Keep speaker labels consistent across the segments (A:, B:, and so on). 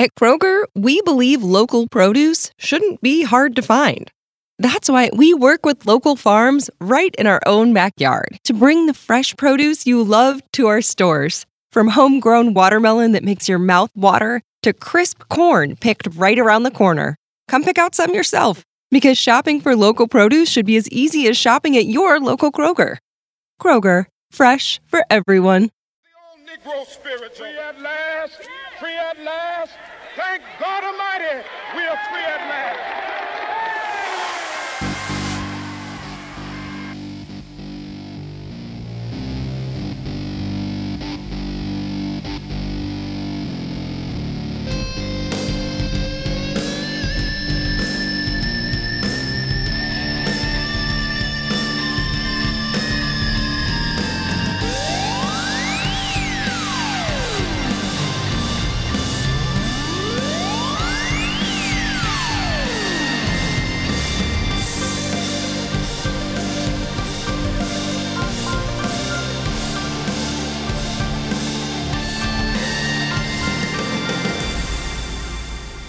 A: At Kroger, we believe local produce shouldn't be hard to find. That's why we work with local farms right in our own backyard to bring the fresh produce you love to our stores. From homegrown watermelon that makes your mouth water to crisp corn picked right around the corner. Come pick out some yourself because shopping for local produce should be as easy as shopping at your local Kroger. Kroger, fresh for everyone.
B: old Negro spirit. Free at last. Free at last. Thank God Almighty, we are free at last.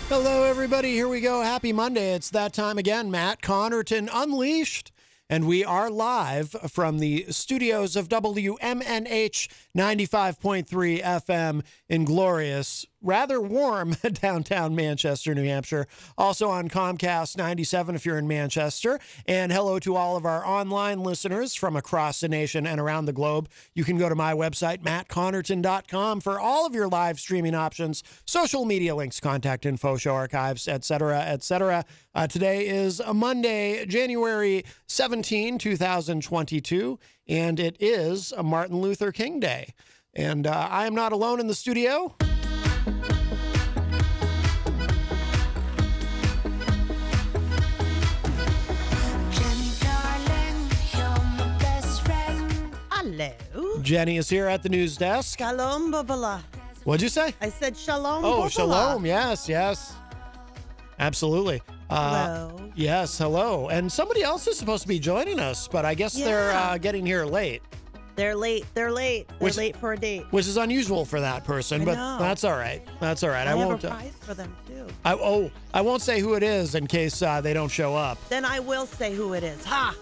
C: Hello, everybody. Here we go. Happy Monday. It's that time again. Matt Connerton Unleashed. And we are live from the studios of WMNH 95.3 FM in glorious, rather warm downtown Manchester, New Hampshire. Also on Comcast 97 if you're in Manchester. And hello to all of our online listeners from across the nation and around the globe. You can go to my website, mattconnerton.com, for all of your live streaming options, social media links, contact info, show archives, etc., etc. Uh, today is a Monday, January 17, 2022, and it is a Martin Luther King Day. And uh, I am not alone in the studio.
D: Jenny, darling, you're my best friend.
E: Hello.
C: Jenny is here at the news desk.
E: Shalom, Babala.
C: What'd you say?
E: I said shalom.
C: Oh,
E: babala.
C: shalom. Yes, yes. Absolutely. Uh,
E: Hello.
C: Yes, hello. And somebody else is supposed to be joining us, but I guess they're
E: Yeah.
C: uh, getting here late,
E: They're late. They're late. They're
C: Was-
E: late for a date.
C: which is unusual for that person,
E: I
C: but
E: know.
C: that's all right. That's all right. I,
E: I, have
C: won't.
E: a
C: uh,
E: prize for them too.
C: I, oh, I won't say who it is in case uh, they don't show up.
E: Then I will say who it is. Ha!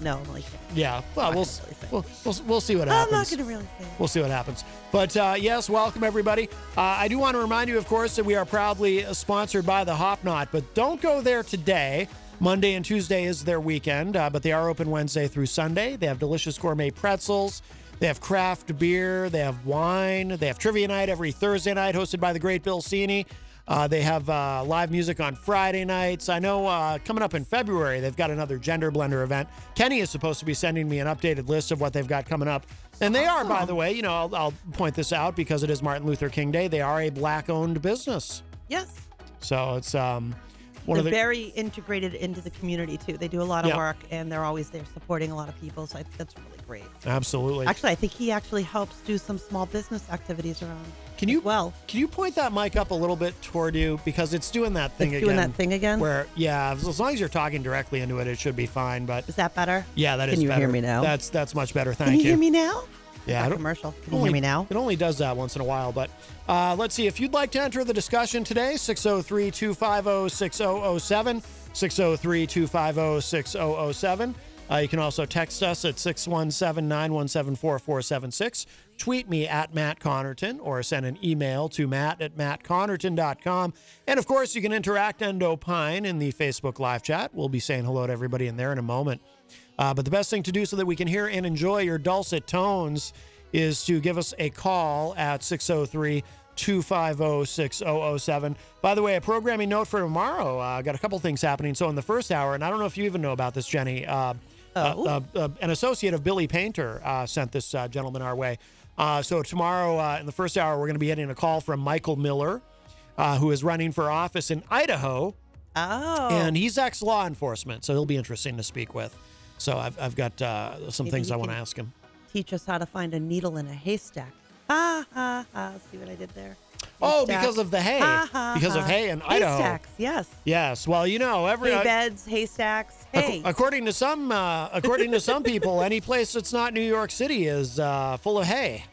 E: No, I'm only kidding.
C: Yeah. Well,
E: not
C: we'll,
E: gonna really say.
C: we'll, we'll we'll see what
E: I'm not
C: happens.
E: gonna really say.
C: We'll see what happens. But uh, yes, welcome everybody. Uh, I do want to remind you, of course, that we are proudly sponsored by the Hop Knot, but don't go there today. Monday and Tuesday is their weekend, uh, but they are open Wednesday through Sunday. They have delicious gourmet pretzels. They have craft beer. They have wine. They have trivia night every Thursday night, hosted by the great Bill Cini. Uh, they have uh, live music on Friday nights. I know uh, coming up in February, they've got another Gender Blender event. Kenny is supposed to be sending me an updated list of what they've got coming up. And they are, by the way, you know, I'll, I'll point this out because it is Martin Luther King Day. They are a black owned business.
E: Yes.
C: So it's um, one
E: They're
C: of the.
E: very integrated into the community too. They do a lot of
C: Yeah.
E: work and they're always there supporting a lot of people. So I think that's really great.
C: absolutely.
E: Actually, I think he actually helps do some small business activities around.
C: Can
E: as
C: you
E: well?
C: Can you point that mic up a little bit toward you because it's doing that thing
E: It's
C: again?
E: doing that thing again?
C: Where yeah, as as long as you're talking directly into it, it should be fine. But
E: Is that better?
C: yeah, that is.
E: Can you hear
C: better.
E: me now?
C: That's that's much better. Thank
E: Can you
C: you.
E: hear me now?
C: Yeah,
E: That
C: I don't-
E: commercial. Can you
C: only-
E: hear me now?
C: It only does that once in a while. But uh, let's see. If you'd like to enter the discussion today, 603 250 6007. 603 250 6007. Uh, You can also text us at 617 917 4476. Tweet me at Matt Connerton or send an email to matt at mattconnerton.com. And of course, you can interact and opine in the Facebook live chat. We'll be saying hello to everybody in there in a moment. Uh, but the best thing to do so that we can hear and enjoy your dulcet tones is to give us a call at 603 250 6007. By the way, a programming note for tomorrow. Uh, I got a couple things happening. So, in the first hour, and I don't know if you even know about this,
E: Oh.
C: Jenny, uh, uh, uh, uh, an associate of Billy Painter uh, sent this uh, gentleman our way. Uh, so tomorrow uh, in the first hour, we're going to be getting a call from Michael Miller, uh, who is running for office in Idaho,
E: Oh.
C: and he's ex-law enforcement, so he'll be interesting to speak with. So I've, I've got uh, some
E: Maybe
C: things
E: you
C: I want to
E: can-
C: ask him.
E: Teach us how to find a needle in a haystack. Ha ha ha. See what I did there?
C: Oh,
E: Haystack.
C: because of the hay,
E: Ha, ha,
C: because of
E: ha.
C: hay in Idaho.
E: Haystacks, yes.
C: Yes. Well, you know every.
E: Hay
C: uh,
E: beds, haystacks.
C: ac-
E: Hey.
C: according to some, uh, according to some people, any place that's not New York City is uh, full of hay.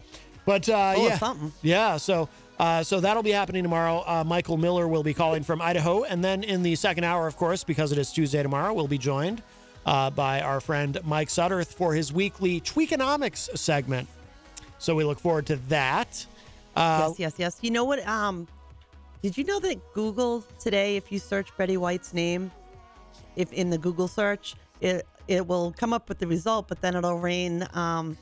C: But uh,
E: Full of
C: yeah,
E: something.
C: yeah. So, uh, so that'll be happening tomorrow. Uh, Michael Miller will be calling from Idaho, and then in the second hour, of course, because it is Tuesday tomorrow, we'll be joined uh, by our friend Mike Sutterth for his weekly Tweakonomics segment. So we look forward to that. Uh,
E: yes, yes, yes. You know what? Um, did you know that Google today, if you search Betty White's name, if in the Google search, it it will come up with the result, but then it'll rain um,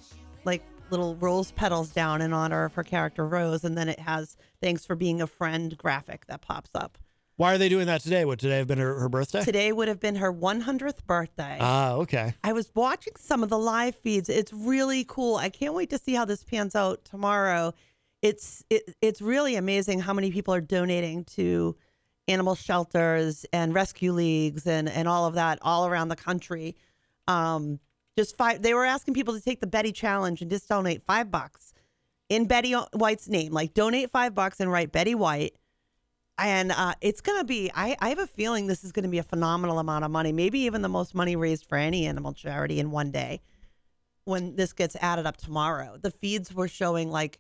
E: like little rose petals down in honor of her character Rose, and then it has "Thanks for being a friend" graphic that pops up.
C: Why are they doing that today? Would today have been her, her birthday?
E: Today would have been her 100th birthday.
C: Ah, okay.
E: I was watching some of the live feeds. It's really cool. I can't wait to see how this pans out tomorrow. It's it, it's really amazing how many people are donating to animal shelters and rescue leagues and and all of that all around the country. Um, just five. They were asking people to take the Betty challenge and just donate five bucks in Betty White's name. Like donate five bucks and write Betty White and uh, it's gonna be I, I have a feeling this is gonna be a phenomenal amount of money maybe even the most money raised for any animal charity in one day when this gets added up tomorrow the feeds were showing like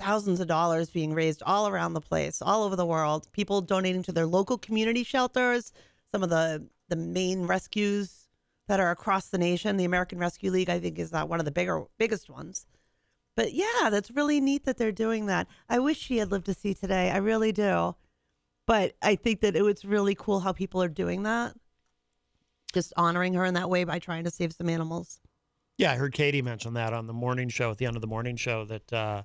E: thousands of dollars being raised all around the place all over the world people donating to their local community shelters some of the the main rescues that are across the nation the american rescue league i think is uh, one of the bigger biggest ones but yeah that's really neat that they're doing that i wish she had lived to see today i really do but I think that it was really cool how people are doing that, just honoring her in that way by trying to save some animals.
C: Yeah, I heard Katie mention that on the morning show at the end of the morning show that uh,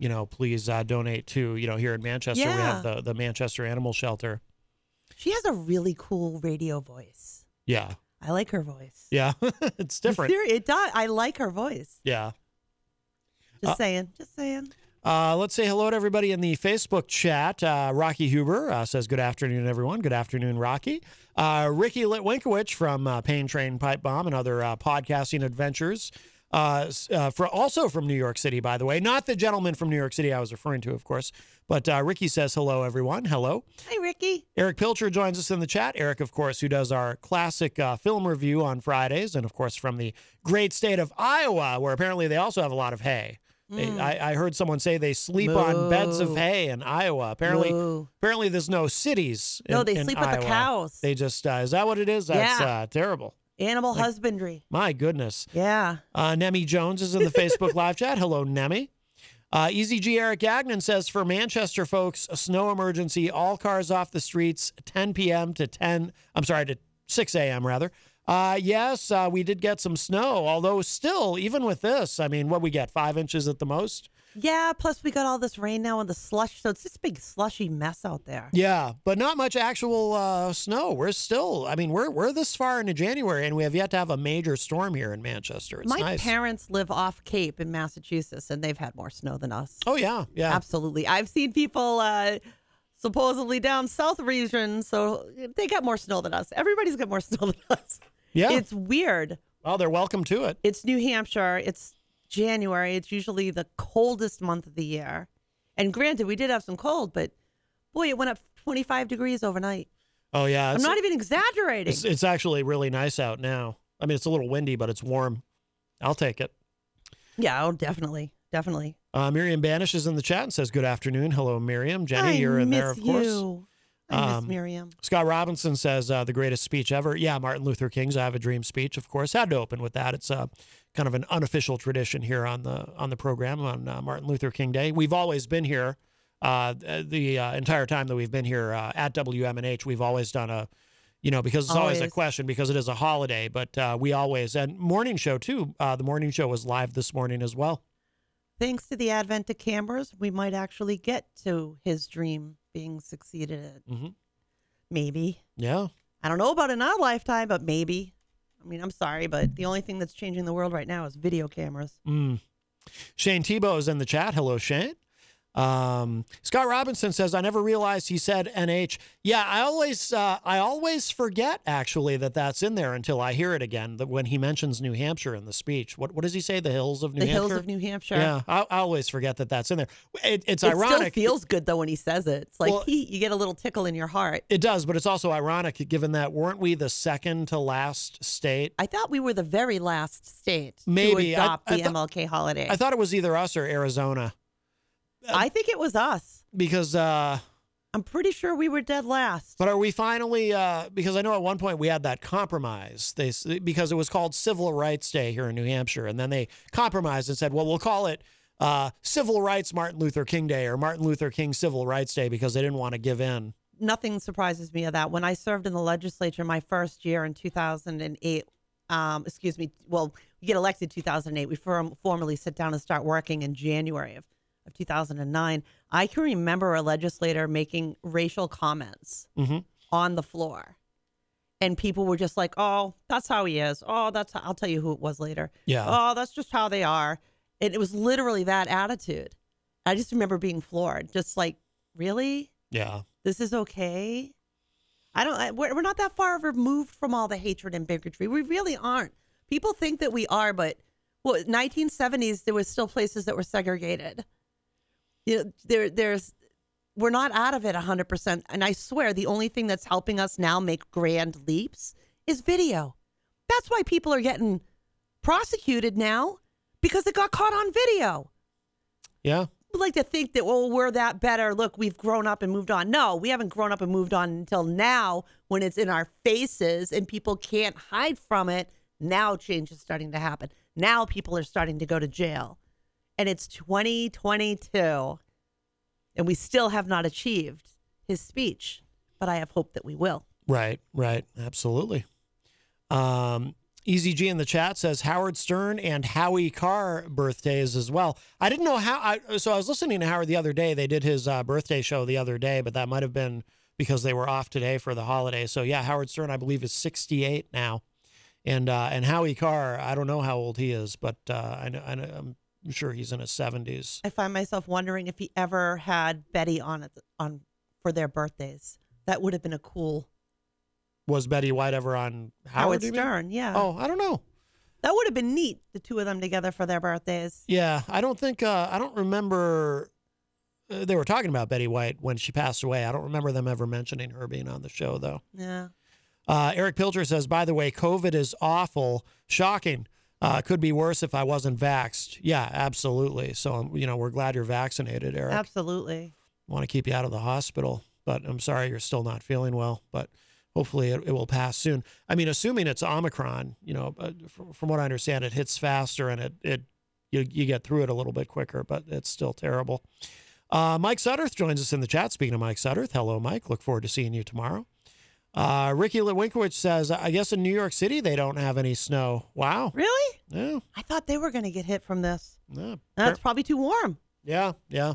C: you know, please uh, donate to, you know, here in Manchester we have
E: Yeah.
C: the the Manchester Animal Shelter.
E: She has a really cool radio voice.
C: Yeah.
E: I like her voice.
C: Yeah. it's
E: I'm
C: different.
E: serious, It does. I like her voice.
C: Yeah.
E: Just saying. Just saying.
C: Uh, let's say hello to everybody in the Facebook chat. Uh, Rocky Huber uh, says, Good afternoon, everyone. Good afternoon, Rocky. Uh, Ricky Litwinkowicz from uh, Pain Train Pipe Bomb and other uh, podcasting adventures. Uh, s- uh, for, also from New York City, by the way. Not the gentleman from New York City I was referring to, of course. But uh, Ricky says, Hello, everyone. Hello.
E: Hi, Ricky.
C: Eric Pilcher joins us in the chat. Eric, of course, who does our classic uh, film review on Fridays, and of course from the great state of Iowa, where apparently they also have a lot of hay. They- I, I heard someone say they sleep on beds of
E: Hmm. Moo.
C: hay in Iowa. Apparently,
E: Moo.
C: apparently there's no cities.
E: No,
C: in-
E: they
C: in
E: sleep with the
C: Iowa.
E: cows.
C: They just uh, is that what it is? That's
E: Yeah.
C: uh, terrible.
E: Animal husbandry.
C: My goodness.
E: Yeah.
C: Uh, Nemi Jones is in the Facebook live chat. Hello, Nemi. Uh, EZG Eric Agnon says for Manchester folks, a snow emergency, all cars off the streets, 10 p.m. to 10. I'm sorry, to 6 a.m. rather. Uh, yes, uh, we did get some snow, although still, even with this, I mean, what we get, five inches at the most?
E: Yeah. Plus, we got all this rain now and the slush. So it's this big slushy mess out there.
C: Yeah, but not much actual uh, snow. We're still, I mean, we're we're this far into January, and we have yet to have a major storm here in Manchester. It's
E: My
C: nice.
E: parents live off Cape in Massachusetts, and they've had more snow than us.
C: oh yeah, yeah.
E: Absolutely. I've seen people uh, supposedly down south region, so they got more snow than us. Everybody's got more snow than us.
C: Yeah.
E: It's weird.
C: well, they're welcome to it.
E: It's New Hampshire. It's January. It's usually the coldest month of the year. And granted, we did have some cold, but boy, it went up 25 degrees overnight.
C: Oh yeah,
E: I'm
C: it's-
E: not even exaggerating.
C: It's, it's actually really nice out now. I mean, it's a little windy, but it's warm. I'll take it.
E: yeah, oh, definitely. Definitely.
C: Uh, Miriam Banish is in the chat and says, Good afternoon. Hello, Miriam. Jenny,
E: I
C: you're in
E: miss
C: there, of
E: you.
C: course.
E: I miss
C: Um,
E: Miriam.
C: Scott Robinson says, uh, The greatest speech ever. Yeah, Martin Luther King's I Have a Dream speech, of course. Had to open with that. It's uh, kind of an unofficial tradition here on the, on the program on uh, Martin Luther King Day. We've always been here. Uh, the uh, entire time that we've been here uh, at WMNH, we've always done a you know, because it's always, a
E: Always.
C: question because it is a holiday. But uh, we always and morning show too. Uh, the morning show was live this morning as well.
E: Thanks to the advent of cameras, we might actually get to his dream being succeeded at.
C: Mhm.
E: Maybe.
C: Yeah,
E: I don't know about in our lifetime, but maybe. I mean, I'm sorry, but the only thing that's changing the world right now is video cameras.
C: mm. Shane Tebow is in the chat. Hello, Shane. Um, Scott Robinson says, "I never realized he said NH." Yeah, I always, uh, I always forget actually that that's in there until I hear it again. That when he mentions New Hampshire in the speech, what what does he say? The hills of New
E: the
C: Hampshire.
E: hills of New Hampshire.
C: Yeah, I, I always forget that that's in there. It, it's
E: it
C: ironic.
E: still feels good though when he says it. It's like
C: Well-
E: he, you get a little tickle in your heart.
C: it does, but it's also ironic given that weren't we the second to last state
E: I thought we were the very last state
C: Maybe.
E: to
C: I-
E: adopt
C: I
E: the
C: thought-
E: MLK holiday.
C: I thought um, it was either us or Arizona
E: I think it was us.
C: because. Uh,
E: I'm pretty sure we were dead last.
C: but are we finally? Uh, because I know at one point we had that compromise. They s- because it was called Civil Rights Day here in New Hampshire, and then they compromised and said, "Well, we'll call it uh, Civil Rights Martin Luther King Day or Martin Luther King Civil Rights Day" because they didn't want to give in.
E: Nothing surprises me of that. When I served in the legislature my first year in 2008, um, excuse me, well, we get elected 2008. We form, formally sit down and start working in January of, of 2009. I can remember a legislator making racial comments
C: Mhm.
E: on the floor. And people were just like, oh, that's how he is. Oh, that's how, I'll tell you who it was later.
C: Yeah.
E: Oh, that's just how they are. And it was literally that attitude. I just remember being floored, just like, really?
C: Yeah.
E: This is okay? I don't, I, we're, we're not that far removed from all the hatred and bigotry. We really aren't. People think that we are, but well, 1970s, there was still places that were segregated. You know, there, there's, we're not out of it 100%. And I swear the only thing that's helping us now make grand leaps is video. That's why people are getting prosecuted now because it got caught on video.
C: Yeah.
E: We like to think that, well, we're that better. Look, we've grown up and moved on. No, we haven't grown up and moved on until now when it's in our faces and people can't hide from it. Now change is starting to happen. Now people are starting to go to jail. And it's 2022. And we still have not achieved his speech, but I have hope that we will.
C: Right, right, absolutely. Um, Easy G in the chat says Howard Stern and Howie Carr birthdays as well. I didn't know how. I, so I was listening to Howard the other day. They did his uh, birthday show the other day, but that might have been because they were off today for the holiday. So yeah, Howard Stern, I believe, is 68 now, and uh, and Howie Carr, I don't know how old he is, but uh, I know, I know I'm sure he's in his 70s.
E: I find myself wondering if he ever had Betty on it on for their birthdays. That would have been a cool
C: Was Betty White ever on Howard?
E: Howard
C: do you mean?
E: Stern. Yeah,
C: Oh, I don't know.
E: that would have been neat. The two of them together for their birthdays.
C: Yeah, I don't think uh, I don't remember. Uh, they were talking about Betty White when she passed away. I don't remember them ever mentioning her being on the show though.
E: Yeah,
C: Uh, Eric Pilcher says, by the way, COVID is awful, shocking. Uh, could be worse if I wasn't vaxxed. Yeah, absolutely. So um, you know we're glad you're vaccinated, Eric.
E: absolutely.
C: Want to keep you out of the hospital, but I'm sorry you're still not feeling well. But hopefully it, it will pass soon. I mean, assuming it's Omicron, you know, uh, from, from what I understand, it hits faster and it it you you get through it a little bit quicker, but it's still terrible. Uh, Mike Sutterth joins us in the chat. Speaking of Mike Sutterth, hello, Mike. Look forward to seeing you tomorrow. Uh, Ricky Lewinkowicz says, I guess in New York City they don't have any snow. Wow.
E: Really?
C: Yeah.
E: I thought they were going to get hit from this.
C: yeah.
E: That's probably too warm.
C: Yeah, yeah.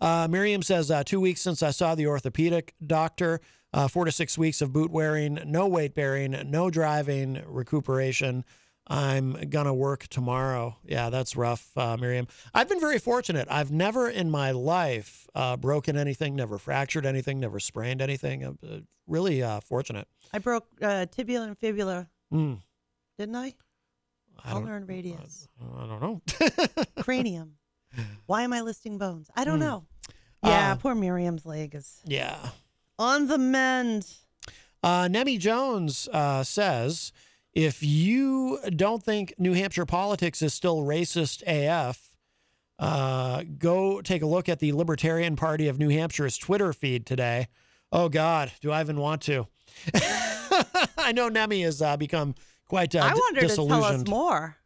C: Uh, Miriam says uh, two weeks since I saw the orthopedic doctor. Uh, four to six weeks of boot wearing, no weight bearing, no driving, recuperation. I'm gonna work tomorrow. Yeah, that's rough, uh, Miriam. I've been very fortunate. I've never in my life uh, broken anything, never fractured anything, never sprained anything. I'm uh, really uh, fortunate.
E: I broke uh, tibia and fibula,
C: Mm,
E: didn't I?
C: I
E: Ulnar
C: don't-
E: and radius,
C: I don't know.
E: cranium. Why am I listing bones? I don't
C: Hmm.
E: know. Yeah,
C: Uh,
E: poor Miriam's leg is
C: yeah.
E: on the mend.
C: Uh, Nemi Jones uh, says if you don't think New Hampshire politics is still racist AF, uh, go take a look at the Libertarian Party of New Hampshire's Twitter feed today. Oh, God, do I even want to? I know Nemi has uh, become quite uh,
E: I
C: d-
E: want her to tell us
C: disillusioned.
E: more.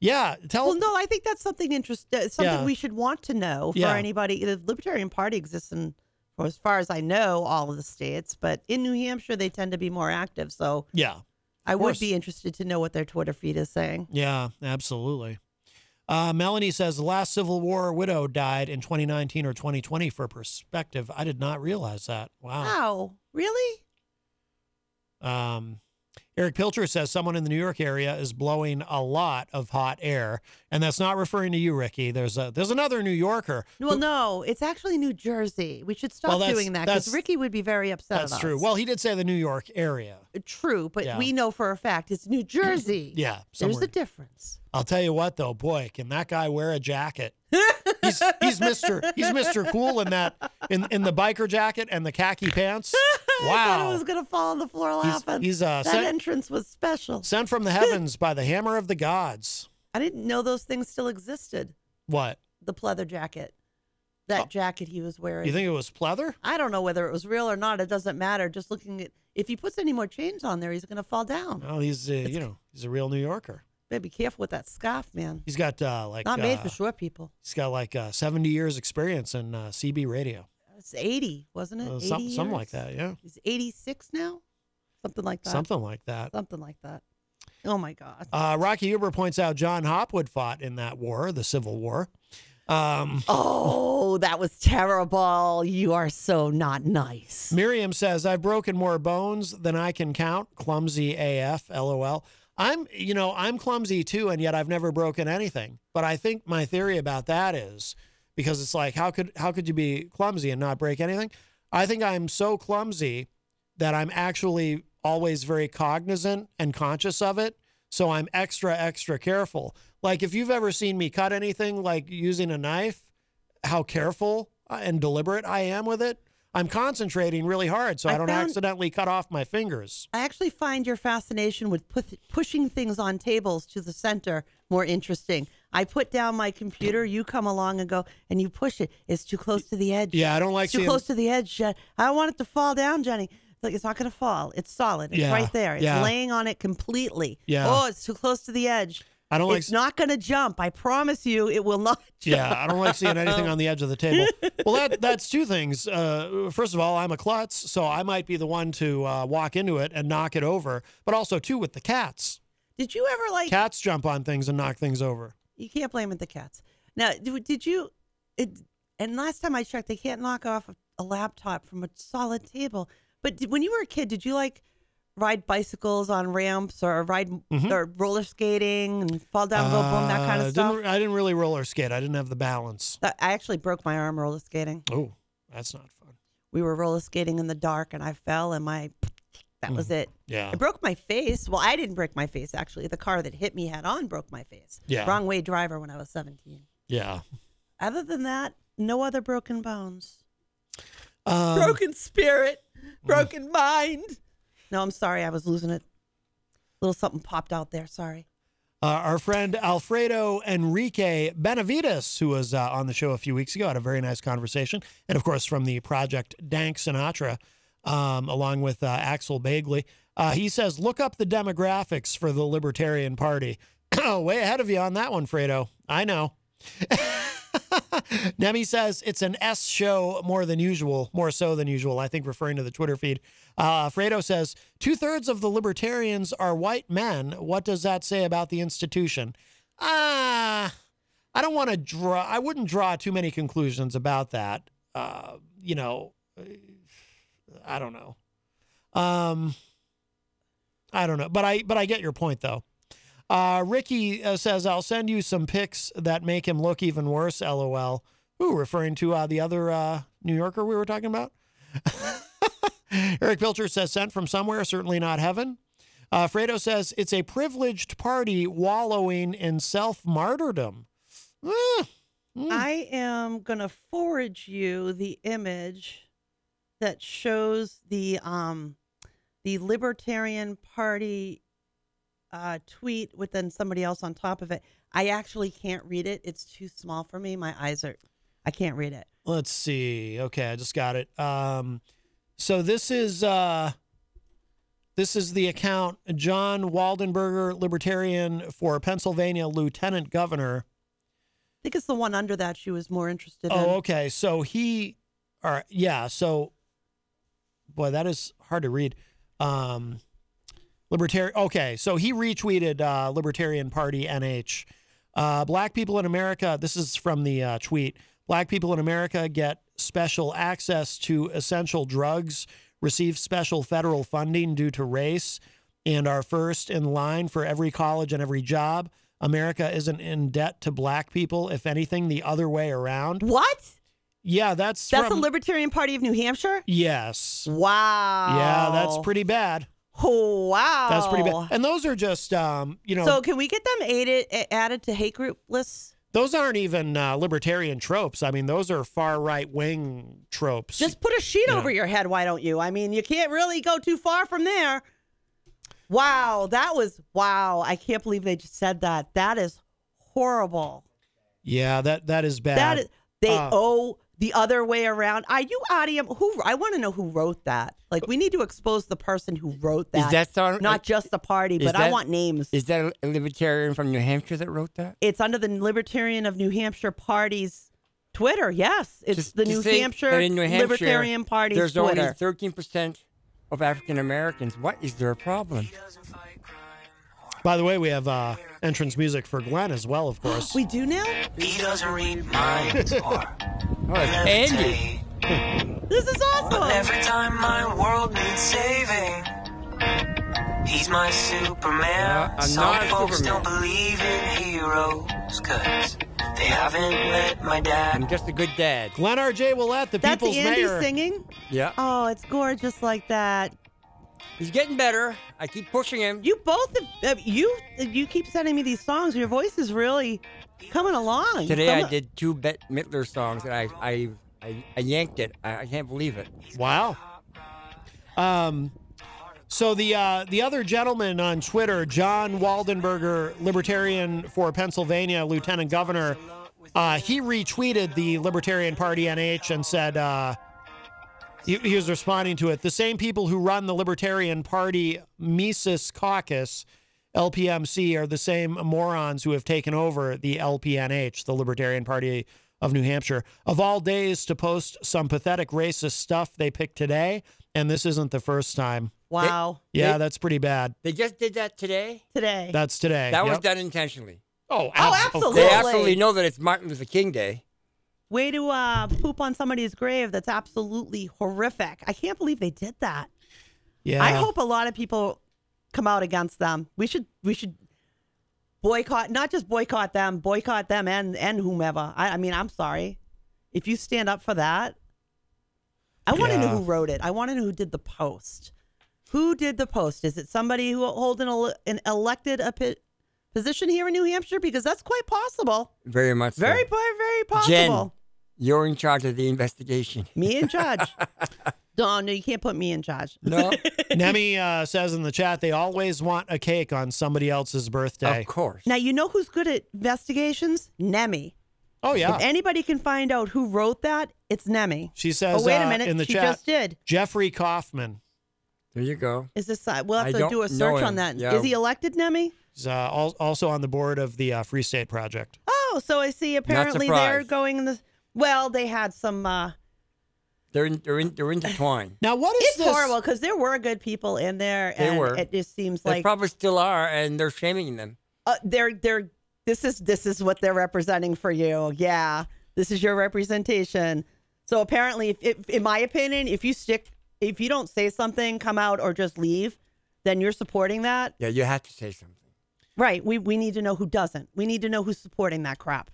C: Yeah, tell
E: Well, no, I think that's something interesting, something
C: Oh. Yeah.
E: we should want to know for
C: Yeah.
E: anybody. The Libertarian Party exists in, for as far as I know, all of the states, but in New Hampshire, they tend to be more active. So
C: Yeah,
E: I would
C: course.
E: be interested to know what their Twitter feed is saying.
C: yeah, absolutely. Uh, Melanie says the last Civil War widow died in 2019 or 2020 for perspective. I did not realize that. Wow.
E: Wow, really?
C: Um, Eric Pilcher says someone in the New York area is blowing a lot of hot air, and that's not referring to you, Ricky. There's a there's another New Yorker.
E: Well, no, it's actually New Jersey. We should stop
C: Well, that's-
E: doing that because
C: that's-
E: Ricky would be very upset.
C: That's
E: about
C: true.
E: us. Uh,
C: Well, he did say the New York area.
E: true, but
C: Yeah.
E: we know for a fact it's New Jersey.
C: Yeah,
E: there's
C: somewhere.
E: a difference.
C: I'll tell you what, though, boy, can that guy wear a jacket? he's he's Mister he's Mister Cool in that in in the biker jacket and the khaki pants.
E: I thought it
C: Wow,
E: was gonna fall on the floor laughing.
C: he's, uh,
E: that
C: sent-
E: entrance was special.
C: sent from the heavens by the hammer of the gods.
E: I didn't know those things still existed.
C: What
E: The pleather jacket, that jacket he was wearing.
C: Oh. you think it was pleather?
E: I don't know whether it was real or not. It doesn't matter. Just looking at if he puts any more chains on there, he's gonna fall down.
C: Well, he's uh, you know he's a real New Yorker.
E: Babe, be careful with that scarf, man.
C: He's got uh, like
E: not made
C: uh,
E: for short people.
C: He's got like uh, seventy years experience in uh, CB radio,
E: It's 80, wasn't it?
C: Uh,
E: 80
C: some, something like
E: years?
C: that. Yeah,
E: He's 86 now? Something like that.
C: something like that.
E: Something like that. Oh my God.
C: Uh, Rocky Uber points out John Hopwood fought in that war, the Civil War. Um,
E: oh, that was terrible. You are so not nice.
C: Miriam says, I've broken more bones than I can count. Clumsy AF, lol. I'm, you know, I'm clumsy too, and yet I've never broken anything. But I think my theory about that is because it's like, how could how could you be clumsy and not break anything? I think I'm so clumsy that I'm actually always very cognizant and conscious of it. So I'm extra, extra careful. Like if you've ever seen me cut anything, like using a knife, how careful and deliberate I am with it. I'm concentrating really hard so I,
E: I
C: don't
E: found-
C: accidentally cut off my fingers.
E: I actually find your fascination with pu- pushing things on tables to the center more interesting. I put down my computer, you come along and go, and you push it. It's too close to the edge.
C: Yeah, I don't like
E: it's too
C: seeing-
E: close to the edge. Jen. I don't want it to fall down, Jenny. It's like it's not going to fall. It's solid. It's
C: Yeah,
E: right there. It's
C: yeah.
E: laying on it completely.
C: Yeah.
E: Oh, it's too close to the edge.
C: I don't like
E: it's
C: s-
E: not going to jump. I promise you, it will not. Jump.
C: Yeah, I don't like seeing anything on the edge of the table. Well, that that's two things. Uh, first of all, I'm a klutz, so I might be the one to uh, walk into it and knock it over. But also, too, with the cats,
E: Did you ever like?
C: cats jump on things and knock things over.
E: You can't blame it the cats. Now, did, did you? It, and last time I checked, they can't knock off a, a laptop from a solid table. But did, when you were a kid, did you like ride bicycles on ramps or ride or roller skating and fall down, go boom, that kind
C: Mm-hmm. Uh,
E: of
C: didn't
E: stuff?
C: re- I didn't really roller skate. I didn't have the balance.
E: That- I actually broke my arm roller skating.
C: Oh, that's not fun.
E: We were roller skating in the dark, and I fell, and my that
C: Mm-hmm.
E: was it.
C: Yeah.
E: I broke my face. Well, I didn't break my face actually. The car that hit me head on broke my face.
C: Yeah.
E: Wrong way driver when I was seventeen.
C: Yeah.
E: Other than that, no other broken bones.
C: Um,
E: broken spirit, broken mind. No, I'm sorry. I was losing it. little something popped out there. Sorry.
C: Uh, our friend Alfredo Enrique Benavides, who was uh, on the show a few weeks ago, had a very nice conversation. And of course, from the project Dank Sinatra, um, along with uh, Axel Bagley, uh, he says, Look up the demographics for the Libertarian Party. oh, way ahead of you on that one, Fredo. I know. Nemi says it's an S show more than usual, more so than usual, I think, referring to the Twitter feed. Uh, Fredo says two thirds of the libertarians are white men. What does that say about the institution? Ah, I don't want to draw, I wouldn't draw too many conclusions about that. Uh, you know, I don't know. Um, I don't know, but I but I get your point though. Uh, Ricky uh, says, "I'll send you some pics that make him look even worse." LOL. Ooh, referring to uh, the other uh, New Yorker we were talking about. Eric Pilcher says, "Sent from somewhere, certainly not heaven." Uh, Fredo says, "It's a privileged party wallowing in Hmm. self martyrdom."
E: I am gonna forward you the image that shows the um the Libertarian Party uh, tweet with then somebody else on top of it. I actually can't read it. It's too small for me. My eyes are. I can't read it.
C: Let's see. Okay, I just got it. Um, so this is uh, this is the account John Waldenberger, Libertarian for Pennsylvania Lieutenant Governor.
E: I think it's the one under that she was more interested in.
C: Oh, okay. So he, all right, yeah. So, boy, that is hard to read. Um, libertarian. Okay, so he retweeted uh, Libertarian Party NH. Uh, black people in America. This is from the uh, tweet. Black people in America get special access to essential drugs, receive special federal funding due to race, and are first in line for every college and every job. America isn't in debt to black people, if anything, the other way around.
E: What?
C: Yeah, that's
E: That's
C: from,
E: the Libertarian Party of New Hampshire?
C: Yes.
E: Wow.
C: Yeah, that's pretty bad.
E: Oh, wow.
C: That's pretty bad. And those are just, um, you know,
E: So can we get them aided, a- added to hate group lists?
C: those aren't even uh, libertarian tropes. I mean, those are far right wing tropes.
E: Just put a sheet
C: Yeah.
E: over your head, why don't you? I mean, you can't really go too far from there. Wow, that was wow. I can't believe they just said that. That is horrible.
C: yeah, that that is bad.
E: That is, they
C: Uh,
E: owe the other way around. Are you audium? Who I want to know who wrote that. Like we need to expose the person who wrote that.
F: Is that song-
C: uh,
E: not just the party,
F: is
E: but I
F: that-
E: want names.
F: Is that a libertarian from New Hampshire that wrote that?
E: it's under the Libertarian of New Hampshire Party's Twitter. Yes, it's
F: Just
E: the
F: to
E: New
F: think
E: Hampshire,
F: that in New Hampshire,
E: Libertarian Party's
F: There's
E: Twitter.
F: only 13 percent of African Americans. What is their problem?
C: By the way, we have uh, entrance music for Glenn as well, of course.
E: we do now.
F: Oh, it's Andy.
E: This is awesome.
D: Every time my world needs saving, he's my Superman.
F: Uh, I'm
D: Some
F: not a
D: folks
F: Superman.
D: don't believe in heroes, cause they haven't met my
F: I'm
D: dad.
F: just a good dad.
C: Glenn R.J. Willette, the
E: That's
C: people's
E: Andy
C: mayor.
E: singing.
F: Yeah,
E: Oh, it's gorgeous like that.
F: he's getting better. I keep pushing him.
E: You both, have, uh, you you keep sending me these songs. Your voice is really coming along.
F: Today
E: Come
F: I did two Bette Midler songs, and I I I, I yanked it. I, I can't believe it.
C: Wow. Um, so the uh, the other gentleman on Twitter, John Waldenberger, Libertarian for Pennsylvania, Lieutenant Governor, uh, he retweeted the Libertarian Party NH and said uh, he, he was responding to it. The same people who run the Libertarian Party Mises Caucus. LPMC are the same morons who have taken over the LPNH, the Libertarian Party of New Hampshire. Of all days to post some pathetic racist stuff they picked today, and this isn't the first time.
E: Wow.
C: Yeah,
F: They-
C: that's pretty bad.
F: They just did that today.
E: Today.
C: That's today.
F: That was
C: Uh, Yep.
F: done intentionally.
C: Oh,
E: absolutely.
F: They
E: Really?
F: absolutely know that it's Martin Luther King Day.
E: Way to uh, poop on somebody's grave. That's absolutely horrific. I can't believe they did that.
C: Yeah.
E: I hope a lot of people come out against them. We should we should boycott not just boycott them, boycott them and and whomever. I, I mean, I'm sorry. If you stand up for that, I want to know
C: Yeah.
E: who wrote it. I want to know who did the post. Who did the post? Is it somebody who holds an, ele- an elected opi- position here in New Hampshire? Because that's quite possible.
F: Very much. so.
E: Very, po- very
F: Jen,
E: possible.
F: you're in charge of the investigation.
E: Me in charge. no, no, you can't put me in charge.
F: No,
C: Nemi uh, says in the chat they always want a cake on somebody else's birthday.
F: of course.
E: Now you know who's good at investigations? Nemi.
C: Oh yeah.
E: If anybody can find out who wrote that, it's Nemi.
C: She says
E: oh, wait
C: uh,
E: a minute.
C: in the
E: she
C: chat
E: just did.
C: Jeffrey Kaufman.
F: There you go.
E: Is this? uh, We'll have
F: I
E: to
F: don't
E: do a
F: know
E: search
F: him.
E: on that. Is
F: Yeah.
E: he elected, Nemi?
C: He's uh, al- also on the board of the uh, Free State Project.
E: Oh, so I see. Apparently they're
F: surprised.
E: going in the. Well, they had some. Uh,
F: They're in, they're in, they're intertwined.
C: Now what is
E: it's
C: this?
E: horrible because there were good people in there,
F: They
E: and
F: were.
E: it just seems
F: they
E: like
F: probably still are, and they're shaming them.
E: uh, they're they're. This is this is what they're representing for you. Yeah, this is your representation. So apparently, if, if in my opinion, if you stick, if you don't say something, come out or just leave, then you're supporting that.
F: Yeah, you have to say something.
E: Right. We we need to know who doesn't. We need to know who's supporting that crap.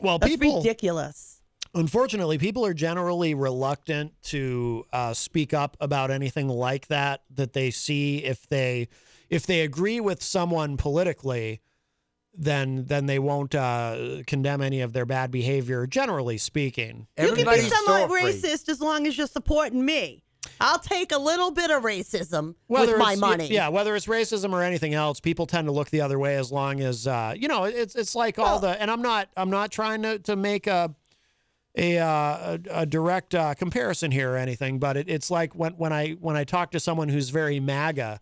C: Well,
E: That's
C: people.
E: ridiculous.
C: unfortunately, people are generally reluctant to uh, speak up about anything like that that they see. If they if they agree with someone politically, then then they won't uh, condemn any of their bad behavior. Generally speaking,
F: Everybody's
E: you
F: so
E: can be somewhat
F: afraid.
E: racist as long as you're supporting me. I'll take a little bit of racism
C: whether
E: with my
C: it's,
E: money.
C: yeah, whether it's racism or anything else, people tend to look the other way as long as uh, you know. It's it's like all the and I'm not I'm not trying to to make a. A, uh, a, a direct uh, comparison here or anything, but it, it's like when, when I when I talk to someone who's very MAGA,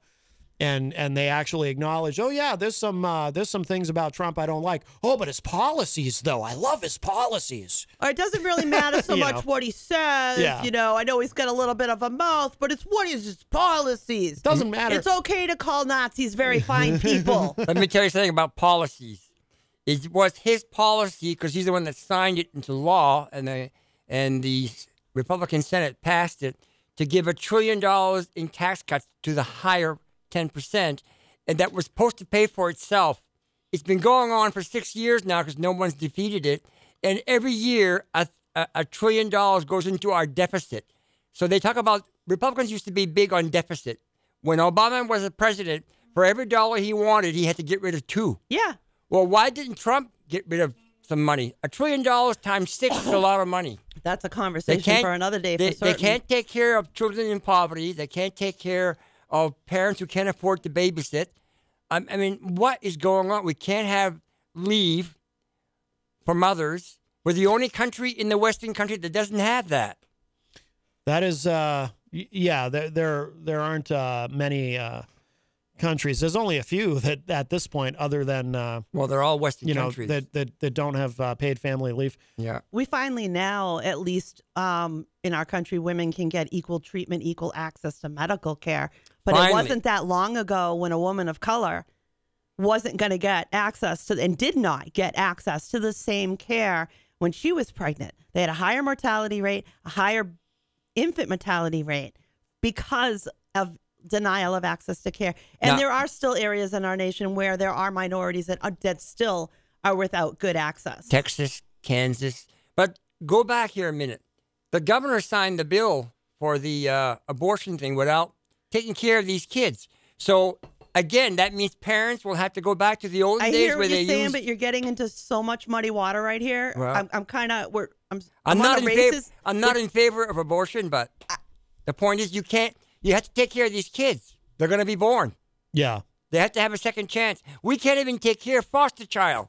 C: and and they actually acknowledge, oh yeah, there's some uh, there's some things about Trump I don't like. Oh, but his policies though, I love his policies.
E: Or it doesn't really matter so
C: You
E: much
C: know.
E: what he says.
C: Yeah.
E: You know, I know he's got a little bit of a mouth, but it's what is his policies.
C: Doesn't matter.
E: It's okay to call Nazis very fine people.
F: Let me tell you something about policies. It was his policy because he's the one that signed it into law, and the and the Republican Senate passed it to give a trillion dollars in tax cuts to the higher 10%, and that was supposed to pay for itself. It's been going on for six years now because no one's defeated it. And every year, a, a, a trillion dollars goes into our deficit. So they talk about Republicans used to be big on deficit. When Obama was a president, for every dollar he wanted, he had to get rid of two.
E: Yeah.
F: Well, why didn't Trump get rid of some money? A trillion dollars times six is a lot of money.
E: That's a conversation for another day.
F: They,
E: for
F: they
E: certain.
F: can't take care of children in poverty. They can't take care of parents who can't afford to babysit. I, I mean, what is going on? We can't have leave for mothers. We're the only country in the Western country that doesn't have that.
C: That is, uh, y- yeah, there there, there aren't uh, many uh, countries. There's only a few that at this point, other than uh,
F: well, they're all Western
C: you know,
F: countries.
C: that that that don't have uh, paid family leave.
F: Yeah,
E: We finally now, at least um, in our country, women can get equal treatment, equal access to medical care. But
F: Finally.
E: it wasn't that long ago when a woman of color wasn't going to get access to and did not get access to the same care when she was pregnant. They had a higher mortality rate, a higher infant mortality rate because of denial of access to care. And
F: Now-
E: there are still areas in our nation where there are minorities that, are, that still are without good access.
F: Texas, Kansas. But go back here a minute. The governor signed the bill for the uh, abortion thing without taking care of these kids. So again, that means parents will have to go back to the old
E: I
F: days
E: hear
F: where
E: what
F: they
E: you're saying,
F: used.
E: but you're getting into so much muddy water right here.
F: Well-
E: I'm, I'm kind of we're I'm
F: I'm not
E: on
F: in
E: the
F: favor.
E: races.
F: I'm not in favor of abortion, but the point is, you can't. You have to take care of these kids. They're going to be born.
C: Yeah.
F: They have to have a second chance. We can't even take care of foster child.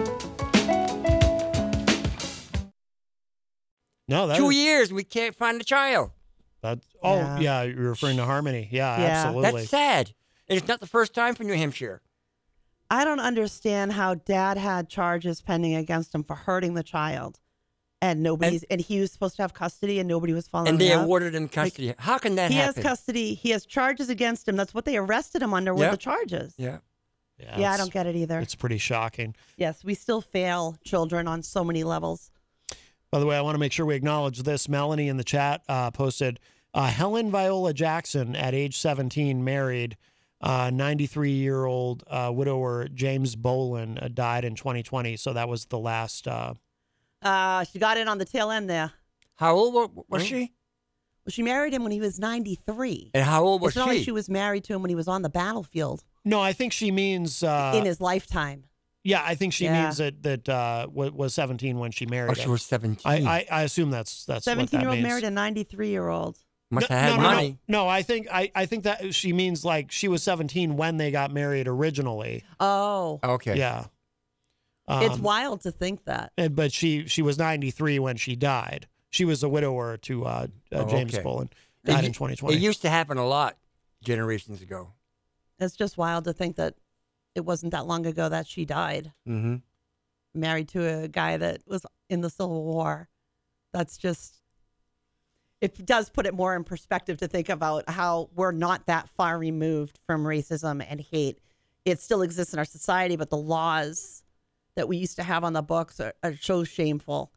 C: No, that
F: Two
C: is-
F: years, we can't find a child.
C: that. Oh,
E: Yeah.
C: yeah. you're referring to Harmony. Yeah,
E: Yeah.
C: absolutely.
F: That's sad. And it's not the first time for New Hampshire.
E: I don't understand how Dad had charges pending against him for hurting the child, and nobody's and, he was supposed to have custody, and nobody was following.
F: And they
E: up.
F: awarded him custody. How can that
E: Oh, he
F: happen?
E: has custody. He has charges against him. That's what they arrested him under. Were
F: Yeah.
E: the charges?
F: yeah.
E: Yeah, I
C: it's-
E: don't get it either.
C: It's pretty shocking.
E: Yes, we still fail children on so many levels.
C: By the way, I want to make sure we acknowledge this. Melanie in the chat uh, posted uh, Helen Viola Jackson at age 17 married. 93 year old uh, widower James Bolin uh, died in 2020. So that was the last. Uh,
E: Uh, she got in on the tail end there.
F: How old wa- was she?
E: Well, she married him when he was 93.
F: And how old was
E: it's not like
F: she?
E: she was married to him when he was on the battlefield
C: no, I think she means. Uh,
E: in his lifetime.
C: yeah, I think she
E: Yeah.
C: means that that uh, wa- was 17 when she married.
F: oh, she
C: him.
F: was 17.
C: I, I, I assume that's that's what that
E: 17 year old
C: means.
E: married a 93 year old.
F: Must have had
C: no, no,
F: money.
C: No, no, I think I, I think that she means like she was 17 when they got married originally.
E: Oh,
F: Okay.
C: Yeah.
E: it's
C: Um,
E: wild to think that.
C: and- but she she was 93 when she died. She was a widower to uh, uh,
F: Oh,
C: James
F: okay.
C: Bolin.
F: It
C: Died
F: u-
C: in 2020.
F: It used to happen a lot generations ago.
E: It's just wild to think that it wasn't that long ago that she died,
F: Mm-hmm.
E: married to a guy that was in the Civil War. That's just, it does put it more in perspective to think about how we're not that far removed from racism and hate. It still exists in our society, but the laws that we used to have on the books are, are so shameful.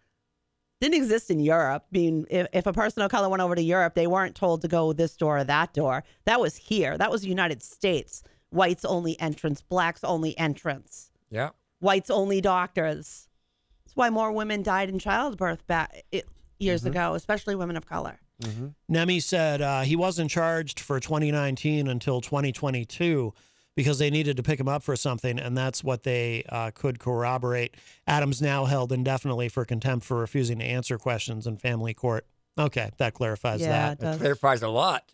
E: Didn't exist in Europe. I mean, if, if a person of color went over to Europe, they weren't told to go this door or that door. That was here. That was the United States. Whites only entrance, blacks only entrance,
F: Yeah.
E: whites only doctors. That's why more women died in childbirth back it, years
F: Mm-hmm.
E: ago, especially women of color.
C: Mm-hmm. Nemi said uh, he wasn't charged for 2019 until 2022, because they needed to pick him up for something, and that's what they uh, could corroborate. Adams now held indefinitely for contempt for refusing to answer questions in family court. Okay, that clarifies
F: Yeah,
C: that.
F: it does. It clarifies a lot.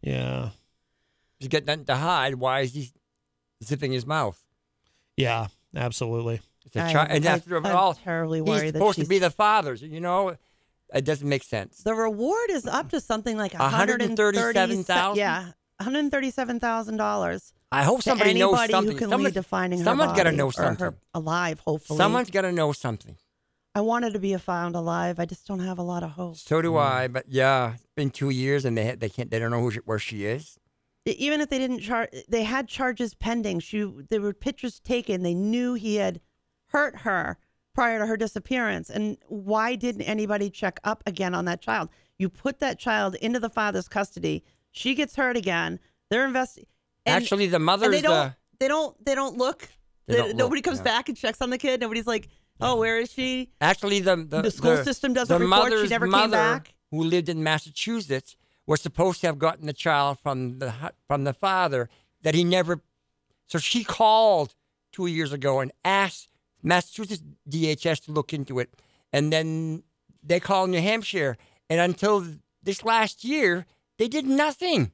C: Yeah.
F: He's got nothing to hide. Why is he zipping his mouth?
C: Yeah, absolutely.
F: It's a child, and after all, he's
E: worried that
F: supposed to
E: she's-
F: be the father. You know, it doesn't make sense.
E: The reward is up to something like
F: A hundred and thirty-seven thousand?
E: Yeah, one hundred thirty-seven thousand dollars.
F: I hope somebody
E: to
F: knows
E: anybody
F: something.
E: who can
F: Someone's-
E: lead to finding her
F: someone's gotta
E: body
F: know
E: or
F: something.
E: her alive. Hopefully,
F: Someone's got to know something.
E: I wanted to be found alive. I just don't have a lot of hope.
F: So do I. But yeah, it's been two years, and they ha- they can't they don't know who she, where she is.
E: E- Even if they didn't charge, they had charges pending. She, there were pictures taken. They knew he had hurt her prior to her disappearance. And why didn't anybody check up again on that child? You put that child into the father's custody. She gets hurt again. They're investigating.
F: Actually, the
E: and
F: mother's
E: they
F: the.
E: don't they don't they don't look
F: They don't
E: nobody
F: look,
E: comes
F: yeah.
E: back and checks on the kid nobody's like oh where is she
F: Actually, the the,
E: The school system doesn't
F: the
E: report. She
F: mother's
E: never came
F: mother,
E: back.
F: Who lived in Massachusetts was supposed to have gotten the child from the hu- from the father that he never. So she called two years ago and asked Massachusetts DHS to look into it, and then they called New Hampshire, and until this last year, they did nothing.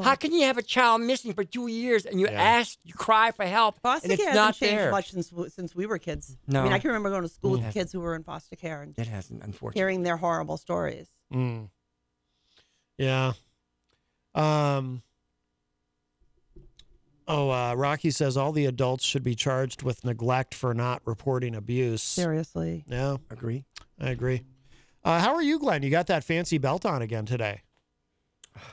F: How can you have a child missing for two years and you ask, you cry for help,
E: foster
F: and it's
E: care
F: not
E: hasn't changed
F: there?
E: much since w- since we were kids i
F: No.
E: mean i can remember going to
F: It
E: school with
F: hasn't.
E: kids who were in foster care and
F: It hasn't, unfortunately.
E: hearing their horrible stories
C: Mm. Yeah. Um. Oh, uh, Rocky says all the adults should be charged with neglect for not reporting abuse.
E: Seriously.
C: Yeah.
F: Agree.
C: I agree. Uh, how are you, Glenn? You got that fancy belt on again today.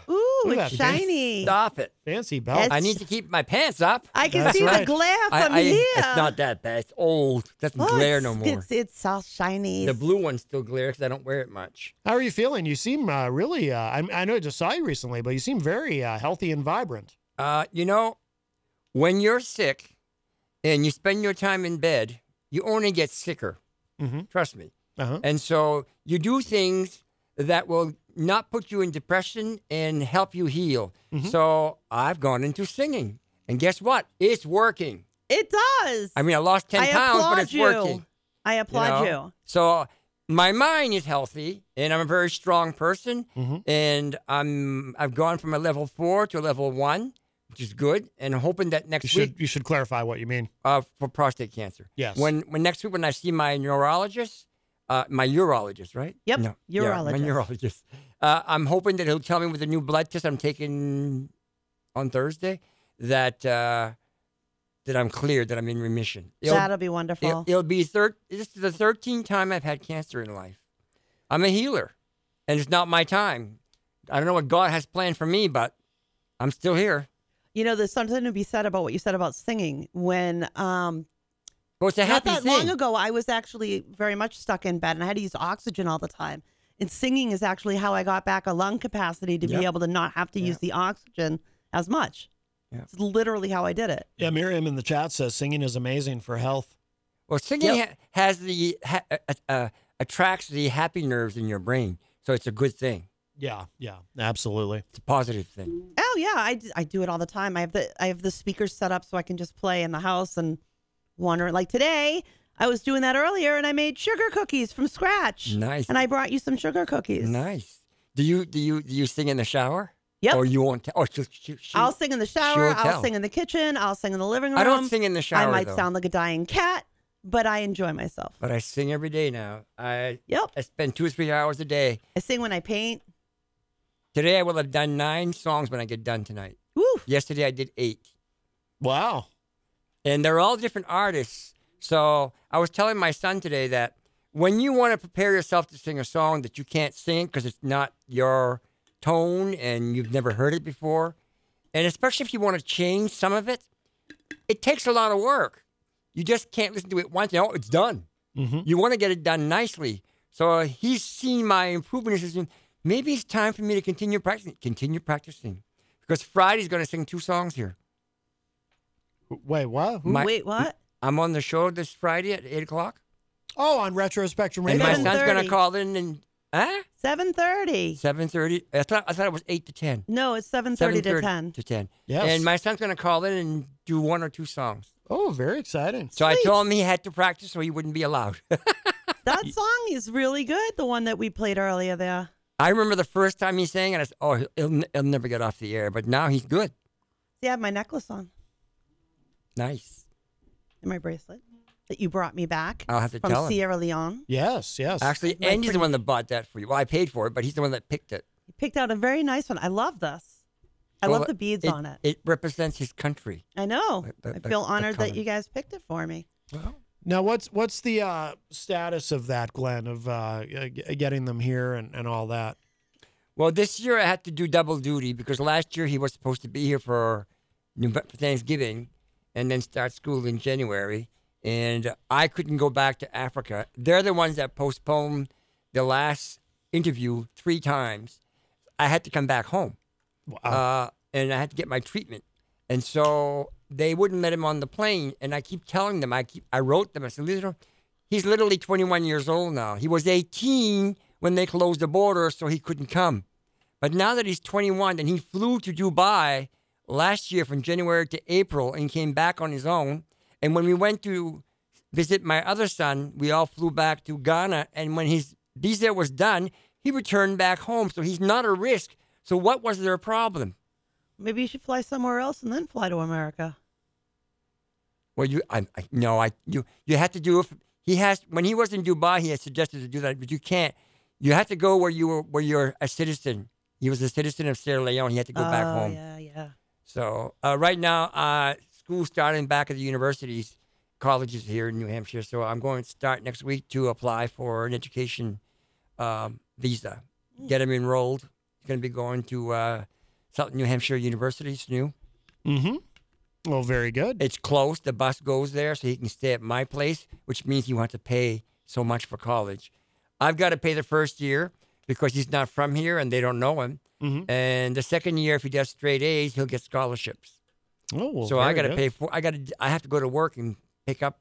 E: ooh
C: Look at
E: it's
C: that.
E: shiny
F: Stop it.
C: Fancy belt.
F: I need to keep my pants up.
E: I can
C: That's
E: see the
C: right.
E: glare
F: I-
E: from
F: I-
E: here.
F: It's not that bad. It's old. It doesn't
E: Oh,
F: glare
E: it's-
F: no more.
E: It's, it's all shiny.
F: the blue one still glares because I don't wear it much.
C: How are you feeling? You seem uh, really. Uh, I, I know I just saw you recently, but you seem very uh, healthy and vibrant.
F: Uh, you know, when you're sick and you spend your time in bed, you only get sicker.
E: Mm-hmm.
C: Mhm.
F: Trust me.
C: Uh-huh.
F: And so you do things that will not put you in depression and help you heal.
E: Mm-hmm.
F: So I've gone into singing. And guess what? It's working.
E: it does.
F: I mean, I lost 10
E: I
F: pounds, but
E: applaud
F: it's
E: you.
F: working.
E: I applaud you.
F: know? So my mind is healthy, and I'm a very strong person,
C: Mm-hmm.
F: and I'm I've gone from a level four to a level one, which is good, and I'm hoping that
C: You
F: next
C: should
F: week
C: you should clarify what you mean.
F: uh, for prostate cancer.
C: Yes.
F: When when next week when I see my neurologist, uh, my urologist, right?
E: Yep,
F: No, Yeah,
E: urologist.
F: my neurologist. Uh, I'm hoping that he'll tell me with the new blood test I'm taking on Thursday that uh, that I'm cleared, that I'm in remission. It'll-
E: That'll be wonderful.
F: It'll, it'll be third. This is the thirteenth time I've had cancer in life. I'm a healer, and it's not my time. I don't know what God has planned for me, but I'm still here.
E: You know, there's something to be said about what you said about singing. When um,
F: Well, it's a
E: not
F: happy
E: that
F: thing.
E: long ago, I was actually very much stuck in bed, and I had to use oxygen all the time. And singing is actually how I got back a lung capacity to
F: Yep.
E: be able to not have to use the oxygen as much.
F: Yeah.
E: It's literally how I did it.
C: Yeah, Miriam in the chat says singing is amazing for health.
F: Well, singing
E: Yep.
F: ha- has the ha- uh, uh, attracts the happy nerves in your brain, so it's a good thing.
C: Yeah, yeah, absolutely.
F: It's a positive thing.
E: Oh yeah, I, d- I do it all the time. I have the I have the speakers set up so I can just play in the house and wander. Like today, I was doing that earlier, and I made sugar cookies from scratch.
F: Nice.
E: And I brought you some sugar cookies.
F: Nice. Do you do you do you sing in the shower?
E: Yep.
F: Or you won't? T- oh, or she'll, she'll, she'll-
E: I'll sing in the shower.
F: she'll
E: I'll
F: tell.
E: sing in the kitchen. I'll sing in the living room.
F: I don't sing in the
E: I
F: shower,
E: might
F: though.
E: sound like a dying cat, but I enjoy myself.
F: But I sing every day now. I
E: Yep.
F: I spend two or three hours a day.
E: I sing when I paint.
F: Today I will have done nine songs when I get done tonight.
E: Woo!
F: Yesterday I did eight,
C: Wow.
F: and they're all different artists. So I was telling my son today that when you want to prepare yourself to sing a song that you can't sing because it's not your tone and you've never heard it before, and especially if you want to change some of it, it takes a lot of work. You just can't listen to it once. and, Oh, it's done. You want to get it done nicely. So he's seen my improvement. He says, maybe it's time for me to continue practicing. Continue practicing. Because Friday's going to sing two songs here.
C: Wait, what? Who?
F: My-
E: Wait, what?
F: I'm on the show this Friday at 8 o'clock.
C: Oh, on Retro Spectrum
F: And
C: Radio.
F: my son's going to
E: 11:30.
F: call in and Huh?
E: Seven thirty.
F: Seven thirty. I thought I thought it was eight to ten.
E: No, it's seven thirty to
F: 7:30
E: ten.
F: To ten.
C: Yes.
F: And my son's gonna call in and do one or two songs.
C: Oh, very exciting.
F: So I told him he had to practice so he wouldn't be allowed.
E: That song is really good. The one that we played earlier there.
F: I remember the first time he sang, and I said, "Oh, he'll- he'll, he'll never get off the air." But now he's good.
E: See, I have my necklace on
F: Nice.
E: and my bracelet that you brought me back.
F: I'll have to
E: from
F: tell him.
E: Sierra Leone.
C: Yes, yes.
F: Actually,
E: My
F: Andy's the one that bought that for you. Well, I paid for it, but he's the one that picked it.
E: You picked out a very nice one. I love this. I
F: Well,
E: love the beads on it.
F: It represents his country.
E: I know.
F: the- the-
E: I feel
F: the
E: honored that
F: color.
E: you guys picked it for me.
C: Now, what's what's the uh, status of that, Glenn? Of uh, g- getting them here and, and all that.
F: Well, this year I had to do double duty because last year he was supposed to be here for Nov- for Thanksgiving and then start school in January. And I couldn't go back to Africa. They're the ones that postponed the last interview three times. I had to come back home. Uh, and I had to get my treatment. And so they wouldn't let him on the plane. And I keep telling them, I keep, I wrote them, I said, listen, he's literally 21 years old now. He was 18 when they closed the border, so he couldn't come. But now that he's 21 and he flew to Dubai last year from January to April and came back on his own. And when we went to visit my other son, we all flew back to Ghana. And when his visa was done, he returned back home. So he's not a risk. So what was their problem?
E: Maybe you should fly somewhere else and then fly to America.
F: Well, you, I, I no, I you you have to do if he has when he was in Dubai, he had suggested to do that, but you can't. You have to go where you were where you're a citizen. He was a citizen of Sierra Leone. He had to go back
E: Oh,
F: home.
E: Yeah, yeah.
F: So uh, right now, uh, school's starting back at the universities, colleges here in New Hampshire. So I'm going to start next week to apply for an education um, visa, get him enrolled. He's going to be going to uh, Southern New Hampshire University. It's new.
C: Mm-hmm. Well, very good.
F: It's close. The bus goes there, so he can stay at my place, which means he wants to pay so much for college. I've got to pay the first year because he's not from here and they don't know him. And the second year, if he does straight A's, he'll get scholarships.
C: Oh, well,
F: so I
C: very
F: got to
C: good.
F: pay for. I got to. I have to go to work and pick up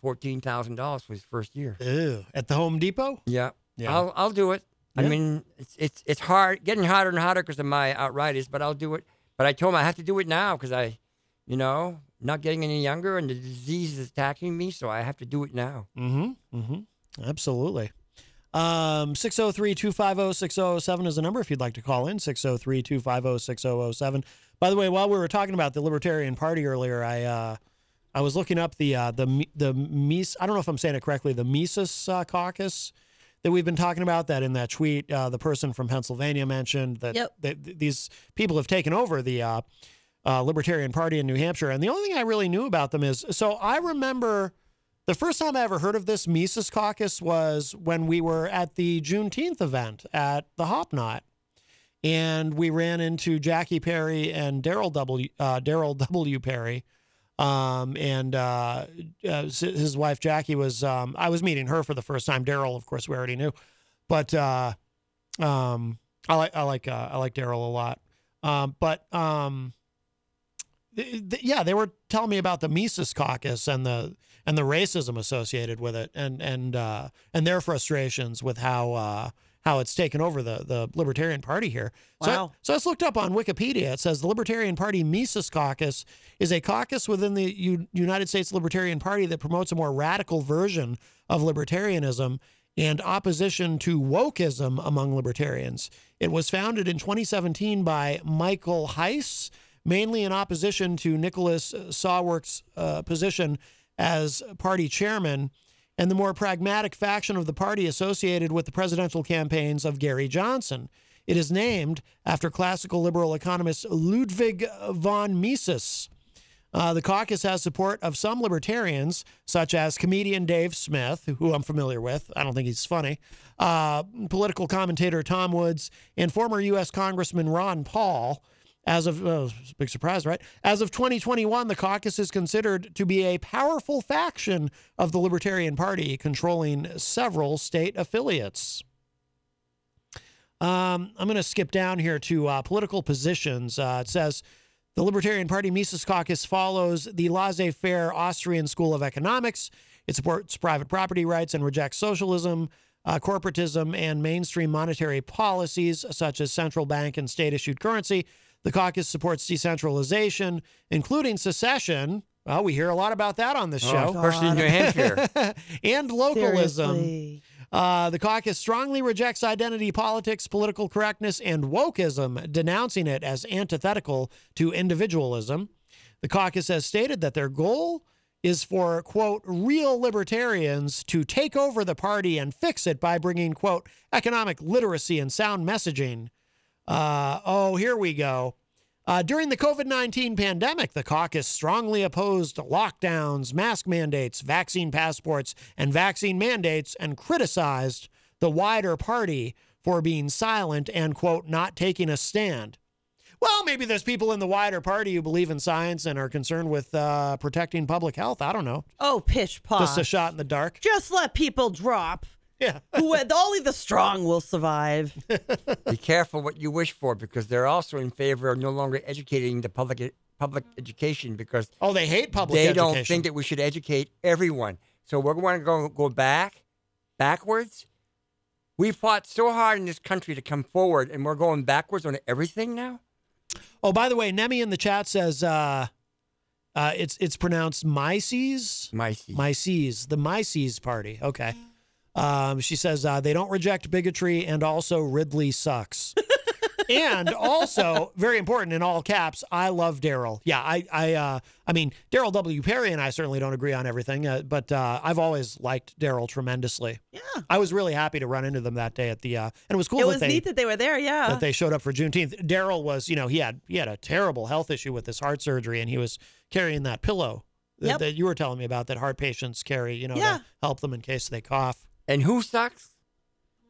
F: fourteen thousand dollars for his first year.
C: Ew. At the Home Depot.
F: Yeah,
C: Yeah.
F: I'll I'll do it. I
C: Yeah.
F: mean, it's it's it's hard, getting harder and harder because of my arthritis, but I'll do it. But I told him I have to do it now because I, you know, not getting any younger and the disease is attacking me, so I have to do it now.
C: Mm-hmm. Mm-hmm. Absolutely. Um, oh, 603-250-6007 is the number if you'd like to call in, 603-250-6007. By the way, while we were talking about the Libertarian Party earlier, I uh, I was looking up the uh, the Mi- the Mises, I don't know if I'm saying it correctly, the Mises uh, caucus that we've been talking about that in that tweet uh, the person from Pennsylvania mentioned that,
E: Yep.
C: that th- these people have taken over the uh, uh, Libertarian Party in New Hampshire. And the only thing I really knew about them is so I remember the first time I ever heard of this Mises Caucus was when we were at the Juneteenth event at the Hopknot, and we ran into Jackie Perry and Daryl W. Uh, Daryl W. Perry, um, and uh, uh, his- his wife Jackie was. Um, I was meeting her for the first time. Daryl, of course, we already knew, but uh, um, I like I like uh, I like Daryl a lot. Um, but um, th- th- yeah, they were telling me about the Mises Caucus and the and the racism associated with it, and and uh, and their frustrations with how uh, how it's taken over the the Libertarian Party here. So, I,
E: Wow.
C: so it's looked up on Wikipedia. It says the Libertarian Party Mises Caucus is a caucus within the U- United States Libertarian Party that promotes a more radical version of libertarianism and opposition to wokeism among libertarians. It was founded in 2017 by Michael Heiss, mainly in opposition to Nicholas Sawwork's uh, position as party chairman and the more pragmatic faction of the party associated with the presidential campaigns of Gary Johnson. It is named after classical liberal economist Ludwig von Mises. Uh, the caucus has support of some libertarians, such as comedian Dave Smith, who I'm familiar with. I don't think he's funny. Uh, political commentator Tom Woods and former U.S. Congressman Ron Paul. As of oh, big surprise, right? As of 2021, the caucus is considered to be a powerful faction of the Libertarian Party, controlling several state affiliates. Um, I'm going to skip down here to uh, political positions. Uh, it says the Libertarian Party Mises Caucus follows the laissez faire Austrian school of economics. It supports private property rights and rejects socialism. uh, corporatism, and mainstream monetary policies such as central bank and state issued currency. The caucus supports decentralization, including secession. Well, we hear a lot about that on this
F: Oh,
C: show.
F: especially in New Hampshire.
C: and localism.
F: Seriously.
C: Uh, the caucus strongly rejects identity politics, political correctness, and wokeism, denouncing it as antithetical to individualism. The caucus has stated that their goal is for, quote, real libertarians to take over the party and fix it by bringing, quote, economic literacy and sound messaging. Uh, oh, here we go. Uh, during the COVID 19 pandemic, the caucus strongly opposed lockdowns, mask mandates, vaccine passports, and vaccine mandates, and criticized the wider party for being silent and, quote, not taking a stand. Well, maybe there's people in the wider party who believe in science and are concerned with uh, protecting public health. I don't know.
E: Oh, pish posh.
C: Just a shot in the dark.
E: Just let people drop.
C: Yeah.
E: Who, only the strong will survive.
F: Be careful what you wish for because they're also in favor of no longer educating the public public education because
C: oh they hate public
F: they don't
C: education.
F: think that we should educate everyone. So we're going to go go back backwards. We fought so hard in this country to come forward, and we're going backwards on everything now.
C: Oh, by the way, Nemi in the chat says uh, uh, it's it's pronounced Mices.
F: Mices.
C: Mices. The Mices party. Okay. Um, she says uh, they don't reject bigotry, and also Ridley sucks. and also, very important in all caps, I love Daryl. Yeah, I, I, uh, I mean, Daryl W. Perry and I certainly don't agree on everything, uh, but uh, I've always liked Daryl tremendously. Yeah, I was really happy to run into them that day at the, uh, and it was cool.
E: it
C: that
E: was
C: they,
E: neat that they were there. Yeah.
C: that they showed up for Juneteenth. Daryl was, you know, he had he had a terrible health issue with his heart surgery, and he was carrying that pillow that,
E: Yep.
C: that you were telling me about that heart patients carry, you know,
E: Yeah.
C: to help them in case they cough.
F: And who sucks?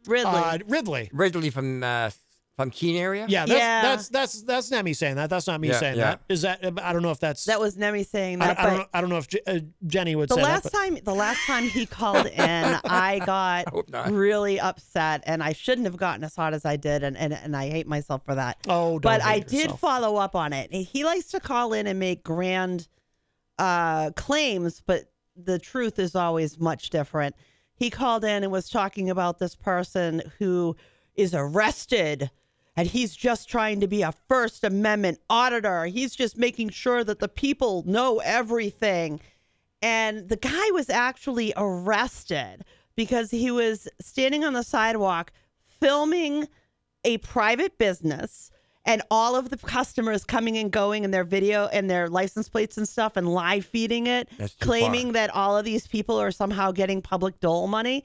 E: Ridley.
C: Uh, Ridley.
F: Ridley from uh, from Keene area.
C: Yeah, that's, that's that's that's Nemi saying that. That's not me
F: Yeah,
C: saying
F: yeah.
C: that. Is that? uh, I don't know if that's.
E: that was Nemi saying
C: I,
E: that.
C: I don't.
E: but-
C: Know, I don't know if J- uh, Jenny would
E: the
C: say
E: last
C: that. but-
E: time the last time he called in i got
F: not.
E: really upset and i shouldn't have gotten as hot as i did and, and, and i hate myself for that
C: Oh, don't
E: but i
C: hate
E: did
C: yourself.
E: follow up on it he likes to call in and make grand uh, claims but the truth is always much different he called in and was talking about this person who is arrested and he's just trying to be a First Amendment auditor. He's just making sure that the people know everything and the guy was actually arrested because he was standing on the sidewalk filming a private business and all of the customers coming and going and their video and their license plates and stuff and live feeding it
F: That's too
E: claiming
F: far.
E: that all of these people are somehow getting public dole money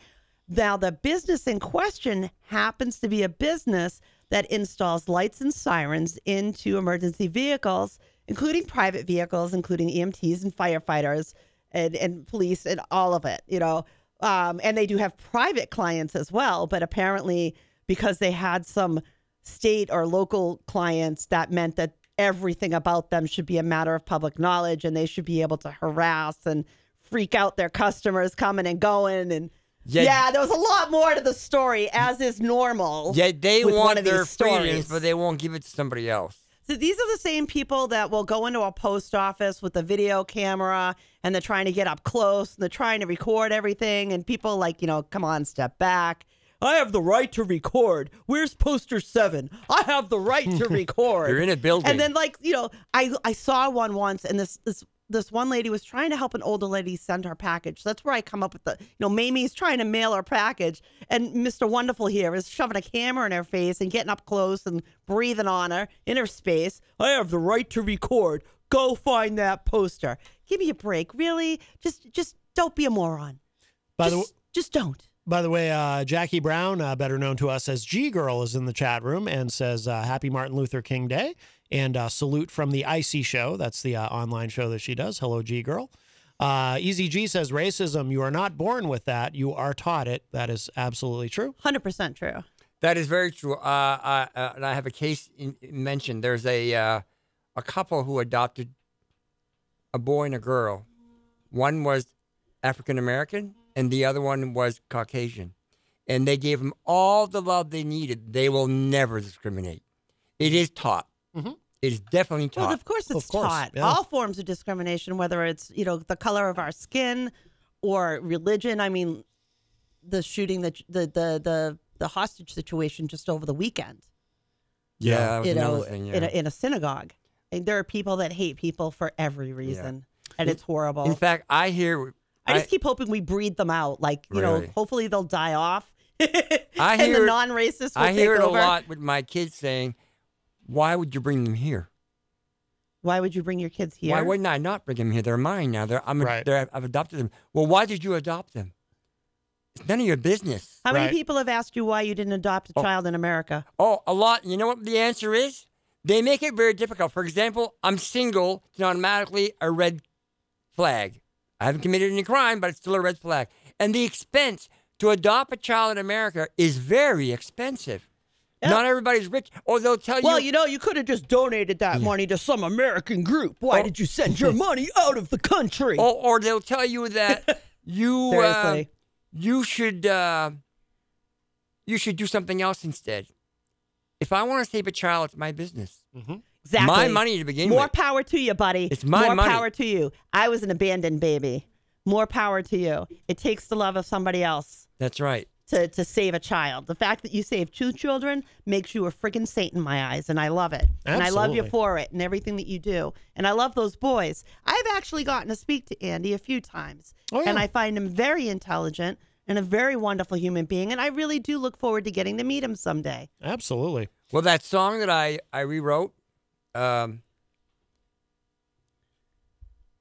E: now the business in question happens to be a business that installs lights and sirens into emergency vehicles including private vehicles, including EMTs and firefighters and, and police and all of it, you know. Um, and they do have private clients as well, but apparently because they had some state or local clients, that meant that everything about them should be a matter of public knowledge and they should be able to harass and freak out their customers coming and going and
F: Yeah.
E: yeah, there was a lot more to the story as is normal.
F: Yeah, they
E: with one
F: want
E: of these
F: their
E: stories.
F: freedoms, but they won't give it to somebody else.
E: So these are the same people that will go into a post office with a video camera and they're trying to get up close and they're trying to record everything. And people like, you know, come on, step back. I have the right to record. Where's poster seven? I have the right to record.
F: You're in a building.
E: And then like, you know, I I saw one once and this this this one lady was trying to help an older lady send her package. That's where I come up with the, you know, Mamie's trying to mail her package and Mr. Wonderful here is shoving a camera in her face and getting up close and breathing on her in her space. I have the right to record. Go find that poster. Give me a break. Really? Just just don't be a moron.
C: By the
E: just, just don't.
C: By the way, uh, Jackie Brown, uh, better known to us as G Girl, is in the chat room and says, uh, Happy Martin Luther King Day and uh, salute from the Icy Show. That's the uh, online show that she does. Hello, G Girl. Uh, Easy G says, Racism, you are not born with that. You are taught it. That is absolutely true.
E: 100% true.
F: That is very true. Uh, uh, uh, and I have a case in, mentioned. There's a uh, a couple who adopted a boy and a girl. One was African American, and the other one was Caucasian, and they gave them all the love they needed. They will never discriminate. It is taught. It is definitely taught.
E: Mm-hmm. Well, of course it's
F: Of course,
E: taught.
F: yeah.
E: All forms of discrimination, whether it's you know the color of our skin or religion. I mean, the shooting that the the the the hostage situation just over the weekend.
F: Yeah, that was
E: you know,
F: another thing,
E: in, a,
F: yeah.
E: in a synagogue. And there are people that hate people for every reason, and it's horrible.
F: In fact, I hear.
E: I, just keep hoping we breed them out. Like you
F: Really?
E: know, hopefully they'll die off.
F: I
E: and
F: hear
E: the
F: it-
E: non-racists. Will
F: I hear
E: take
F: it
E: over.
F: a lot with my kids saying, "Why would you bring them here?
E: Why would you bring your kids here?
F: Why wouldn't I not bring them here? They're mine now. They're I'm
E: Right.
F: they're, I've adopted them. Well, why did you adopt them? It's none of your business.
E: How many people have asked you why you didn't adopt a child in America?
F: Oh, a lot. You know what the answer is? They make it very difficult. For example, I'm single. It's automatically a red flag. I haven't committed any crime, but it's still a red flag. And the expense to adopt a child in America is very expensive. Not everybody's rich. Or they'll tell
G: Well,
F: you.
G: you know, you could have just donated that money to some American group.
F: Oh.
G: Why did you send your money out of the country?
F: Or, or they'll tell you that you uh,
G: Seriously.
F: you should uh, you should do something else instead. If I want to save a child, it's my business.
E: Exactly.
F: My money to begin
E: More
F: with.
E: power to you, buddy.
F: It's my
E: More
F: money.
E: power to you. I was an abandoned baby. More power to you. It takes the love of somebody else
F: That's right.
E: to, to save a child. The fact that you saved two children makes you a freaking saint in my eyes, and I love it. And I love you
H: Absolutely.
E: for it and everything that you do. And I love those boys. I've actually gotten to speak to Andy a few times,
F: Oh,
E: and I find him very intelligent and a very wonderful human being. And I really do look forward to getting to meet him someday.
C: Absolutely.
F: Well, that song that I I rewrote, um,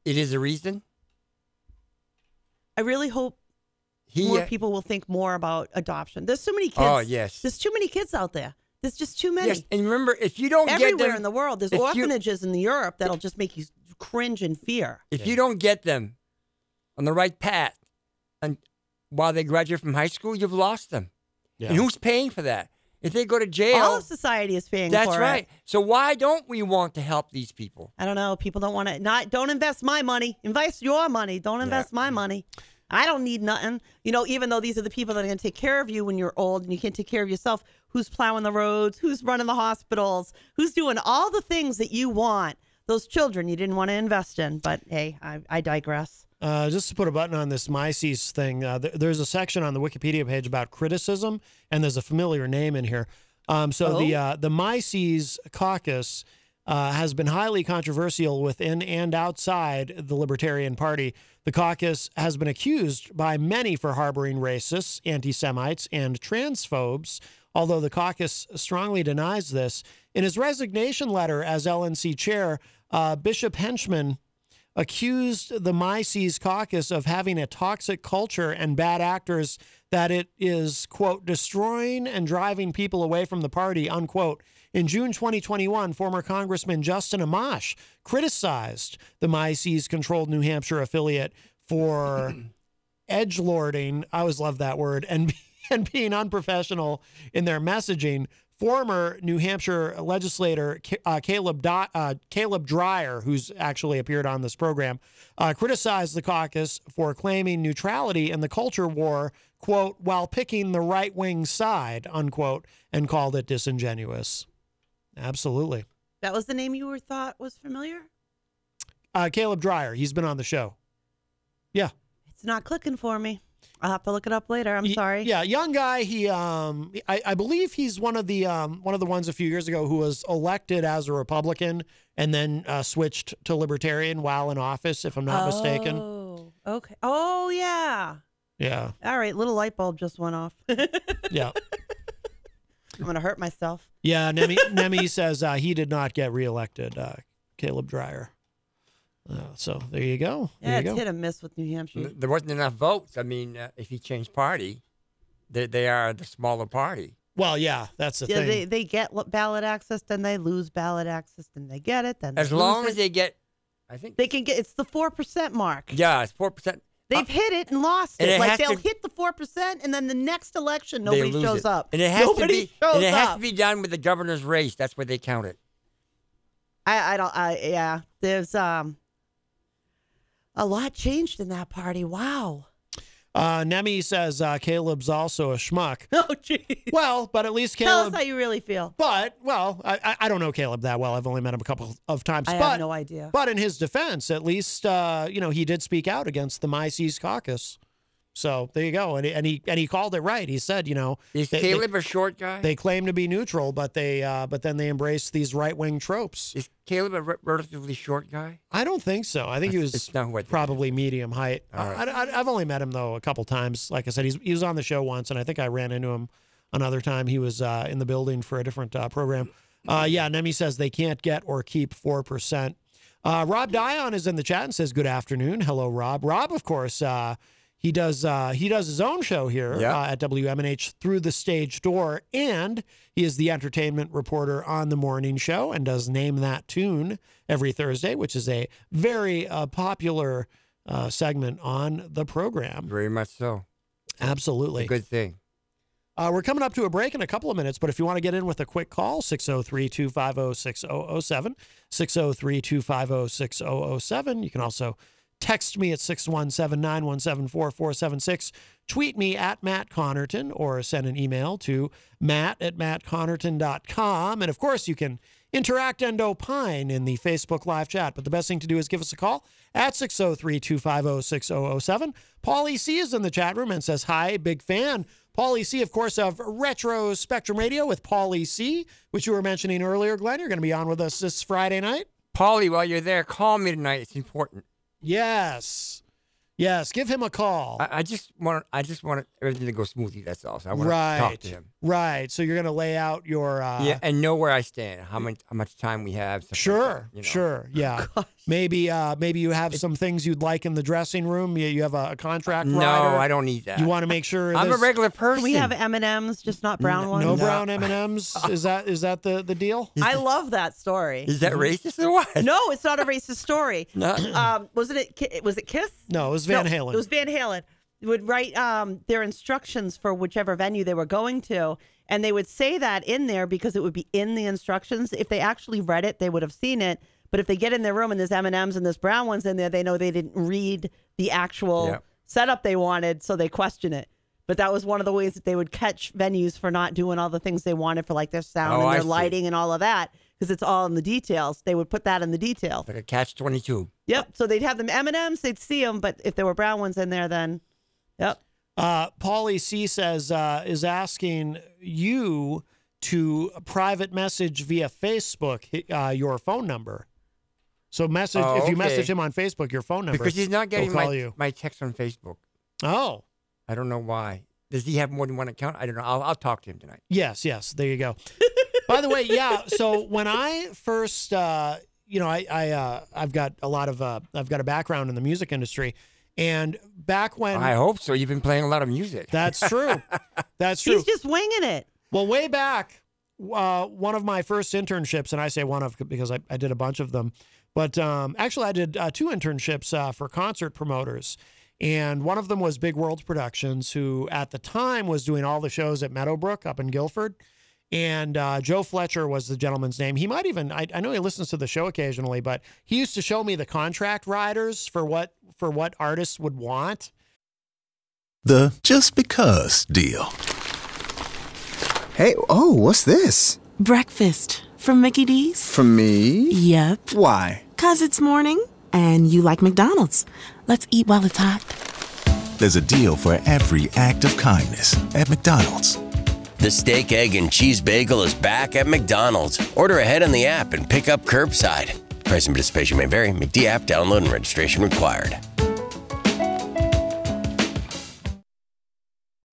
F: it is a reason.
E: I really hope
F: He,
E: more
F: uh,
E: people will think more about adoption. There's so many kids.
F: Oh, yes.
E: There's too many kids out there. There's just too many.
F: Yes, and remember, if you don't
E: Everywhere
F: get them
E: in the world, there's
F: if you-
E: orphanages in Europe that'll just make you cringe in fear.
F: If you don't get them on the right path and while they graduate from high school, you've lost them. And who's paying for that? If they go to jail,
E: All of society is paying
F: that's
E: for
F: right.
E: it.
F: So why don't we want to help these people?
E: I don't know. People don't want to not don't invest my money. Invest your money. Don't invest
C: Mm.
E: my money. I don't need nothing. You know, even though these are the people that are going to take care of you when you're old and you can't take care of yourself, who's plowing the roads, who's running the hospitals, who's doing all the things that you want. Those children you didn't want to invest in, but hey, I, I digress.
C: Uh, just to put a button on this Mises thing, uh, th- there's a section on the Wikipedia page about criticism, and there's a familiar name in here. Um, so the
I: Oh.
C: uh, the Mises caucus uh, has been highly controversial within and outside the Libertarian Party. The caucus has been accused by many for harboring racists, anti Semites, and transphobes, although the caucus strongly denies this. In his resignation letter as LNC chair, uh, Bishop Henchman accused the Mises caucus of having a toxic culture and bad actors that it is, quote, destroying and driving people away from the party, unquote. In June 2021, former Congressman Justin Amash criticized the Mises controlled New Hampshire affiliate for edge lording. I always love that word and and being unprofessional in their messaging. Former New Hampshire legislator Ca- uh, Caleb Di- uh, Caleb Dreyer, who's actually appeared on this program, uh, criticized the caucus for claiming neutrality in the culture war, quote, while picking the right wing side, unquote, and called it disingenuous. Absolutely.
E: That was the name you were thought was familiar.
C: Uh, Caleb Dreyer, he's been on the show. Yeah.
E: It's not clicking for me. I'll have to look it up later. I'm sorry.
C: Yeah, young guy. He, um, I, I believe he's one of the um, one of the ones a few years ago who was elected as a Republican and then uh, switched to Libertarian while in office, if I'm not mistaken.
E: Oh, okay. Oh yeah.
C: Yeah,
E: All right. Little light bulb just went off.
C: yeah,
E: I'm gonna hurt myself.
C: yeah. Nemi, Nemi says uh, he did not get reelected. Uh, Caleb Dreyer. Uh, so there you go. There
E: Yeah,
C: you
E: it's
C: go.
E: hit and miss with New Hampshire.
F: Th- There wasn't enough votes. I mean, uh, if he changed party, they, they are the smaller party.
C: Well, yeah, that's
E: yeah, they they get lo- ballot access, then they lose ballot access, then they get it, then they
F: as long
E: lose
F: as
E: it.
F: they get, I think.
E: they can get it's the four percent mark.
F: Yeah, it's four percent.
E: They've hit it and lost
F: and
E: it.
F: it
E: like
F: has
E: they'll
F: to-
E: hit the four percent, and then the next election nobody
F: they lose
E: shows
F: it.
E: up.
F: and it has
E: nobody
F: to be, and
E: shows
F: it
E: up.
F: has to be done with the governor's race. That's where they count it.
E: I, I don't. I yeah. There's um a lot changed in that party. Wow.
C: Uh, Nemi says uh, Caleb's also a schmuck.
E: Oh, jeez.
C: Well, but at least
E: Tell
C: Caleb.
E: us how you really feel.
C: But well, I, I- I don't know Caleb that well. I've only met him a couple of times.
E: I have
C: but,
E: no idea.
C: But in his defense, at least uh, you know he did speak out against the Mises caucus. So there you go. And he, and he and he called it right. He said, you know,
F: is
C: they- they-
F: Caleb a short guy?
C: They claim to be neutral, but they uh, but then they embrace these right wing tropes.
F: Is Caleb a re- relatively short guy?
C: I don't think so. I think he was probably medium height. I, I, I've only met him though a couple times. Like I said, he's, he was on the show once, and I think I ran into him another time. He was uh, in the building for a different uh, program. Uh, yeah, Nemi says they can't get or keep four percent. Uh, Rob Dion is in the chat and says, "Good afternoon, hello, Rob." Rob, of course, uh, he does uh, he does his own show here
F: Yeah.
C: uh, at WMNH through the stage door, and he is the entertainment reporter on the morning show and does name that tune every Thursday, which is a very uh, popular uh, segment on the program.
F: Very much so.
C: Absolutely.
F: Good thing.
C: Uh, we're coming up to a break in a couple of minutes, but if you want to get in with a quick call, 603 250 6007, 603 250 6007. You can also text me at 617 917 4476, tweet me at Matt Connerton, or send an email to matt at mattconnerton.com. And of course, you can interact and opine in the Facebook live chat. But the best thing to do is give us a call at 603 250 6007. Paulie E C is in the chat room and says, Hi, big fan. Paulie E C, of course, of Retro Spectrum Radio with Paulie C, which you were mentioning earlier, Glenn. You're going to be on with us this Friday night.
F: Paulie, while you're there, call me tonight. It's important.
C: Yes. Yes. Give him a call.
F: I, I just want I just want everything to go smoothly. That's all. So I want
C: right.
F: to talk to him.
C: Right. So you're going to lay out your. Uh,
F: yeah, and know where I stand, how much how much time we have. stuff like
C: Sure,
F: that, you know.
C: sure, yeah. Maybe, uh, maybe you have some things you''d like in the dressing room. You, you have a, a contract.
F: No,
C: rider.
F: I don't need that.
C: You want to make sure
F: I'm a
C: this-
F: regular person.
E: We have M and M's, just not brown ones.
C: No brown M and M's. Is that is that the the deal?
E: I love that story.
F: Is
C: Mm-hmm.
F: that racist or what?
E: No, it's not a racist story.
F: No.
E: um, wasn't it? Ki- Was it Kiss?
C: No, it was Van
E: No,
C: Halen.
E: It was Van Halen. Would write um, their instructions for whichever venue they were going to, and they would say that in there because it would be in the instructions. If they actually read it, they would have seen it. But if they get in their room and there's M and M's and there's brown ones in there, they know they didn't read the actual
F: Yeah.
E: setup they wanted, so they question it. But that was one of the ways that they would catch venues for not doing all the things they wanted for like their sound
F: Oh,
E: and
F: I
E: their
F: see.
E: lighting and all of that because it's all in the details. They would put that in the detail.
F: like a catch twenty two.
E: Yep. So they'd have them M and M's. They'd see them, but if there were brown ones in there, then yep.
C: Uh, Paulie C says uh, is asking you to private message via Facebook uh, your phone number. So message
F: Oh,
C: if
F: okay.
C: you message him on Facebook your phone number
F: Because he's not
C: he'll
F: getting
C: call
F: my,
C: you.
F: my text on Facebook.
C: Oh.
F: I don't know why. Does he have more than one account? I don't know. I'll, I'll talk to him tonight.
C: Yes, yes. There you go. By the way, yeah. So when I first, uh, you know, I, I uh, I've got a lot of, uh, I've got a background in the music industry, and back when
F: I hope so. You've been playing a lot of music.
C: that's true, that's true.
E: He's just winging it.
C: Well, way back, uh, one of my first internships, and I say one of because I, I did a bunch of them, but um, actually, I did uh, two internships uh, for concert promoters. And one of them was Big World Productions, who at the time was doing all the shows at Meadowbrook up in Guilford. And uh, Joe Fletcher was the gentleman's name. He might even, I, I know he listens to the show occasionally, but he used to show me the contract riders for what for what artists would want.
J: The just because deal.
K: Hey, oh, what's this?
L: Breakfast from Mickey D's.
K: For me?
L: Yep.
K: Why?
L: Cause it's morning and you like McDonald's. Let's eat while it's hot.
J: There's a deal for every act of kindness at McDonald's.
M: The steak, egg, and cheese bagel is back at McDonald's. Order ahead on the app and pick up curbside. Price and participation may vary. McD app download and registration required.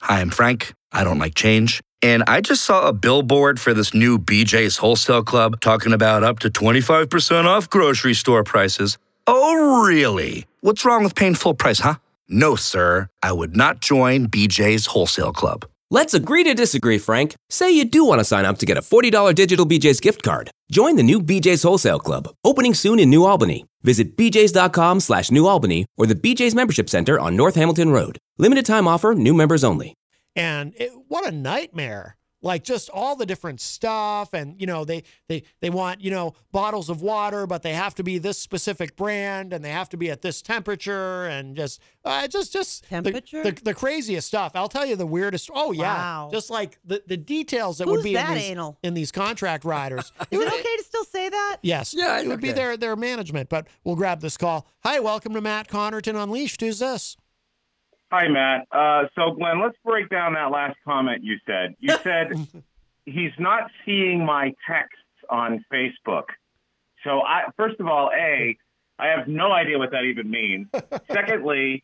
H: Hi, I'm Frank. I don't like change. And I just saw a billboard for this new BJ's Wholesale Club talking about up to 25% off grocery store prices. Oh, really? What's wrong with paying full price, huh? No, sir. I would not join BJ's Wholesale Club.
I: Let's agree to disagree, Frank. Say you do want to sign up to get a $40 digital BJ's gift card. Join the new BJ's Wholesale Club, opening soon in New Albany. Visit bjs.com slash New Albany or the BJ's Membership Center on North Hamilton Road. Limited time offer, new members only.
C: and it, what a nightmare like just all the different stuff and you know they they they want you know bottles of water but they have to be this specific brand and they have to be at this temperature and just uh, just just the-
E: Temperature?
C: the, the, craziest stuff i'll tell you the weirdest oh yeah
E: Wow.
C: just like the, the details that
E: Who's
C: would be
E: that
C: in, these,
E: anal?
C: in these contract riders
E: Is it okay to still say that?
C: yes it would be their their management but we'll grab this call hi welcome to matt connerton unleashed who's this
N: Hi, Matt. Uh, so, Glenn, let's break down that last comment you said. You said he's not seeing my texts on Facebook. So, I, first of all, A, I have no idea what that even means. Secondly,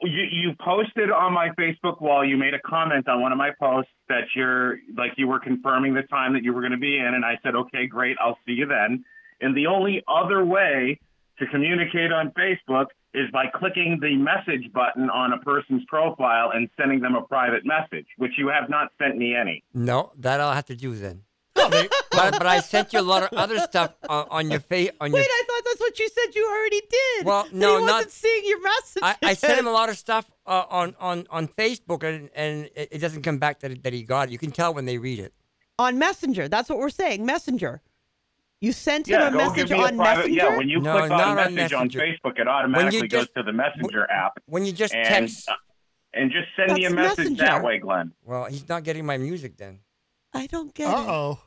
N: you, you posted on my Facebook wall, you made a comment on one of my posts that you're like you were confirming the time that you were going to be in. And I said, okay, great, I'll see you then. And the only other way to communicate on Facebook is by clicking the message button on a person's profile and sending them a private message, which you have not sent me any.
F: No, that I'll have to do then. but, but I sent you a lot of other stuff on, on your face. On
E: Wait,
F: your,
E: I thought that's what you said you already did.
F: Well,
E: that
F: no,
E: he
F: not-
E: wasn't seeing your message.
F: I, I sent him a lot of stuff uh, on, on, on Facebook, and, and it it doesn't come back that, it- that he got it. You can tell when they read it.
E: on Messenger. That's what we're saying, Messenger. You sent him a
N: go give
E: message
N: me a
E: on
N: private-
E: Messenger.
N: Yeah, when you
F: No,
N: click on
F: not on
N: message on
F: Messenger.
N: Facebook, it automatically
F: When you
N: goes to the Messenger app.
F: When you just
N: and, uh,
F: text-
N: and just send me a
F: That's
N: message that
F: Messenger.
N: way, Glenn.
F: Well, he's not getting my music then.
E: I don't get it.
C: oh.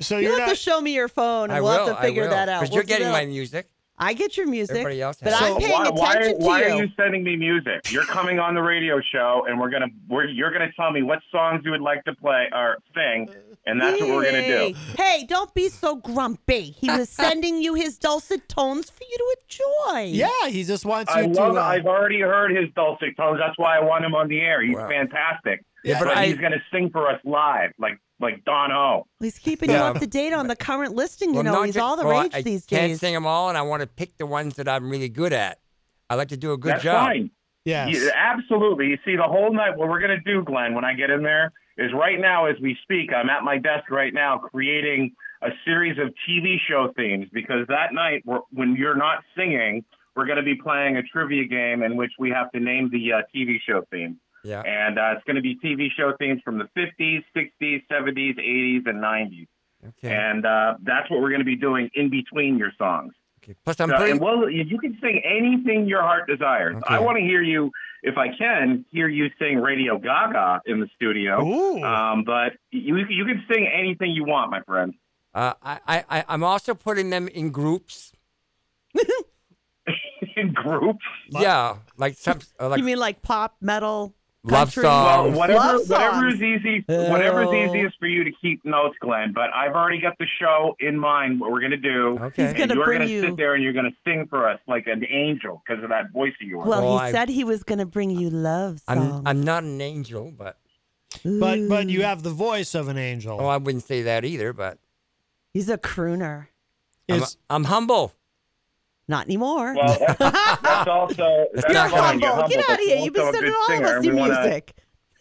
C: So
E: You'll
F: you're
E: have
F: not-
E: to show me your phone.
F: I
E: and we'll
F: will,
E: have to
F: I
E: figure
F: will,
E: that out.
F: 'cause
E: We'll
F: you're
E: do
F: getting
E: that.
F: my music.
E: I get your music.
F: Everybody else
E: But
F: has
E: I'm
F: it.
E: paying
N: why, why,
E: attention
N: why
E: to
N: are
E: you.
N: you sending me music? You're coming on the radio show, and we're gonna we're, you're gonna tell me what songs you would like to play or sing, and that's what we're gonna
E: Hey.
N: do.
E: Hey, don't be so grumpy. He was sending you his dulcet tones for you to enjoy.
C: he just wants
N: I
C: you to,
N: love.
C: uh,
N: I've already heard his dulcet tones. That's why I want him on the air. He's fantastic.
F: Yeah,
N: but
F: but I-
N: he's going to sing for us live, like like Don O.
E: He's keeping
F: Yeah.
E: you up to date on the current listing. You know,
F: not
E: he's
F: ju-
E: all the
F: well,
E: rage
F: I
E: these
F: can't
E: days.
F: sing them all, and I want to pick the ones that I'm really good at. I like to do a good
N: That's
F: job.
N: fine. You- absolutely. You see, the whole night, what we're going to do, Glenn, when I get in there, is right now, as we speak, I'm at my desk right now creating a series of TV show themes because that night, we're, when you're not singing, we're going to be playing a trivia game in which we have to name the uh, TV show theme.
F: Yeah.
N: And uh, it's going to be TV show themes from the 50s, 60s, 70s, 80s, and 90s.
F: Okay.
N: And uh, that's what we're going to be doing in between your songs.
F: Plus, I'm
N: So,
F: pretty.
N: and well, you you can sing anything your heart desires. I want to hear you, if I can, hear you sing Radio Gaga in the studio. Um, but you you can sing anything you want, my friend.
F: Uh, I, I, I- I'm also putting them in groups.
N: in groups?
F: Yeah, like some uh, like
E: you mean like pop, metal,
F: Love
E: country?
F: songs.
N: Well, whatever
E: Love
N: whatever
E: songs.
N: is easy, whatever is
E: Oh.
N: easiest for you to keep notes, Glenn. But I've already got the show in mind. What we're gonna do?
F: Okay. He's
N: and
E: gonna
N: you're
E: bring
N: gonna
E: you-
N: sit there and you're gonna sing for us like an angel because of that voice of yours.
E: Well, he said he was going to bring you love songs.
F: Oh, I'm I'm not an angel, but
C: But but you have the voice of an angel.
F: oh, I wouldn't say that either. But
E: He's a crooner.
F: I'm,
C: It's-
F: I'm humble.
E: Not anymore.
N: Well, that's, that's also that's
E: You're
N: fine. You're
E: humble.
N: humble,
E: Get outta
N: but
E: here.
N: you're
E: You've been
N: also a
E: sending
N: good
E: all of
N: singer,
E: us
N: and
E: your
N: we wanna-
E: music.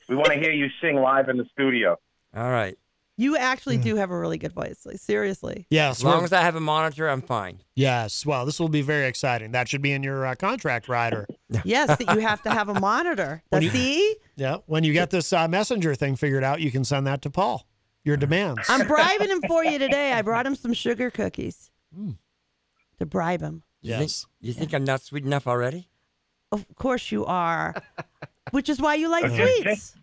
N: We want to hear you sing live in the studio.
F: All right.
E: You
F: Hmm.
E: actually do have a really good voice. Like seriously.
C: Yes,
F: As long
C: we're-
F: as I have a monitor, I'm fine.
C: Yes. Well, this will be very exciting. That should be in your uh, contract, Ryder.
E: Yes, that you have to have a monitor. That, see,
C: yeah. When you get this uh, messenger thing figured out, you can send that to Paul. Your demands.
E: I'm bribing him for you today. I brought him some sugar cookies to bribe him.
F: You Think, you think I'm not sweet enough already?
E: Of course you are, which is why you like
N: Okay.
E: sweets.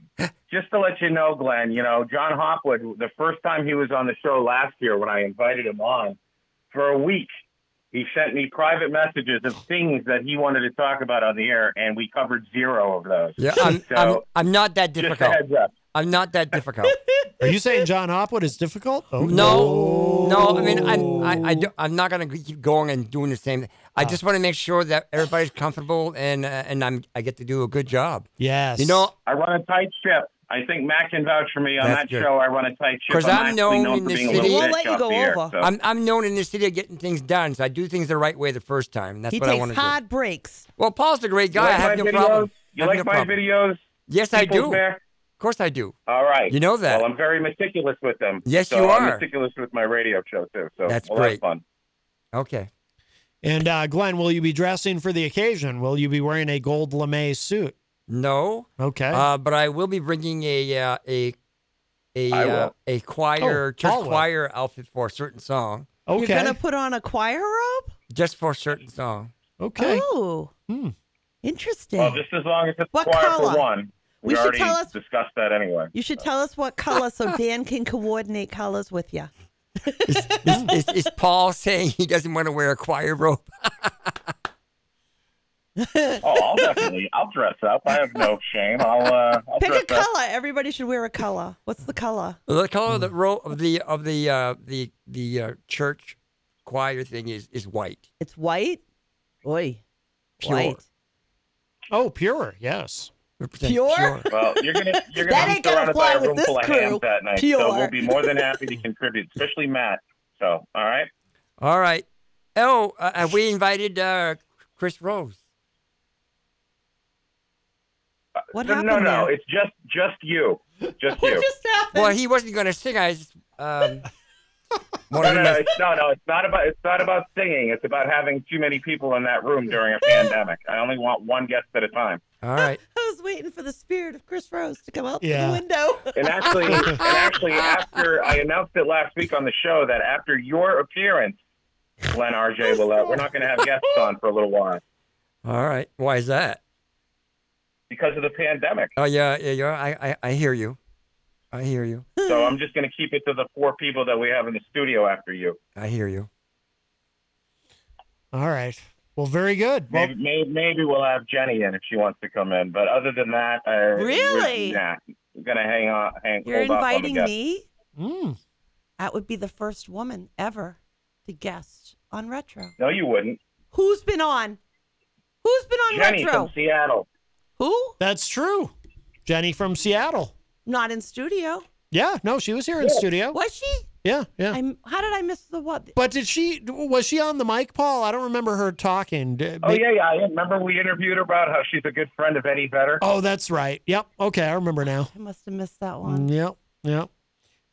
N: Just to let you know, Glenn, you know, John Hopwood, the first time he was on the show last year when I invited him on, for a week, he sent me private messages of things that he wanted to talk about on the air, and we covered zero of those.
F: Yeah, I'm,
N: so,
F: I'm, I'm not that
N: just
F: difficult.
N: a heads up.
F: I'm not that difficult.
C: Are you saying John Hopwood is difficult? Oh,
F: No, no. I mean, I'm, I, I do, I'm not gonna keep going and doing the same. I just want to make sure that everybody's comfortable and uh, and I'm I get to do a good job.
C: Yes.
F: You know,
N: I run a tight ship. I think Matt can vouch for me on that
F: That's good.
N: show. I run a tight ship.
F: because I'm
N: actually
F: known
N: known
F: in
N: for
F: this
N: being a
F: city.
N: little bitch off the air, so-
F: I'm, I'm known in this city of getting things done, so I do things the right way the first time. That's
E: he
F: what I want
E: takes
F: to do.
E: hard breaks.
F: Well, Paul's a great
N: You
F: guy.
N: like
F: I have
N: my
F: no
N: videos?
F: problem.
N: You
F: I have
N: like
F: no
N: my
F: problem.
N: videos?
F: Yes, I
N: People's
F: do.
N: Mac?
F: Of course, I do.
N: All right.
F: You know that.
N: Well, I'm very meticulous with them.
F: Yes,
N: so
F: you
N: I'm
F: are.
N: meticulous with my radio show too. So
F: That's
N: we'll
F: great.
N: Have fun.
F: Okay.
C: And uh, Glenn, will you be dressing for the occasion? Will you be wearing a gold lame suit?
F: No.
C: Okay.
F: Uh, but I will be bringing a uh, a a
C: I
F: uh,
C: will.
F: a choir
C: Oh,
F: church
C: Paul will.
F: choir outfit for a certain song.
E: You're gonna put on a choir robe?
F: Just for a certain song.
C: Okay.
E: Oh, interesting.
N: Well, just as long as it's
E: What
N: choir
E: color?
N: for one.
E: We
N: We,
E: should
N: already
E: tell us-
N: discussed that anyway.
E: you should tell us what color so Dan can coordinate colors with you.
F: Is, is Paul saying he doesn't want to wear a choir robe?
N: Oh, I'll definitely. I'll dress up. I have no shame. I'll uh, I'll
E: Pick
N: dress
E: a
N: up.
E: color. Everybody should wear a color. What's the color?
F: The color of
C: Hmm.
F: the row of the of the uh, the the uh, church choir thing is is white.
E: It's white. Oi,
F: Pure.
E: White.
C: Oh, pure. Yes.
E: Pure?
N: Well, you're gonna you're
E: That
N: gonna be
E: ain't gonna
N: surrounded by
E: fly
N: a
E: with
N: room
E: this
N: full of
E: crew.
N: hams that night,
F: Pure.
N: so we'll be more than happy to contribute, especially Matt. So, all right.
F: All right. Oh, uh, have we invited uh, Chris Rose?
E: What
N: no, no, no. It's just just you, just you.
F: Well, he wasn't going to sing. I just um,
N: No, no, no, it's, no, no. It's not about it's not about singing. It's about having too many people in that room during a pandemic. I only want one guest at a time.
F: All right.
E: I was waiting for the spirit of Chris Rose to come out
N: Yeah.
E: the window.
N: And actually, and actually, after I announced it last week on the show that after your appearance, Glenn RJ will uh, we're not going to have guests on for a little while
F: all right. Why is that?
N: because of the pandemic.
F: Oh yeah, yeah, yeah. I, I I hear you. I hear you.
N: So I'm just going to keep it to the four people that we have in the studio after you.
F: I hear you.
C: All right. Well, very good. Well,
N: Maybe, maybe, maybe we'll have Jenny in if she wants to come in. But other than that, uh, we're-
E: Really?
N: Nah, we're gonna hang on. Hang,
E: You're
N: hold off on the
E: inviting
N: guest.
E: me.
C: hmm.
E: That would be the first woman ever to guest on retro.
N: No, you wouldn't.
E: Who's been on? Who's been on
C: Jenny
E: retro?
C: from
N: Seattle.
E: Who?
C: That's true. Jenny from Seattle.
E: Not in studio.
C: Yeah. No, she was here in studio.
E: Was she?
C: Yeah. Yeah.
E: I'm, how did I miss the what?
C: But did she was she on the mic, Paul? I don't remember her talking. Did-
N: Oh yeah, yeah. I remember we interviewed her about how she's a good friend of Eddie Vedder.
C: Oh, that's right. Yep. Okay, I remember now. Mm,
E: I must have missed that one.
C: Yep. Yep.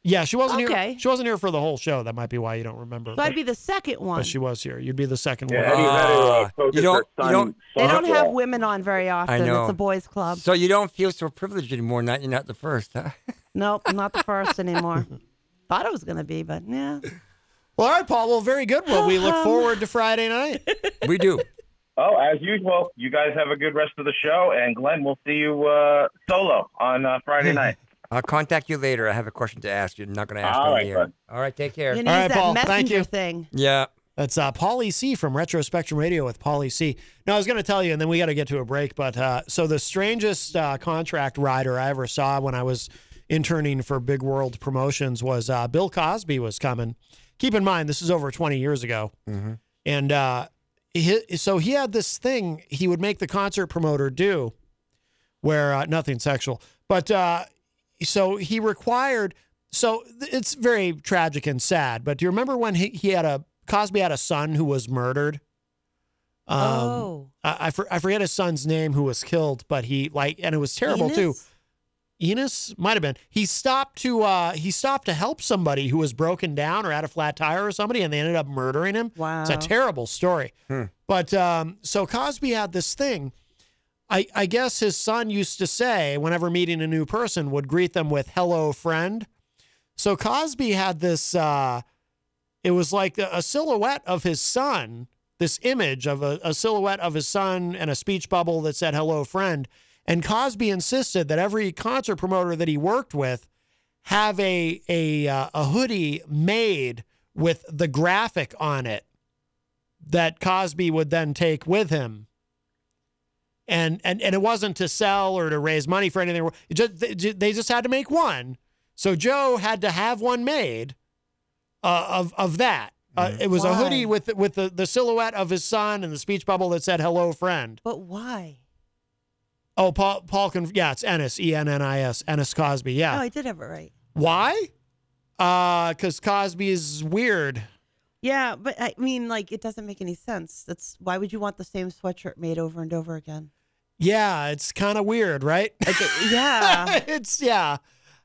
C: Yeah, she wasn't
E: Okay.
C: here. She wasn't here for the whole show. That might be why you don't remember.
E: So I'd
C: but-
E: be the second one.
C: But she was here. You'd be the second
F: Yeah,
C: one.
F: Eddie Vedder, uh, coaches You don't- her you son don't-
E: they don't have women on very often.
F: I know.
E: It's a boys' club.
F: So you don't feel so privileged anymore. Not you're not the first, huh?
E: Nope, I'm not the first anymore. Thought it was gonna be, but yeah.
C: Well, all right, Paul. Well, very good. Well, we look
E: Um,
C: forward to Friday night.
F: we do.
N: Oh, as usual, you guys have a good rest of the show, and Glenn, we'll see you uh, solo on uh, Friday night.
F: I'll contact you later. I have a question to ask you. I'm not going to ask
N: All
F: on
N: right,
F: the air.
N: bud.
F: All right, take care.
E: You
C: All right,
E: that
C: Paul. Thank
E: messenger
C: you.
E: thing.
F: Yeah.
C: That's uh, Pauly C from Retro Spectrum Radio with Pauly C. Now, I was going to tell you, and then we got to get to a break. But uh, so the strangest uh, contract rider I ever saw when I was interning for Big World Promotions was uh, Bill Cosby was coming. Keep in mind, this is over 20 years ago.
F: Mm-hmm.
C: And uh, he, so he had this thing he would make the concert promoter do where uh, nothing sexual, but uh, so he required. So th- it's very tragic and sad. But do you remember when he, he had a Cosby had a son who was murdered? Um,
E: Oh.
C: I, I, for, I forget his son's name who was killed, but he like and it was terrible too.
E: Enos?
C: Enos might have been. He stopped to uh, he stopped to help somebody who was broken down or had a flat tire or somebody, and they ended up murdering him. Wow, it's a terrible story. But um, so Cosby had this thing. I, I guess his son used to say whenever meeting a new person would greet them with "Hello, friend." So Cosby had this. Uh, it was like a a silhouette of his son, this image of a, a silhouette of his son and a speech bubble that said "Hello, friend." And Cosby insisted that every concert promoter that he worked with have a a uh, a hoodie made with the graphic on it that Cosby would then take with him. And and and it wasn't to sell or to raise money for anything. It just they ju- they just had to make one. So Joe had to have one made uh, of of that. Uh, it was a
E: Why?
C: hoodie with with the, the silhouette of his son and the speech bubble that said "Hello, friend."
E: But why?
C: Oh, Paul Paul can yeah, it's Ennis E N N I S Ennis Cosby.
E: Oh,
C: Yeah.
E: I did have it right.
C: Why? Uh, because Cosby is weird.
E: Yeah, but I mean, like, it doesn't make any sense. That's why would you want the same sweatshirt made over and over again?
C: Yeah, it's kind of weird, right?
E: yeah.
C: it's yeah.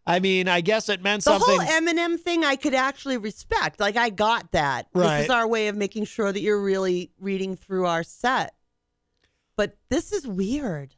C: I mean, I guess it meant
E: The
C: something.
E: whole Eminem thing, I could actually respect. Like, I got that. This
C: Right.
E: is our way of making sure that you're really reading through our set. But this is weird.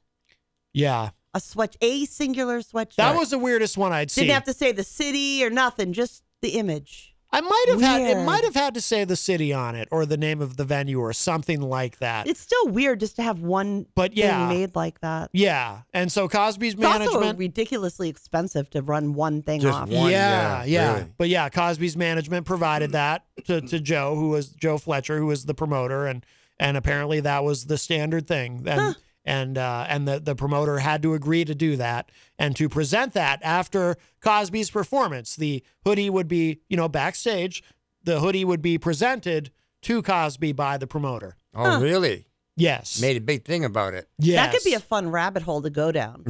C: yeah,
E: A sweat, a singular sweatshirt.
C: that was the weirdest one I'd seen.
E: Didn't have to say the city or nothing, just the image.
C: I might have had it
E: Weird.
C: might have had to say the city on it or the name of the venue or something like that.
E: It's still weird just to have one
C: Uh, But yeah.
E: thing made like that.
C: yeah, and so Cosby's
E: It's also
C: management.
E: ridiculously expensive to run one thing off.
C: yeah,
F: yeah,
C: yeah.
F: really.
C: But yeah, Cosby's management provided that to, to Joe, who was Joe Fletcher, who was the promoter, and and apparently that was the standard thing. And and uh, and the the promoter had to agree to do that and to present that after Cosby's performance. The hoodie would be you know backstage. The hoodie would be presented to Cosby by the promoter.
F: Oh, really?
C: Yes.
F: Made a big thing about it.
E: That could be a fun rabbit hole to go down.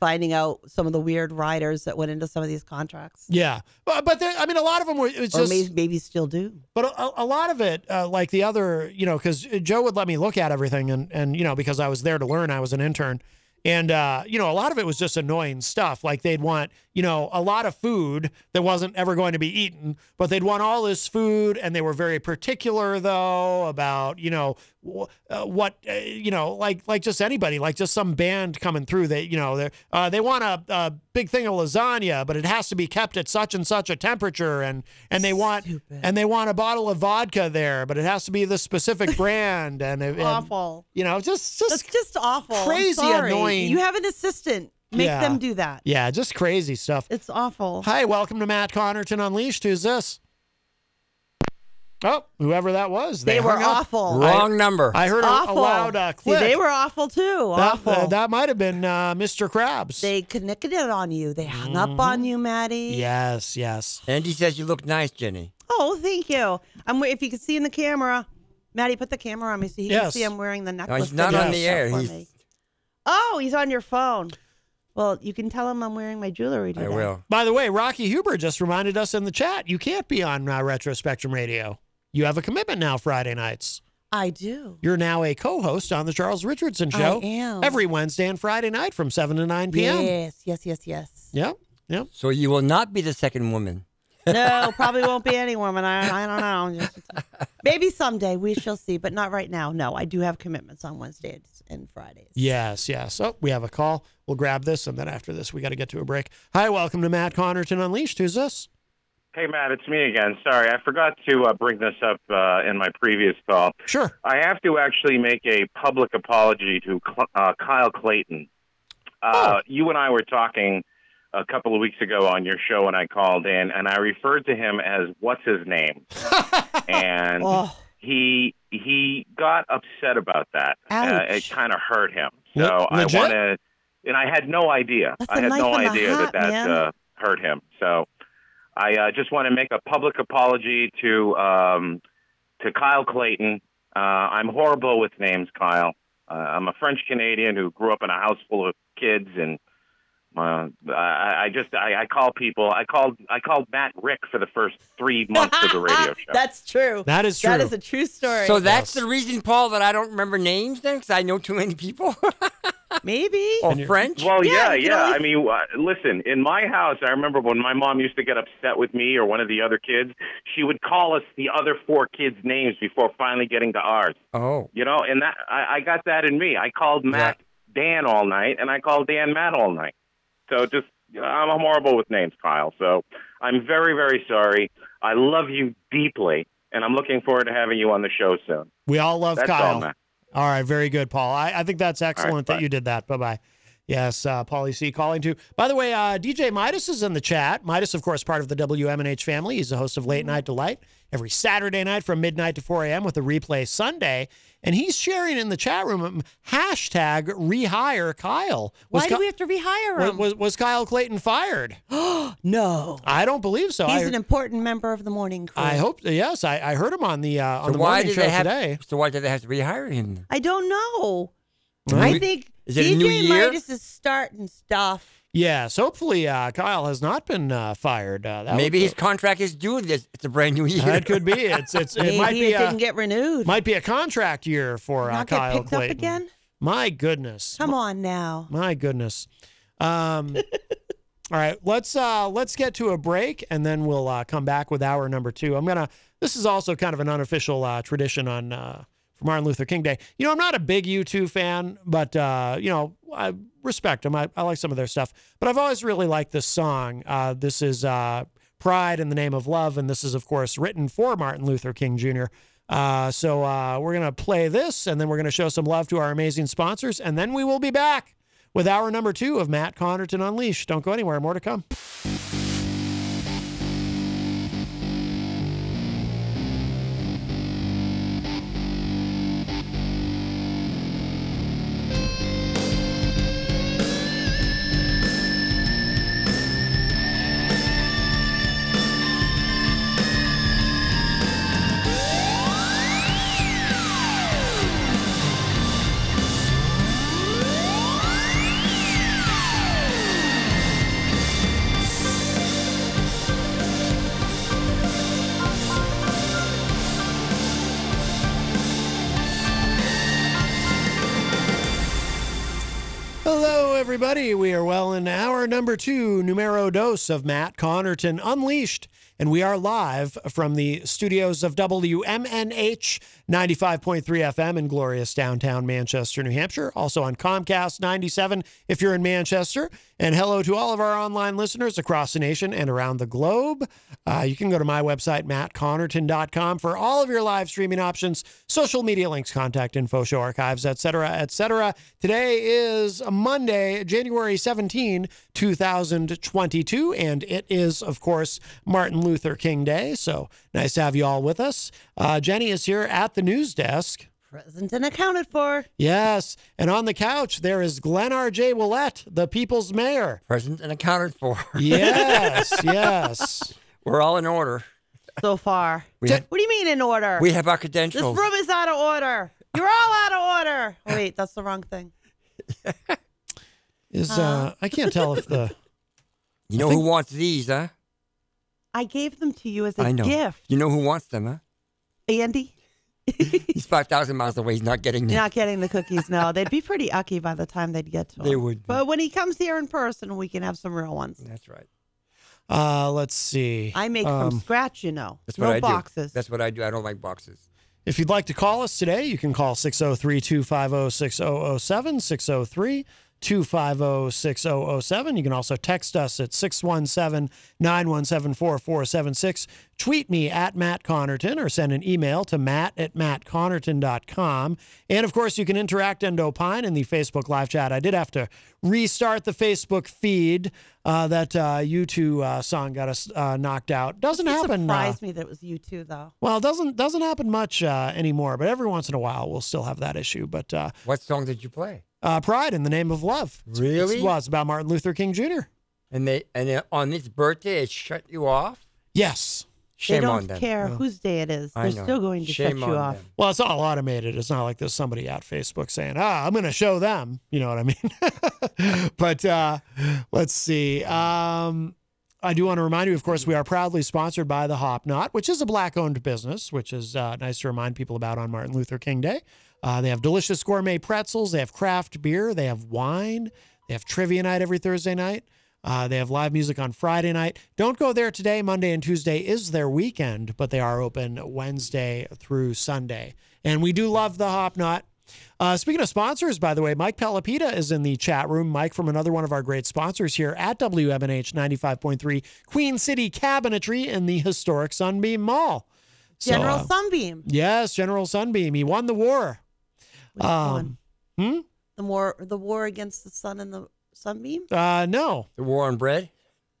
E: Finding out some of the weird riders that went into some of these contracts.
C: Yeah, but, but there, I mean, a lot of them were it was
E: Or
C: just
E: may- maybe still do.
C: But a, a lot of it, uh, like the other, you know, because Joe would let me look at everything, and and you know, because I was there to learn, I was an intern, and uh, you know, a lot of it was just annoying stuff. Like they'd want, you know, a lot of food that wasn't ever going to be eaten, but they'd want all this food, and they were very particular though about, you know, wh- uh, what, uh, you know, like like just anybody, like just some band coming through. They, you know, they uh, they want a, a big thing of lasagna, but it has to be kept at such and such a temperature, and and they want and they want a bottle of vodka there, but it has to be the specific brand. And, it- and,
E: Awful.
C: you know, just just
E: That's just awful. I'm
C: crazy
E: sorry.
C: annoying.
E: You have an assistant. Make
C: Yeah.
E: them do that.
C: yeah, just crazy stuff.
E: It's awful.
C: Hi, welcome to Matt Connerton Unleashed. Who's this? Oh, whoever that was, they,
E: They were
C: hung up.
E: awful.
F: Wrong number.
C: I heard a, a
E: Awful.
C: loud uh,
E: See,
C: click.
E: they were awful too.
C: That,
E: awful.
C: uh, that might have been uh, Mr. Krabs.
E: they connected it on you. They hung
C: Mm-hmm.
E: up on you, Maddie.
C: Yes, yes.
F: Andy says you look nice, Jenny.
E: Oh, thank you. I'm. wa- If you can see in the camera, Maddie, put the camera on me so you can
F: Yes.
E: see I'm wearing the
F: No,
E: necklace.
F: he's not
E: that you
F: on the
E: got
F: air.
E: for
F: He's,
E: me. Oh, he's on your phone. Well, you can tell him I'm wearing my jewelry today.
C: By the way, Rocky Huber just reminded us in the chat you can't be on uh, Retro Spectrum Radio. You have a commitment now Friday nights.
E: I do.
C: You're now a co-host on the Charles Richardson
E: I
C: Show
E: am.
C: every Wednesday and Friday night from seven to nine p.m.
E: Yes, yes, yes, yes.
C: Yep. Yep.
F: So you will not be the second woman.
E: No, probably won't be any woman. I, I don't know. Just- Maybe someday we shall see, but not right now. No, I do have commitments on Wednesdays and Fridays.
C: Yes, yes. Oh, we have a call. We'll grab this, and then after this, we got to get to a break. Hi, welcome to Matt Connerton Unleashed. Who's this?
N: Hey, Matt, it's me again. Sorry, I forgot to uh, bring this up uh, in my previous call.
C: Sure.
N: I have to actually make a public apology to Cl- uh, Kyle Clayton.
E: Oh.
N: Uh, You and I were talking a couple of weeks ago on your show when I called in, and I referred to him as what's his name, and
E: Oh.
N: he he got upset about that. Uh,
E: Ouch.
N: it kind of hurt him.
C: Le-
N: So I
C: legit?
N: want to, and I had no idea.
E: That's
N: I
E: a
N: had
E: knife
N: no
E: in the
N: idea that
E: hat,
N: that
E: man.
N: uh, hurt him. So I uh, just want to make a public apology to um, to Kyle Clayton. Uh, I'm horrible with names, Kyle. Uh, I'm a French Canadian who grew up in a house full of kids, and uh, I, I just I, I call people. I called I called Matt Rick for the first three months of the radio show.
E: That's true.
C: That is
E: That
C: true.
E: is a true story.
F: So that's the reason, Paul, that I don't remember names then, because I know too many people.
E: Maybe.
F: or French.
N: Well, yeah, yeah. I mean, uh, listen, in my house, I remember when my mom used to get upset with me or one of the other kids, she would call us the other four kids' names before finally getting to ours.
F: Oh.
N: You know, and that I, I got that in me. I called Matt Dan all night, and I called Dan Matt all night. So just, I'm horrible with names, Kyle. So I'm very, very sorry. I love you deeply, and I'm looking forward to having you on the show soon.
C: We all love
N: That's
C: Kyle.
N: all, Matt.
C: All right, very good, Paul. I, I think that's excellent
N: bye.
C: that you did that. Bye bye. Yes, uh, Paulie C calling too. By the way, uh, DJ Midas is in the chat. Midas, of course, part of the WMNH family. He's the host of Late Night Delight every Saturday night from midnight to 4 a.m. with a replay Sunday. And he's sharing in the chat room um, hashtag rehire Kyle.
E: Why do
C: Ky-
E: we have to rehire
C: was,
E: him?
C: was, was Kyle Clayton fired?
E: no.
C: I don't believe so.
E: He's
C: I,
E: an important member of the morning crew.
C: I hope, yes, I, I heard him on the, uh, on
F: So
C: the
F: why
C: morning
F: did
C: show
F: they have?
C: today.
F: So why did they have to rehire him?
E: I don't know.
F: Hmm.
E: I think
F: Is it a
E: DJ
F: new year?
E: Midas is starting stuff.
C: Yes, hopefully uh, Kyle has not been uh, fired. Uh, that
F: Maybe
C: would-
F: his contract is due. This it's a brand new year.
C: That could be. It's it's it
E: Maybe
C: might be uh,
E: it
C: a,
E: didn't get renewed.
C: might be a contract year for uh,
E: Not get
C: Kyle
E: picked up
C: Clayton.
E: again.
C: My goodness.
E: Come on now.
C: My goodness. Um, all right, let's uh, let's get to a break and then we'll uh, come back with hour number two. I'm gonna. This is also kind of an unofficial uh, tradition on uh, for Martin Luther King Day. You know, I'm not a big U2 fan, but uh, you know, I respect them. I, I like some of their stuff, but I've always really liked this song. Uh, this is uh, "Pride in the Name of Love," and this is, of course, written for Martin Luther King Jr. Uh, so uh, we're gonna play this, and then we're gonna show some love to our amazing sponsors, and then we will be back with hour number two of Matt Connerton Unleashed. Don't go anywhere, more to come. everybody. We are well in hour number two, numero dos of Matt Connerton Unleashed, and we are live from the studios of WMNH 95.3 FM in glorious downtown Manchester, New Hampshire. Also on Comcast 97 if you're in Manchester. And hello to all of our online listeners across the nation and around the globe. Uh, you can go to my website, mattconnerton.com, for all of your live streaming options, social media links, contact info, show archives, etc., etc. Today is Monday, January 17, 2022, and it is, of course, Martin Luther King Day. So nice to have you all with us. Uh, Jenny is here at the news desk.
E: Present and accounted for.
C: Yes. And on the couch, there is Glenn R.J. Willett, the people's mayor.
F: Present and accounted for.
C: Yes, yes.
F: We're all in order.
E: So far.
F: We have,
E: What do you mean in order?
F: we have our
E: This
F: credentials.
E: room is out of order. You're all out of order. Oh, Wait, that's the wrong thing.
C: Is uh, I can't tell if the.
F: You know who wants these, huh?
E: I gave them to you as a
F: I know.
E: gift,
F: You know who wants them, huh?
E: Andy.
F: He's 5,000 miles away. He's not getting them.
E: You're not getting the cookies. No, they'd be pretty ucky by the time they'd get to them.
F: They would be.
E: But when he comes here in person, we can have some real ones.
F: That's right.
C: Uh, let's see.
E: I make from
C: Um,
E: scratch, you know.
F: That's
E: no
F: what I
E: boxes.
F: do. That's what I do. I don't like boxes.
C: If you'd like to call us today, you can call 603 250 6007, 603 250 6007. You can also text us at 617 917 4476. Tweet me at Matt Connerton or send an email to matt at mattconnerton.com. And of course, you can interact and opine in the Facebook live chat. I did have to restart the Facebook feed. Uh, that uh, U2 uh, song got us uh, knocked out. Doesn't
E: it
C: happen. uh,
E: surprised me that it was you two, though.
C: well, it doesn't doesn't happen much uh, anymore, but every once in a while we'll still have that issue. But uh,
F: What song did you play?
C: uh, "Pride in the Name of Love" It's- it's-
F: Really?
C: well, it's about Martin Luther King Jr.
F: And they and uh, on this birthday, it shut you off.
C: Yes.
F: Shame
E: they don't
F: on them.
E: care whose day it is.
C: I
E: They're
C: know.
E: still going to
C: Shame
E: shut you
C: on
E: off.
C: them. Well, it's all automated. It's not like there's somebody at Facebook saying, "Ah, I'm going to show them." You know what I mean? but uh, let's see. Um, I do want to remind you, of course, we are proudly sponsored by the Hop Knot, which is a black-owned business, which is uh, nice to remind people about on Martin Luther King Day. Uh, they have delicious gourmet pretzels. They have craft beer. They have wine. They have trivia night every Thursday night. Uh, they have live music on Friday night. Don't go there today. Monday and Tuesday is their weekend, but they are open Wednesday through Sunday. And we do love the Hop Knot. Uh, speaking of sponsors, by the way, Mike Palapita is in the chat room. Mike from another one of our great sponsors here at WMNH 95.3 Queen City Cabinetry in the historic Sunbeam Mall. So,
E: General
C: uh,
E: Sunbeam,
C: Yes, General Sunbeam. He won the war. Um, hmm?
E: the war, the war against the sun and the sunbeam.
C: Uh, no.
F: The war on bread?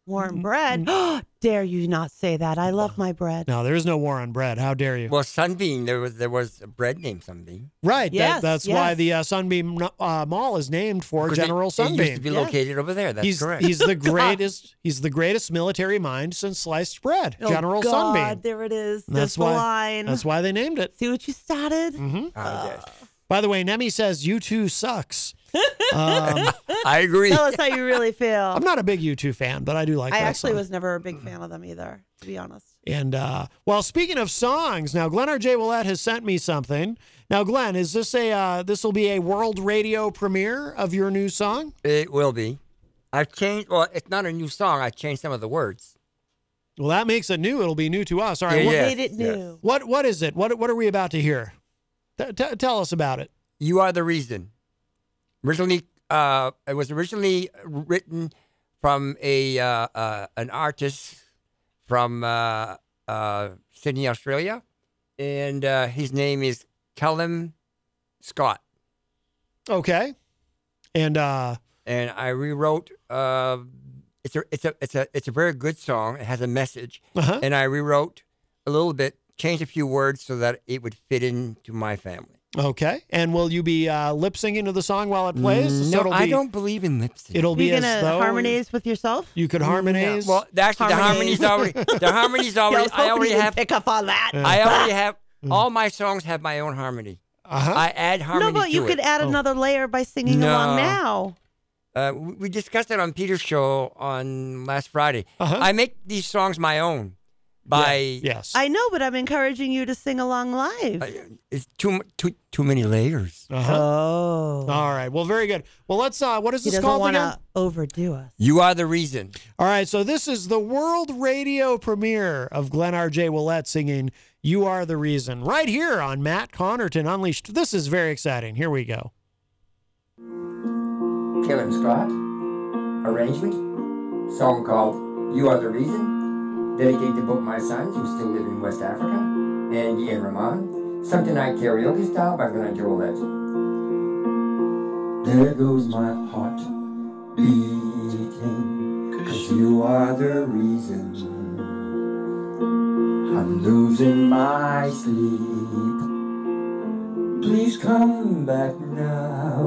E: Warm bread. Mm-hmm. Dare you not say that? I love my bread.
C: No, there is no war on bread. How dare you?
F: Well, Sunbeam. There was there was a bread named Sunbeam.
C: Right. that-
F: Yes,
C: that's why
F: yes.
C: the uh, Sunbeam uh, Mall is named for
F: 'Cause it-
C: General
F: it used
C: Sunbeam.
F: to be Yes. located over there, that's
C: he's,
F: correct.
C: He's the greatest. he's the greatest military mind since sliced bread.
E: Oh,
C: General
E: God,
C: Sunbeam.
E: There it is.
C: And
E: That's
C: that's
E: the
C: why.
E: line.
C: That's why they named it.
E: See what you started?
C: Mm-hmm. By the way, Nemi says U two sucks. Um,
F: I agree.
E: Tell us how you really feel.
C: I'm not a big U two fan, but I do like.
E: I
C: that
E: actually
C: song.
E: was never a big fan of them either, to be honest.
C: And uh, well, speaking of songs, now Glenn R. J. Willett has sent me something. Now, Glenn, is this a uh, this will be a world radio premiere of your new song?
F: It will be. I've changed. Well, it's not a new song. I changed some of the words.
C: Well, that makes it new. It'll be new to us. All right,
F: Yeah,
C: what,
F: yes, Made it yes. new.
C: What what is it? What what are we about to hear? T- t- tell us about it.
F: You are the reason. Originally, uh, it was originally written from a uh, uh, an artist from uh, uh, Sydney, Australia, and uh, his name is Callum Scott.
C: Okay. And uh,
F: and I rewrote. Uh, it's a it's a it's a it's a very good song. It has a message,
C: Uh-huh.
F: and I rewrote a little bit, changed a few words so that it would fit into my family.
C: Okay. And will you be uh, lip singing to the song while it plays?
F: No,
C: it'll
F: I
C: be-
F: don't believe in lip sync.
C: It'll be
E: You're
C: as
E: gonna
C: though
E: harmonize with yourself.
C: You could harmonize.
F: Well, actually, the harmony's already the harmony's already. I already have
E: pick up on that. Mm.
F: I already have all my songs have my own harmony.
C: Uh-huh.
F: I add harmony.
E: No, but you
F: to
E: could
F: it.
C: Oh.
E: add another layer by singing along
F: No.
E: now.
F: Uh, we we
E: Uh-huh.
F: discussed it on Peter's show on last Friday. I make these songs my own. by
C: yes.
E: I know, but I'm encouraging you to sing along live.
F: uh, It's too mu- too too many layers.
C: uh,
E: Oh.
C: Uh-huh. All right. Well, very good. Well, let's. Uh, what is
E: he
C: this
E: doesn't
C: called
E: want
C: again?
E: to overdo us.
F: You are the reason.
C: All right, so this is the world radio premiere of Glenn R.J. Willette singing You Are the Reason, right here on Matt Connerton Unleashed. This is very exciting. Here we go.
O: Kevin Scott. Arrangement. Song called You Are the Reason. Dedicated to both my sons who still live in West Africa, Andy and Ramon. Something I karaoke style by Glenn Jolette.
P: There goes my heart beating, cause you are the reason I'm losing my sleep. Please come back now.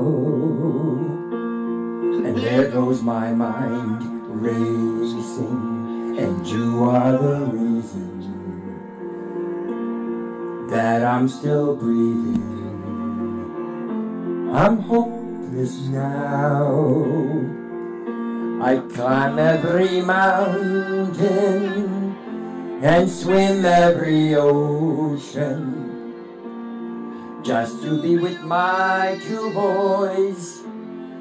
P: And there goes my mind racing, and you are the reason that I'm still breathing. I'm hopeless now. I climb every mountain and swim every ocean just to be with my two boys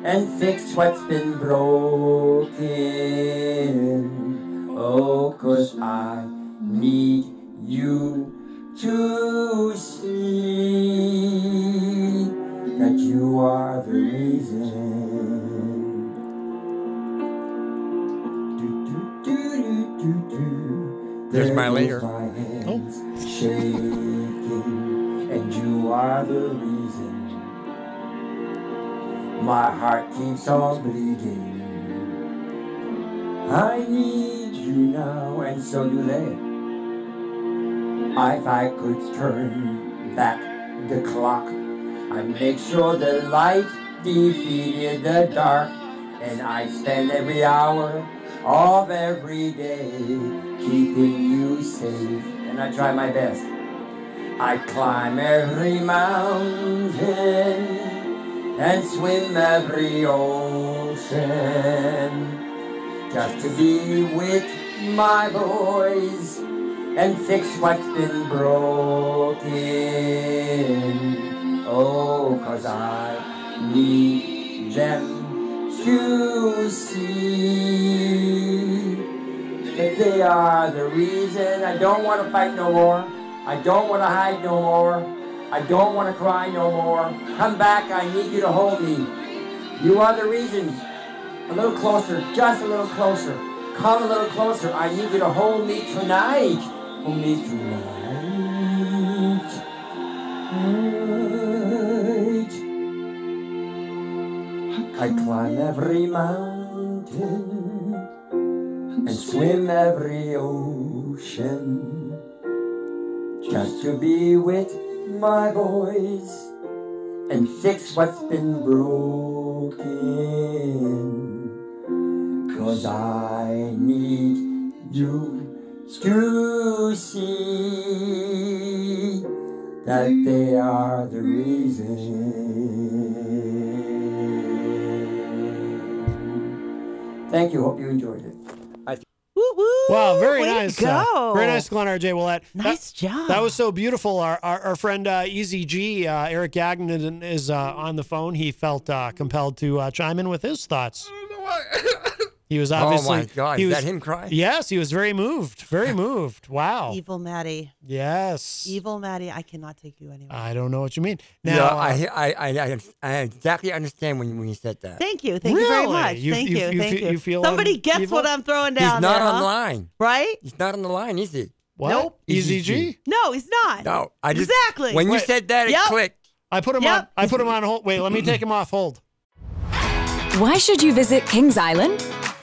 P: and fix what's been broken. Oh, 'cause I need you to see that you are the reason.
F: There's my Oh.
P: There
F: layer.
P: goes my hands shaking, and you are the reason. My heart keeps on bleeding. I need you now, and so do they. If I could turn back the clock, I'd make sure the light defeated the dark, and I spend every hour of every day keeping you safe. And I try my best. I climb every mountain and swim every ocean just to be with my boys and fix what's been broken. Oh, cause I need them to see that they are the reason. I don't want to fight no more. I don't want to hide no more. I don't want to cry no more. Come back. I need you to hold me. You are the reason. A little closer, just a little closer. Come a little closer. I need you to hold me tonight. Hold me tonight. Tonight. I climb every mountain and swim every ocean just to be with my boys and fix what's been broken. Cause I need you to see that they are the reason. Thank you. Hope you enjoyed it.
C: Wow, very
P: way to
C: nice. uh,
P: go.
C: very nice, Glenn R.J. Willette.
P: Nice
C: that,
P: job.
C: That was so beautiful. Our our, our friend uh, Easy G, uh, Eric Gagnon, is uh, on the phone. He felt uh, compelled to uh, chime in with his thoughts. He was
F: Oh my
C: obviously.
F: God,
C: he
F: is
C: was,
F: that him crying?
C: Yes, he was very moved. Very moved. Wow.
E: Evil Maddie.
C: Yes.
E: Evil Maddie, I cannot take you anywhere.
C: I don't know what you mean.
F: Now
C: Now,
F: I,
C: uh,
F: hear- I, I I I exactly understand when you, when you said that.
E: Thank you. Thank you very
F: Really?
E: much.
F: You-
E: thank
F: you-
E: you.
F: you
E: thank
F: fe-
E: you.
F: you feel
E: Somebody
F: un-
E: gets
F: evil?
E: what I'm throwing
F: He's
E: down
F: not
E: there, huh?
F: online.
E: Right?
F: He's not on the line, is he?
C: What?
E: Nope.
C: Easy G?
E: No, he's not.
F: No, I just
E: Exactly.
F: when you
E: Wait.
F: said that it
E: Yep.
F: clicked.
C: I put him on. I put him on hold. Wait, let me take him off hold.
Q: Why should you visit Kings Island?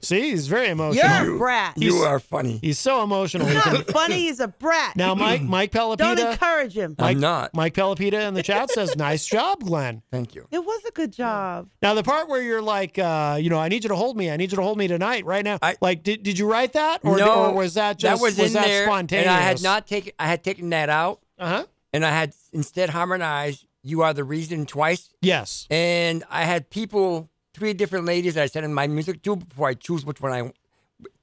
C: See, he's very emotional.
E: you're a brat.
F: You are funny.
C: He's so emotional.
E: He's
C: he can-
E: not funny. He's a brat.
C: Now, Mike, Mike Pelopita.
E: Don't encourage him.
C: Mike, not. Mike Pelopita in the chat says, "Nice job, Glenn."
F: Thank you.
E: It was a good job.
C: Now, the part where you're like, uh, you know, I need you to hold me. I need you to hold me tonight, right now. like, did, did you write that, or,
F: no,
C: or was that just
F: was, in
C: that
F: there,
C: spontaneous?
F: And I had not taken. I had taken that out.
C: Uh huh.
F: And I had instead harmonized "You Are the Reason" twice.
C: Yes.
F: And I had people, three different ladies, that I sent in my music to before I choose which one I,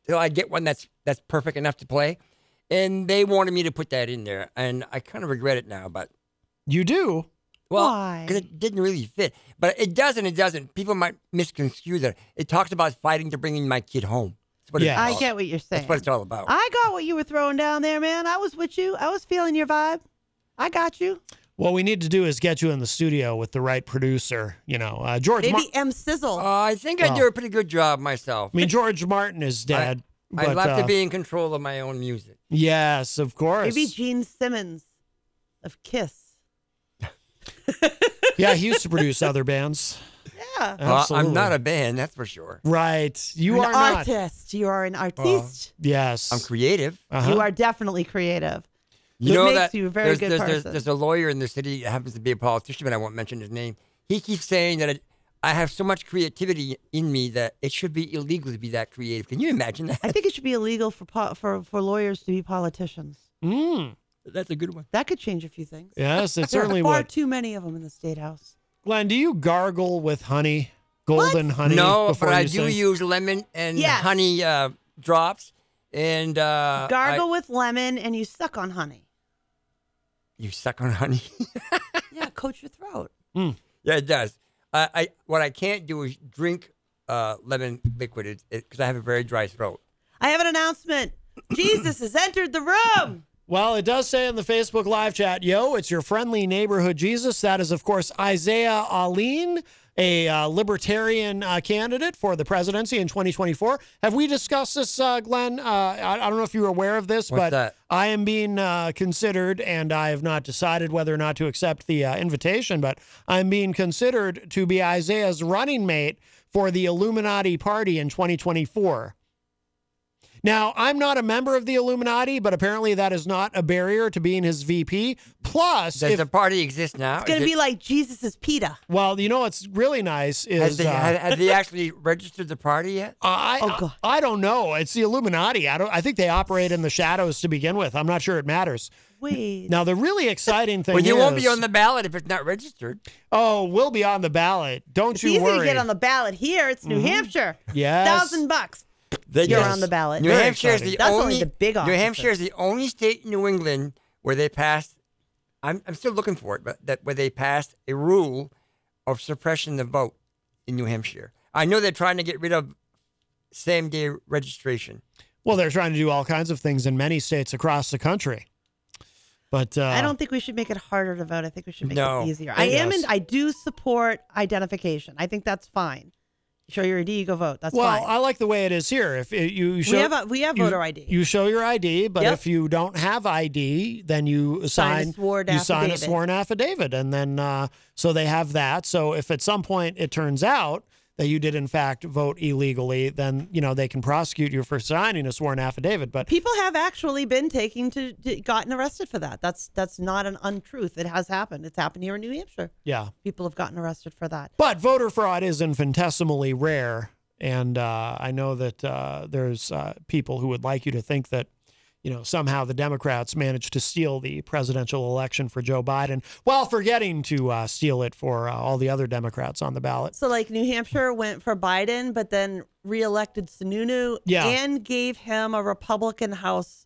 F: till I get one that's that's perfect enough to play. And they wanted me to put that in there, and I kind of regret it now, but.
C: You do.
F: Well, because it didn't really fit, but it doesn't. It doesn't. People might misconstrue that. It talks about fighting to bringing my kid home. That's what it's
E: Yeah. I
F: about.
E: get what you're
F: That's what it's all about.
E: I got what you were throwing down there, man. I was with you. I was feeling your vibe. I got you.
C: What we need to do is get you in the studio with the right producer. You know, uh, George.
E: Maybe
C: Mar-
E: M Sizzle.
F: Uh, I think I do a pretty good job myself.
C: I mean, George Martin is dead.
F: I
C: but,
F: love
C: uh,
F: to be in control of my own music.
C: Yes, of course.
E: Maybe Gene Simmons of Kiss.
C: yeah, he used to produce other bands.
E: Yeah.
F: Well, I'm
C: Absolutely.
F: not a band, that's for sure.
C: Right. You
E: You're
C: are
E: an
C: not.
E: artist. You are an artist.
C: Yes. Uh-huh.
F: I'm creative.
E: You are definitely creative.
F: You
E: It
F: know
E: makes
F: that
E: you a very
F: there's,
E: good
F: there's,
E: person.
F: there's, there's a lawyer in the city that happens to be a politician, but I won't mention his name. He keeps saying that it, I have so much creativity in me that it should be illegal to be that creative. Can you imagine that?
E: I think it should be illegal for po- for for lawyers to be politicians.
C: Mm.
F: That's a good one.
E: That could change a few things.
C: Yes, it
E: there
C: certainly
E: are far
C: would.
E: too many of them in the state house.
C: Glenn, do you gargle with honey, golden honey?
F: no,
C: before
F: but I
C: you
F: do
C: sing?
F: use lemon and
E: Yes.
F: honey uh, drops. And uh, I-
E: Gargle with lemon and you suck on honey.
F: you suck on honey.
E: Yeah, coat your throat.
F: Yeah, it does. I, I what I can't do is drink uh, lemon liquid because I have a very dry throat.
E: I have an announcement. Jesus has entered the room.
C: Well, it does say in the Facebook live chat, yo, it's your friendly neighborhood Jesus. That is, of course, Isaiah Aline, a uh, libertarian uh, candidate for the presidency in 2024. Have we discussed this, uh, Glenn? Uh, I, I don't know if you're aware of this,
F: What's
C: but
F: that?
C: I am being uh, considered, and I have not decided whether or not to accept the uh, invitation, but I'm being considered to be Isaiah's running mate for the Illuminati Party in 2024. Now, I'm not a member of the Illuminati, but apparently that is not a barrier to being his VP. Plus,
F: Does
C: if,
F: the party exist now?
E: It's going to be like Jesus is PETA.
C: well, you know what's really nice is
F: Has they,
C: uh,
F: have, have they actually registered the party yet?
C: I,
E: Oh,
C: I I don't know. It's the Illuminati. I don't. I think they operate in the shadows to begin with. I'm not sure it matters.
E: Wait.
C: Now, the really exciting thing
F: Well, you won't be
C: is-
F: on the ballot if it's not registered.
C: Oh, we'll be on the ballot. Don't
E: It's
C: you
E: easy
C: worry.
E: to get on the ballot here. It's New
C: Mhm.
E: Hampshire.
C: Yes.
E: Thousand bucks. You're on the ballot.
F: New
E: Very
F: Hampshire is the
E: exciting. That's
F: only,
E: only the big
F: New Hampshire is
E: offices.
F: the only state in New England where they passed. I'm, I'm still looking for it, but that where they passed a rule of suppression of vote in New Hampshire. I know they're trying to get rid of same day registration.
C: well, they're trying to do all kinds of things in many states across the country. But uh,
E: I don't think we should make it harder to vote. I think we should make
C: No.
E: it easier. I am,
C: Yes.
E: and I do support identification. I think that's fine. Show your ID, you go vote. That's
C: well,
E: fine.
C: I like the way it is here. If it, you show,
E: have a- we have
C: you-
E: voter ID.
C: You show your ID, but
E: Yep.
C: if you don't have ID, then you
E: Sign a
C: sign,
E: sworn
C: you sign a
E: affidavit.
C: sworn affidavit, and then uh, so they have that. So if at some point it turns out that you did in fact vote illegally, then you know they can prosecute you for signing a sworn affidavit. But
E: People have actually been taking to, to gotten arrested for that. That's that's not an untruth. It has happened. It's happened here in New Hampshire.
C: yeah,
E: People have gotten arrested for that.
C: But voter fraud is infinitesimally rare, and uh, I know that uh, there's uh, people who would like you to think that, you know, somehow the Democrats managed to steal the presidential election for Joe Biden while forgetting to uh, steal it for uh, all the other Democrats on the ballot.
E: So like New Hampshire went for Biden, but then reelected Sununu
C: Yeah.
E: and gave him a Republican House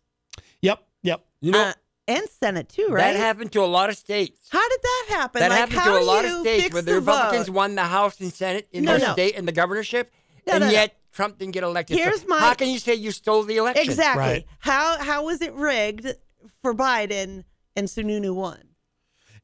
C: Yep, yep.
F: You know,
E: and Senate too, right?
F: That happened to a lot of states.
E: How did that happen?
F: That
E: Like,
F: happened
E: how
F: to a
E: do
F: lot of
E: you
F: states
E: fix
F: where the,
E: vote?
F: Republicans won the House and Senate in
E: No,
F: the
E: no.
F: state and the governorship,
E: No,
F: and
E: no, no.
F: yet Trump didn't get elected. So
E: Here's my-
F: how can you say you stole the election?
E: Exactly. How how was it rigged for Biden and Sununu won?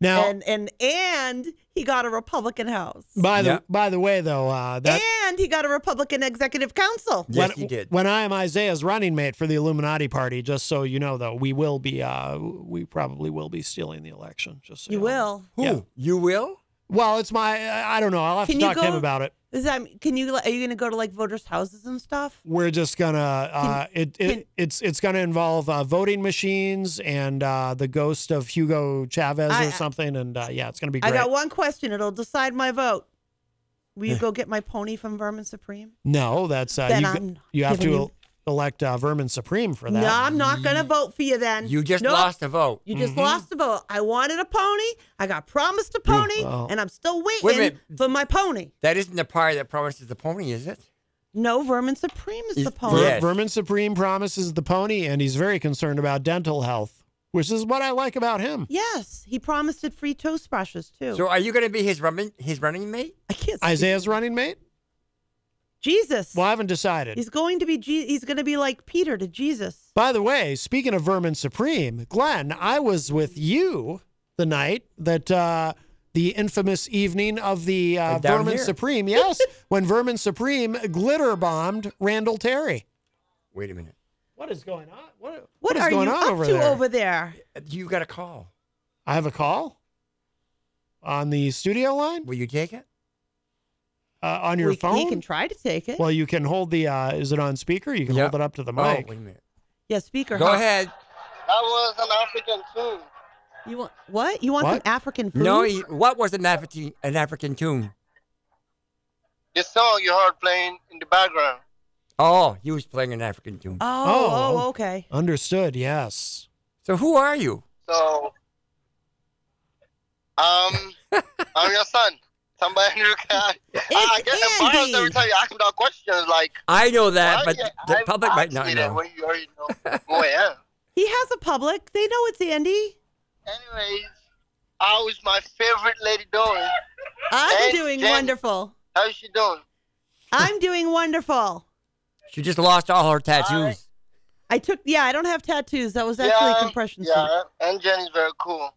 C: Now-
E: and and and he got a Republican House.
C: By the by the way, though, uh, that
E: and he got a Republican executive council.
C: when, When I am Isaiah's running mate for the Illuminati party, just so you know, though, we will be, uh, we probably will be stealing the election. Just so
E: You will.
C: Who?
F: You will?
C: Well, it's my, I I don't know. I'll have
E: Can you
C: to talk to him
E: go-
C: about it.
E: Is that can you are you going to go to like voters' houses and stuff?
C: We're just gonna, uh, it, it, it's, it's gonna involve uh, voting machines and uh, the ghost of Hugo Chavez
E: I-
C: or something, and uh, yeah, it's gonna be great.
E: I got one question. It'll decide my vote. Will you go get my pony from Vermin Supreme?
C: No, that's uh,
E: Then
C: you,
E: I'm
C: you have to
E: giving
C: el- elect uh, Vermin Supreme for that. Mm.
E: No, I'm not going to vote for you then.
C: You just
E: Nope.
C: lost a vote.
E: You just
C: Mhm.
E: lost a vote. I wanted a pony. I got promised a pony,
F: well.
E: and I'm still waiting
F: Wait a minute.
E: for my pony.
F: That isn't the party that promises the pony, is it?
E: No, Vermin Supreme is the pony.
C: Ver- Vermin Supreme promises the pony, and he's very concerned about dental health, which is what I like about him.
E: Yes, he promised it free toast brushes too.
F: So are you going to be his running his running mate?
E: I can't.
C: Isaiah's running mate.
E: Jesus.
C: Well, I haven't decided.
E: He's going to be. Je- he's going to be like Peter to Jesus.
C: By the way, speaking of Vermin Supreme, Glenn, I was with you the night that uh, the infamous evening of the uh,
F: Uh, down
C: Vermin
F: here.
C: Supreme. Yes, when Vermin Supreme glitter bombed Randall Terry.
F: Wait a minute.
C: What is going on? What,
E: What,
C: is
E: are
C: going
E: you
C: on
E: up
C: over
E: to
C: there?
E: over there?
F: You got a call.
C: I have a call on the studio line.
F: Will you take it?
C: Uh, on your
E: We-
C: phone?
E: He can try to take it.
C: Well, you can hold the. Uh, is it on speaker? You can hold it up to the
F: Oh,
C: mic.
F: wait a minute.
E: yeah, speaker.
F: Go
E: huh?
F: ahead.
A: I was an African too.
E: You want what? You want some
F: What?
E: African food?
F: No, he, what was an African an African tune?
A: This song you heard playing in the background.
F: Oh, he was playing an African tune.
E: Oh, oh, okay.
C: Understood. Yes.
F: So who are you?
A: So, um, I'm your son. Somebody who can. I, I get embarrassed every time you ask me that question. Like,
F: I know that, but
A: yeah,
F: the
A: I'm
F: public might not
A: actually that
F: know.
A: way you already know who I am.
E: He has a public. They know it's Andy.
A: Anyways, how is my favorite lady doing?
E: I'm
A: And
E: doing
A: Jen,
E: wonderful.
A: How's she doing?
E: I'm doing wonderful.
F: She just lost all her tattoos.
E: I took yeah. I don't have tattoos. That was actually
A: yeah,
E: compression.
A: Yeah, and Jenny's very cool.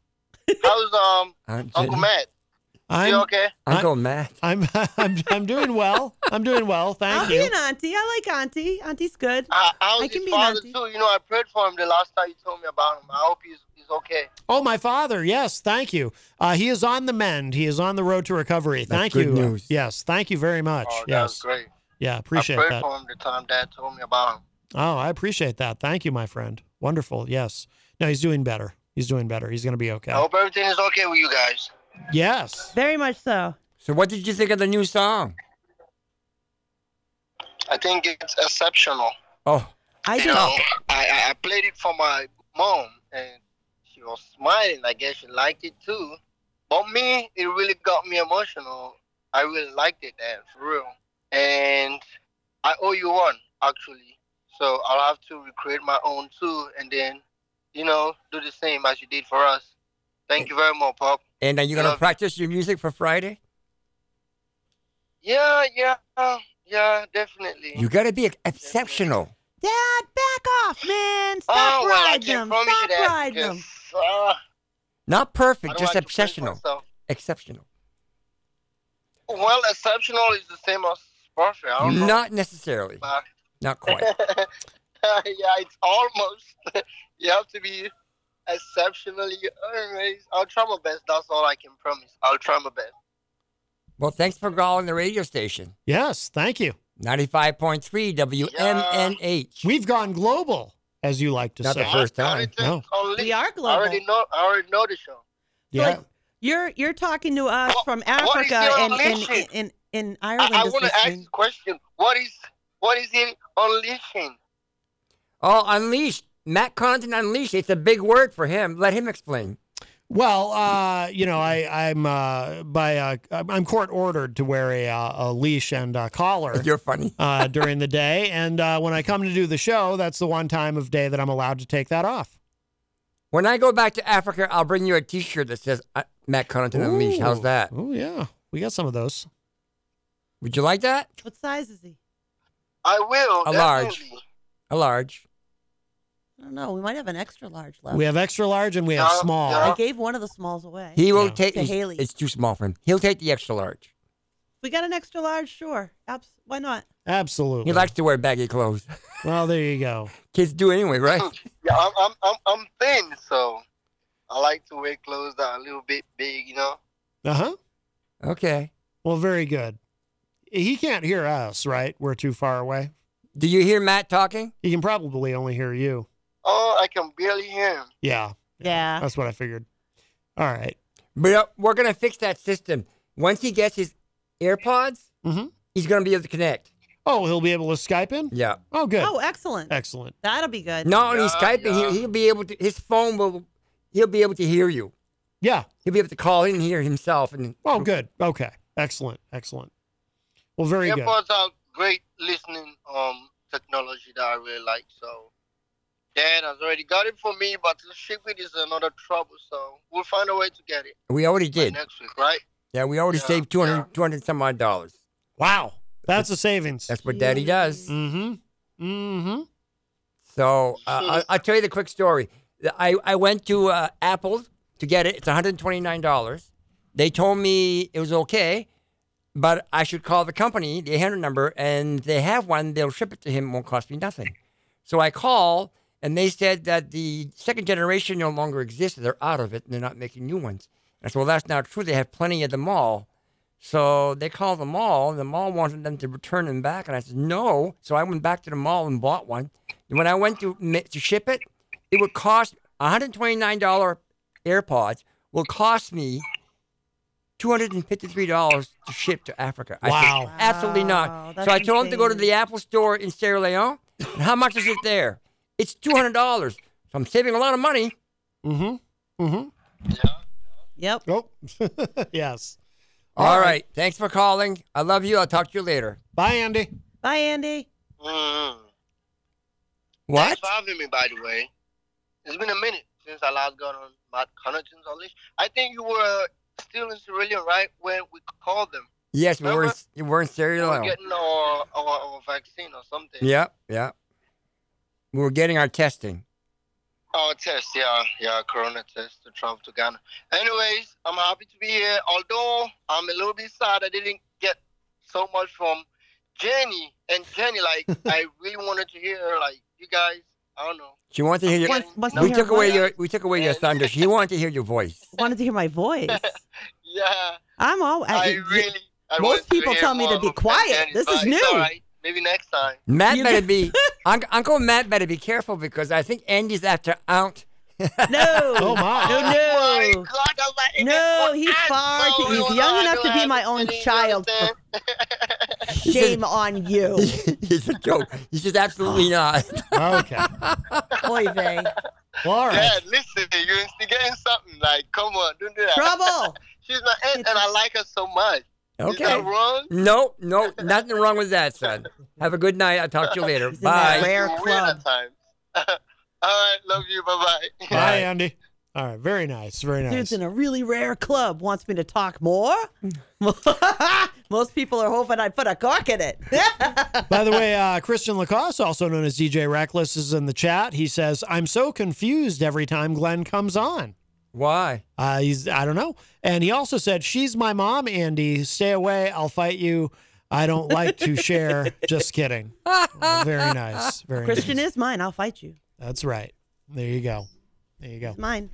A: How's um
F: Aunt
A: Uncle
F: Jenny.
A: Matt?
C: I'm,
A: you okay?
F: Uncle Matt.
C: I'm, I'm I'm doing well. I'm doing well. Thank
E: I'll
C: you.
E: be an auntie. I like auntie. Auntie's good.
A: I, I was
E: I can
A: his
E: be an
A: father
E: auntie.
A: too. You know, I prayed for him the last time you told me about him. I hope he's he's okay.
C: Oh, my father. Yes, thank you. Uh, he is on the mend. He is on the road to recovery. thank
F: good
C: you. uh,
F: news.
C: Yes, thank you very much.
A: Oh, that was
C: yes.
A: great.
C: Yeah, appreciate
A: I prayed
C: that.
A: for him the time Dad told me about him.
C: Oh, I appreciate that. Thank you, my friend. Wonderful. Yes. No, he's doing better. He's doing better. He's going to be okay.
A: I hope everything is okay with you guys.
C: Yes.
E: Very much so.
F: So what did you think of the new song?
A: I think it's exceptional.
F: Oh,
E: I
A: you know, I, I- I played it for my mom, and she was smiling. I guess she liked it too. But me, it really got me emotional. I really liked it, then, for real. And I owe you one, actually. So I'll have to recreate my own too, and then, you know, do the same as you did for us. Thank you very much, Pop.
F: and are you gonna
A: Love-
F: practice your music for Friday?
A: Yeah, yeah, uh, yeah, definitely.
F: You gotta be ex- exceptional.
E: Dad, back off, man. Stop
A: Oh, well, I
E: riding
A: can't
E: them.
A: promise you
E: Stop
A: that,
E: riding them.
A: because, uh,
F: Not
A: I
F: perfect,
A: don't
F: just
A: like to praise
F: exceptional.
A: myself.
F: Exceptional.
A: Well, exceptional is the same as perfect. I don't know.
F: Not necessarily.
A: Uh,
F: Not quite.
A: yeah, it's almost. you have to be exceptionally. Anyways, I'll try my best. That's all I can promise. I'll try my best.
F: Well, thanks for calling the radio station.
C: Yes, thank you.
F: 95.3 WMNH.
C: We've gone global, as you like to
F: Not
C: say.
F: the first time.
C: No.
A: Oh,
E: We are global.
A: I already know. I already know the show.
C: Yeah.
E: You're you're talking to us from Africa
A: your
E: and in,
A: mission?
E: in, in Ireland.
A: I, I
E: is
A: want to ask
E: listening.
A: you a question. What is what is it unleashing?
F: Oh, Unleashed. Matt Condon Unleashed. It's a big word for him. Let him explain.
C: Well, uh, you know, I, I'm uh, by uh, I'm court ordered to wear a, uh, a leash and a collar.
F: You're funny.
C: uh, during the day, and uh, when I come to do the show, that's the one time of day that I'm allowed to take that off.
F: When I go back to Africa, I'll bring you a T-shirt that says uh, Matt Connaughton Unleashed. How's
C: Ooh.
F: that?
C: Oh yeah, we got some of those.
F: Would you like that?
E: What size is he?
A: I will.
F: A large. A large.
E: I don't know. We might have an extra large left.
C: We have extra large and we have small.
E: I gave one of the smalls away.
F: He will take.
E: to
F: he's-
E: Haley.
F: It's too small for him. He'll take the extra large.
E: we got an extra large, sure. Abs- why not?
C: Absolutely.
F: He likes to wear baggy clothes.
C: Well, there you go.
F: Kids do anyway, right?
A: Yeah, I'm, I'm, I'm, I'm thin, so I like to wear clothes that are a little bit big, you know?
C: Uh huh.
F: Okay.
C: Well, very good. He can't hear us, right? We're too far away.
F: Do you hear Matt talking?
C: He can probably only hear you.
A: Oh, I can barely hear him.
C: Yeah.
E: Yeah.
C: That's what I figured. All right.
F: But uh, we're gonna fix that system. Once he gets his AirPods,
A: Mm-hmm.
F: he's gonna be able to connect.
C: Oh, he'll be able to Skype in.
F: Yeah.
C: Oh, good.
E: Oh, excellent.
C: Excellent.
E: That'll be good.
F: Not only Skyping, he, he'll be able to. His phone will. He'll be able to hear you.
C: Yeah.
F: He'll be able to call in here himself. And
C: oh, good. Okay. Excellent. Excellent. Well, very good.
A: AirPods are great listening um technology that I really like. So Dan has already got it for me, but to ship it is another trouble. So we'll find a way to get it
F: We already did.
A: next week, right?
F: Yeah, we already saved 200, 200 some odd dollars.
C: Wow. That's a savings.
F: That's what Daddy does.
C: Mm-hmm. Mm-hmm.
F: So uh, I'll, I'll tell you the quick story. The- I, I went to uh, Apple to get it. It's $129. They told me it was okay, but I should call the company, the handle number, and if they have one. They'll ship it to him. It won't cost me nothing. So I call, and they said that the second generation no longer exists. They're out of it, and they're not making new ones. And I said, well, that's not true. They have plenty at the mall. So they called the mall, and the mall wanted them to return them back. And I said, no. So I went back to the mall and bought one. And when I went to, ma- to ship it, it would cost $129 AirPods will cost me $253 to ship to Africa. I said,
C: Wow.
F: Absolutely
E: Wow,
F: not.
E: that's
F: so I told him to go to the Apple store in Sierra Leone. And how much is it there? It's $200. So I'm saving a lot of money.
C: Mm-hmm. Mm-hmm.
E: Yep.
C: Oh. yes.
F: All right. Thanks for calling. I love you. I'll talk to you later.
C: Bye, Andy.
E: Bye, Andy.
A: Mm-hmm.
F: What?
A: Thanks for having me, by the way. It's been a minute since I last got on Matt Connaughton's list. I think you were still in Sierra Leone, right, when we called them.
F: Yes, we were, in- we were in
A: We
F: Sierra
A: were
F: Leone.
A: getting our, our, our vaccine or something.
F: Yep, yep. We were getting our testing.
A: Oh, test, yeah, yeah, corona test to travel to Ghana. Anyways, I'm happy to be here. Although I'm a little bit sad I didn't get so much from Jenny. And Jenny, like, I really wanted to hear her, like, you guys, I don't know.
F: She wanted to hear your.
A: Must- must
F: we
A: be her
F: took away
A: voice.
F: your. We took away your thunder. She wanted to hear your voice.
E: Wanted to hear my voice.
A: Yeah.
E: I'm all. I, really.
A: I wanted
E: most
A: to
E: people
A: hear
E: tell me
A: more
E: to be
A: from
E: quiet.
A: Jenny,
E: This
A: but
E: is
A: it's
E: new.
A: all right. Maybe next time.
F: Matt
E: You
F: better
E: get-
F: be. Unc- Uncle Matt better be careful because I think Andy's after Aunt.
E: No.
C: Oh, my.
E: No,
A: Oh,
E: no.
A: my God, I'm like, it
E: No,
A: is
E: he's
A: on
E: far
A: us,
E: too.
A: so
E: He's
A: we
E: young
A: don't
E: enough to
A: have
E: be my own
A: anything, you
E: child.
A: understand?
E: Shame on you.
F: it's a joke. He says absolutely not.
C: Oh, okay.
E: Oy vey.
C: all
A: Yeah, listen, you're instigating something. Like, come on, don't do that.
E: Trouble.
A: She's my aunt, and I like her so much. Is
F: Okay.
A: that wrong?
F: No, no, nothing wrong with that, son. Have a good night. I'll talk to you later.
E: in that
F: Bye.
E: rare
A: You're weird
E: club.
A: at times. All right, love you. Bye bye.
C: Bye, Andy. All right. Very nice. Very nice.
E: Dude's in a really rare club. Wants me to talk more. Most people are hoping I put a cork in it.
C: By the way, uh, Christian Lacoste, also known as DJ Reckless, is in the chat. He says, "I'm so confused every time Glenn comes on."
F: Why?
C: Uh, he's I don't know. And he also said, "She's my mom, Andy. Stay away. I'll fight you. I don't like to share." Just kidding. Very nice. Very
E: Christian
C: nice.
E: is mine. I'll fight you.
C: That's right. There you go. There you go.
E: It's mine.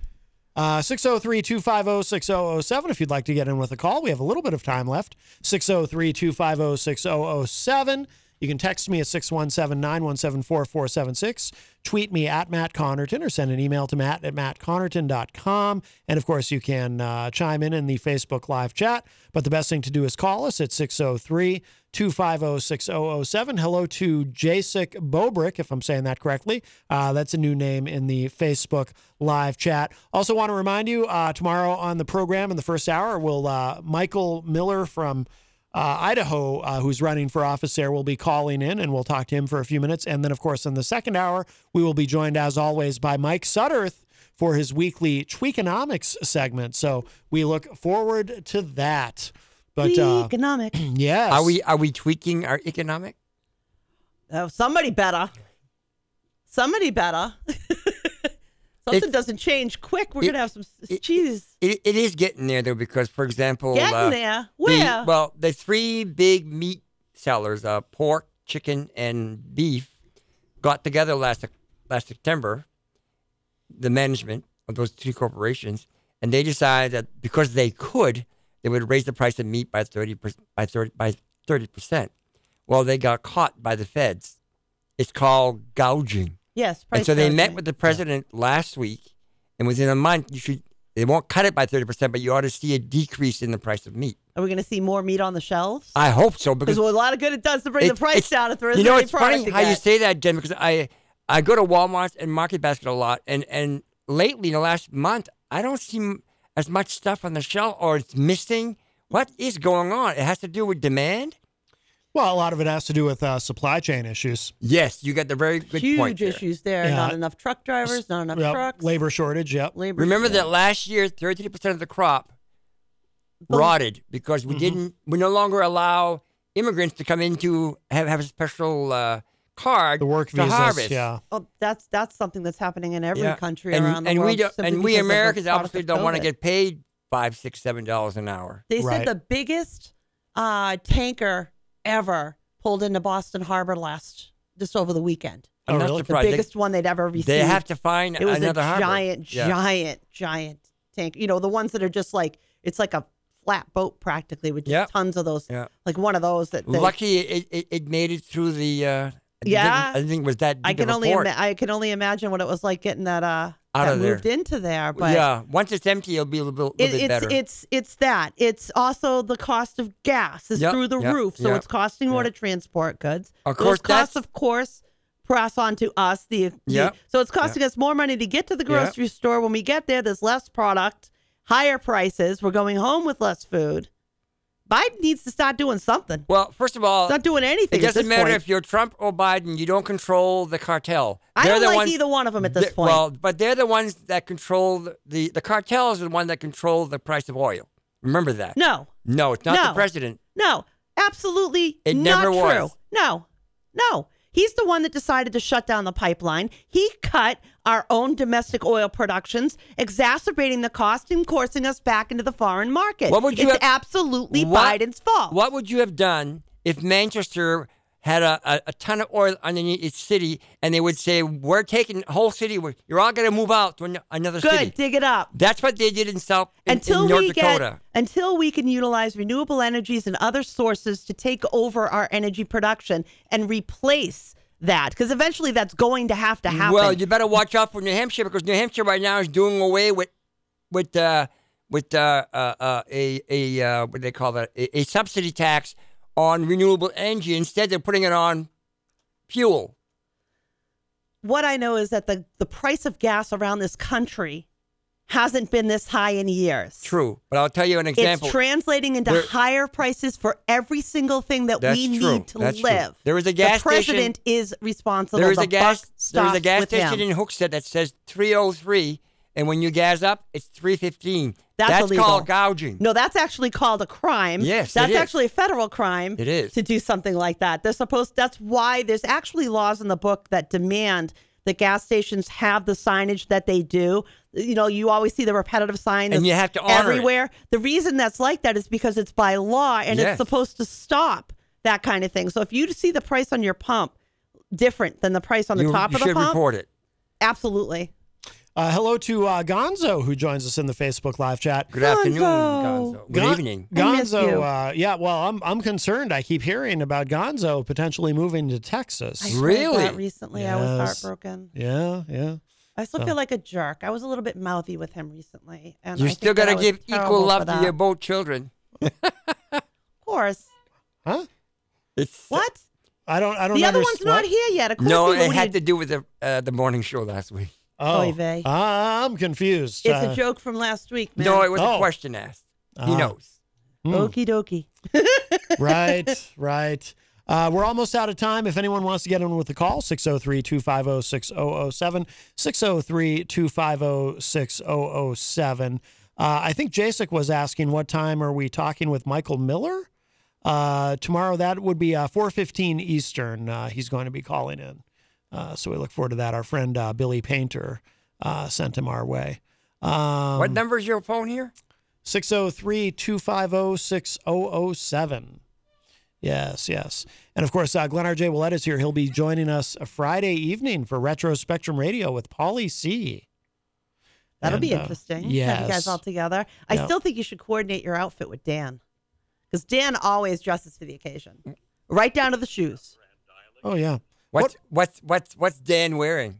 C: Uh, oh, 603-250-6007 if you'd like to get in with a call. We have a little bit of time left. 603-250-6007. You can text me at 617-917-4476. Tweet me at Matt Connerton or send an email to matt at mattconnerton.com. And, of course, you can uh, chime in in the Facebook live chat. But the best thing to do is call us at 603-250-6007. Hello to Jacek Bobrick, if I'm saying that correctly. Uh, that's a new name in the Facebook live chat. Also want to remind you, uh, tomorrow on the program in the first hour, will uh, Michael Miller from uh, Idaho, uh, who's running for office there, will be calling in and we'll talk to him for a few minutes. And then, of course, in the second hour, we will be joined, as always, by Mike Sutterth for his weekly Tweakonomics segment. So we look forward to that. But uh,
E: Economic.
C: yes,
F: Are we are we tweaking our economic?
E: Oh, somebody better. Somebody better. Something doesn't change quick. We're
F: it-
E: gonna have some cheese.
F: It, it is getting there though, because for example,
E: Getting
F: uh,
E: there?
F: the-
E: Where?
F: well, the three big meat sellers, uh, pork, chicken, and beef, got together last last September. The management of those two corporations, and they decided that because they could, they would raise the price of meat by thirty by thirty by thirty percent. Well, they got caught by the feds. It's called gouging.
E: Yes,
F: And
E: price
F: so they met
E: gouging.
F: with the president last week, and within a month, you should they won't cut it by thirty percent, but you ought to see a decrease in the price of meat.
E: Are we gonna see more meat on the shelves?
F: I hope so
E: Because
F: because
E: a lot of good it does to bring
F: it-
E: the price
F: it's-
E: down if there isn't
F: you know
E: any
F: it's
E: product
F: funny
E: to
F: how you
E: get.
F: say that, Jen, because I I go to Walmart and Market Basket a lot, and and lately in the last month, I don't see m- as much stuff on the shelf, or it's missing. What is going on? It has to do with demand.
C: Well, a lot of it has to do with uh, supply chain issues.
F: Yes, you got the very good
E: huge
F: point. there.
E: issues there.
C: Yeah.
E: Not enough truck drivers, not enough
C: Yep,
E: trucks.
C: Labor shortage. Yep.
E: Labor
F: Remember
E: shortage.
F: that last year, thirty percent of the crop rotted because we
E: Mm-hmm.
F: didn't. We no longer allow immigrants to come into have have a special uh, card. The work to
C: visas,
F: harvest.
C: yeah.
E: Oh, that's that's something that's happening in every
F: Yeah.
E: country
F: and,
E: around the
F: and
E: world.
F: We don't,
E: simply
F: and we
E: because of the
F: Americans
E: product
F: obviously
E: of
F: don't want to
E: COVID.
F: get paid five, six, seven dollars an hour.
E: They said the biggest uh, tanker ever pulled into Boston Harbor last just over the weekend.
F: I'm not
E: Oh, The
F: surprised. They-
E: biggest one they'd ever received.
F: have to find
E: it was
F: another
E: a
F: harbor.
E: giant,
F: Yeah.
E: giant, giant tank. You know, the ones that are just like it's like a flat boat practically with just
F: Yep.
E: tons of those.
F: Yeah.
E: Like one of those that. that-
F: Lucky it, it, it made it through the. Uh, I didn't-
E: Yeah.
F: I think it was that.
E: I
F: big of
E: can
F: a
E: only
F: port.
E: ima- I can only imagine what it was like getting that uh
F: Out
E: that
F: of there.
E: moved into there. But
F: yeah, once it's empty, it'll be a little, bit-
E: it,
F: little bit
E: it's
F: better.
E: it's it's that. It's also the cost of gas is
F: Yep,
E: through the
F: yep,
E: roof, so
F: yep,
E: it's costing more to transport goods.
F: Of
E: Those
F: course, that's-
E: costs, of course, pass on to us. The, the-
F: Yep,
E: so it's costing us more money to get to the
F: Yep.
E: grocery store. When we get there, there's less product, higher prices. We're going home with less food. Biden needs to start doing something.
F: Well, first of all,
E: He's not doing anything.
F: It doesn't matter
E: point.
F: if you're Trump or Biden. You don't control the cartel.
E: I
F: They're
E: don't
F: the
E: like
F: ones-
E: either one of 'em at this
F: They-
E: point.
F: Well, but they're the ones that control the, the the cartels are the one that control the price of oil. Remember that.
E: No.
F: No, it's not
E: no.
F: the president.
E: No, absolutely
F: It
E: not
F: never was.
E: true. No, no. He's the one that decided to shut down the pipeline. He cut our own domestic oil productions, exacerbating the cost and coursing us back into the foreign market.
F: What would you
E: it's
F: have-
E: absolutely
F: What-
E: Biden's fault.
F: What would you have done if Manchester had a, a, a ton of oil underneath its city and they would say, We're taking whole city, we're, you're all going to move out to an, another
E: Good,
F: city?
E: dig it up.
F: That's what they did in South in, in
E: until
F: North
E: we
F: Dakota.
E: get until we can utilize renewable energies and other sources to take over our energy production and replace that because eventually that's going to have to happen.
F: Well, you better watch out for New Hampshire because New Hampshire right now is doing away with with uh, with uh, uh, uh, a a uh, what do they call that a, a subsidy tax on renewable energy. Instead, they're putting it on fuel.
E: what I know is that the, the price of gas around this country hasn't been this high in years.
F: True, but I'll tell you an example.
E: It's translating into
F: There-
E: higher prices for every single thing that
F: That's
E: we
F: true.
E: need to
F: That's true.
E: live.
F: There is a gas
E: The president is responsible.
F: There is
E: The
F: a gas
E: buck
F: there is a
E: stops
F: gas
E: with
F: station
E: him.
F: in Hooksett that says 303, and when you gas up, it's 315.
E: That's, illegal.
F: called gouging.
E: No, that's actually called a crime.
F: Yes, it
E: that's
F: is.
E: actually a federal crime.
F: It is.
E: to do something like that. They're supposed. That's why there's actually laws in the book that demand that gas stations have the signage that they do. You know, you always see the repetitive sign,
F: And
E: that's
F: you have to honor it.
E: everywhere. The reason that's like that is because it's by law and
F: Yes.
E: it's supposed to stop that kind of thing. So if you see the price on your pump different than the price on the
F: you,
E: top
F: you
E: of the
F: should
E: pump,
F: report it.
E: absolutely.
C: Uh, hello to uh, Gonzo, who joins us in the Facebook live chat.
F: Good afternoon, Gonzo. Good evening. I miss you.
C: Gonzo. Uh, yeah, well, I'm I'm concerned. I keep hearing about Gonzo potentially moving to Texas.
E: I heard that recently I was
C: Yes.
E: heartbroken.
C: Yeah, yeah.
E: I still
C: So-
E: feel like a jerk. I was a little bit mouthy with him recently, and
F: You
E: I
F: still
E: think that
F: got
E: I
F: to
E: was
F: give
E: terrible
F: equal
E: for
F: love to
E: that.
F: your both children.
E: Of course,
C: Huh?
F: It's
E: what?
C: I don't. I don't.
E: The other
C: underst-
E: one's not
C: what?
E: here yet. Of course,
F: No,
E: he
F: it
E: would.
F: had to do with the uh, the morning show last week.
C: Oh,
E: Oy vey.
C: I'm confused.
E: It's
C: Uh,
E: a joke from last week, man.
F: No, it was
C: Oh.
F: a question asked. He
C: Ah.
F: knows.
C: Hmm.
E: Okie dokie.
C: right, right. Uh, we're almost out of time. If anyone wants to get in with a call, 603 250 6007. 603 250 6007. Uh, I think Jacek was asking what time are we talking with Michael Miller? Uh, tomorrow, that would be uh, 4.15 Eastern. Uh, he's going to be calling in. Uh, so we look forward to that. Our friend uh, Billy Painter uh, sent him our way. Um,
F: what number is your phone here?
C: 603 250 6007. Yes, yes. And of course, uh, Glenn R.J. Willett is here. He'll be joining us a Friday evening for Retro Spectrum Radio with Paulie C.
E: That'll be
C: And, uh,
E: interesting. Have you
C: yes.
E: guys all together. I
C: Yeah.
E: still think you should coordinate your outfit with Dan because Dan always dresses for the occasion,
F: Mm.
E: right down to the shoes.
C: Oh yeah.
F: What's what's what's what's Dan wearing?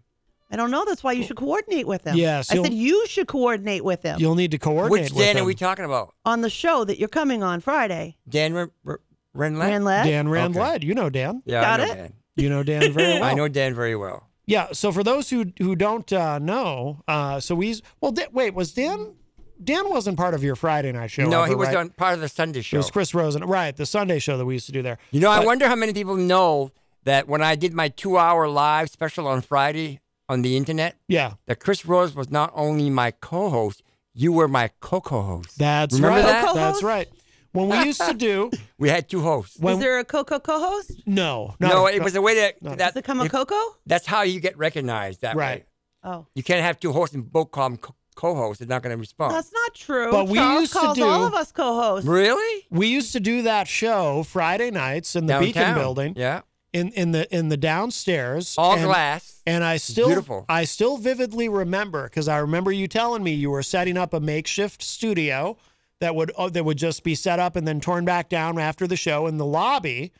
E: I don't know. That's why you should coordinate with him.
F: Yes,
E: I
F: you'll-
E: said you should coordinate with him
C: You'll need to coordinate
F: Which
C: with uh,
F: Dan
C: him.
F: are we talking about?
E: on the show that you're coming on Friday.
F: Dan Ren- Ren- Renlet.
E: Renlet?
C: Dan Rand
F: Okay.
C: You know Dan.
F: Yeah,
E: Got
F: I know
E: it?
F: Dan.
C: You know Dan very well.
F: I know Dan very well.
C: Yeah. So for those who who don't uh, know, uh, so he's well. Da- wait, was Dan? Dan wasn't part of your Friday night show.
F: no,
C: ever,
F: he was
C: right?
F: on part of the Sunday
C: It
F: show.
C: was Chris Rosen, right? The Sunday show that we used to do there.
F: You know, I
C: But-
F: wonder how many people know that when I did my two-hour live special on Friday on the internet,
C: Yeah.
F: that Chris Rose was not only my co-host, you were my co-co-host.
C: That's
F: Remember
C: right.
F: that?
C: That's right. When we used to do,
F: we had two hosts.
E: Is there a Coco co-host?
C: no,
F: no,
C: no,
F: it was a way that, that
E: Does it come a Coco?
F: that's how you get recognized. That
C: Right.
F: way,
E: Oh,
F: you can't have two hosts and both call 'em co- co-hosts. They're not going to respond.
E: that's not true.
C: But we
E: Charles
C: used to
E: calls
C: do-
E: all of us co-hosts.
F: really?
C: we used to do that show Friday nights in the Beacon
F: Downtown.
C: Building.
F: Yeah.
C: in in the in the downstairs,
F: All
C: and-
F: glass.
C: And I still
F: beautiful.
C: I still vividly remember because I remember you telling me you were setting up a makeshift studio that would oh, that would just be set up and then torn back down after the show in the lobby,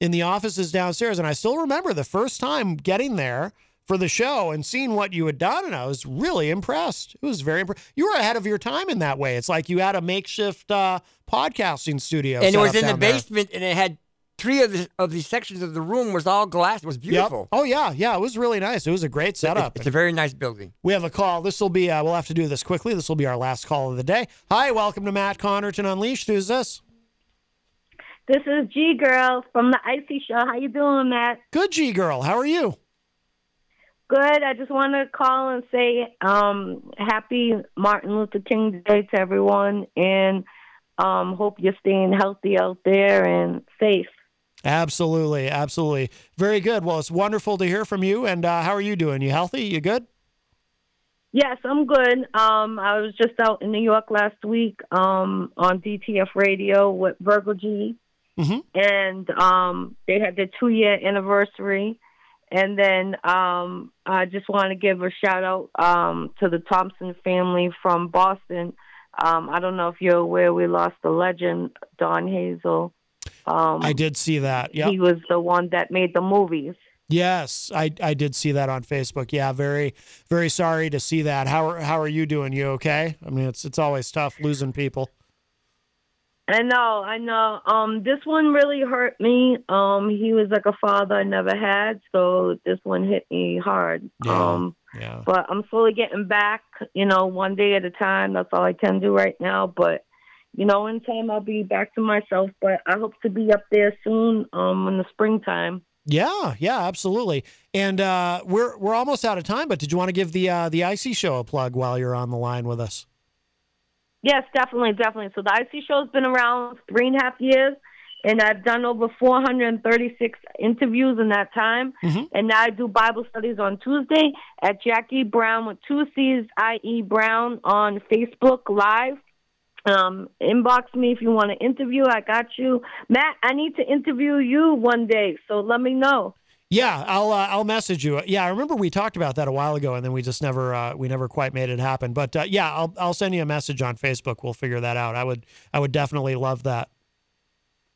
C: in the offices downstairs. And I still remember the first time getting there for the show and seeing what you had done, and I was really impressed. It was very impressed. You were ahead of your time in that way. It's like you had a makeshift uh, podcasting studio,
F: and it
C: set
F: was
C: up
F: in the
C: down there.
F: basement, and it had three of the of the sections of the room was all glass. It was
C: Yep.
F: beautiful.
C: Oh yeah, yeah. It was really nice. It was a great setup.
F: It's a very nice building.
C: We have a call. This will be, uh, we'll have to do this quickly. This will be our last call of the day. Hi, welcome to Matt Connerton Unleashed. Who's this?
B: This is G Girl from the Icy Show. How you doing, Matt?
C: Good G Girl. How are you?
B: Good. I just want to call and say um, happy Martin Luther King Day to everyone, and um, hope you're staying healthy out there and safe.
C: Absolutely. Absolutely. Very good. Well, it's wonderful to hear from you. And uh, how are you doing? You healthy? You good?
B: Yes, I'm good. Um, I was just out in New York last week um, on DTF Radio with Virgil G, and um, they had their two year anniversary. And then um, I just want to give a shout out um, to the Thompson family from Boston. Um, I don't know if you're aware, we lost the legend Don Hazel. Um,
C: I did see that. Yeah.
B: He was the one that made the movies.
C: Yes, I, I did see that on Facebook. Yeah, very very sorry to see that. How are how are you doing? You okay? I mean, it's it's always tough losing people.
B: I know, I know. Um, this one really hurt me. Um, he was like a father I never had, so this one hit me hard. Um,
C: yeah.
B: but I'm slowly getting back. You know, one day at a time. That's all I can do right now. But you know, in time I'll be back to myself. But I hope to be up there soon. Um, in the springtime.
C: Yeah, yeah, absolutely. And uh, we're we're almost out of time, but did you want to give the uh, the IC show a plug while you're on the line with us?
B: Yes, definitely, definitely. So the IC show has been around three and a half years, and I've done over 436 interviews in that time.
C: Mm-hmm.
B: And now I do Bible studies on Tuesday at Jackie Brown with two C's, I.E. Brown, on Facebook Live. Um, inbox me if you want to interview. I got you. Matt, I need to interview you one day, so let me know.
C: Yeah, I'll uh, I'll message you. Yeah, I remember we talked about that a while ago, and then we just never uh, we never quite made it happen. But uh, yeah, I'll I'll send you a message on Facebook. We'll figure that out. I would I would definitely love that.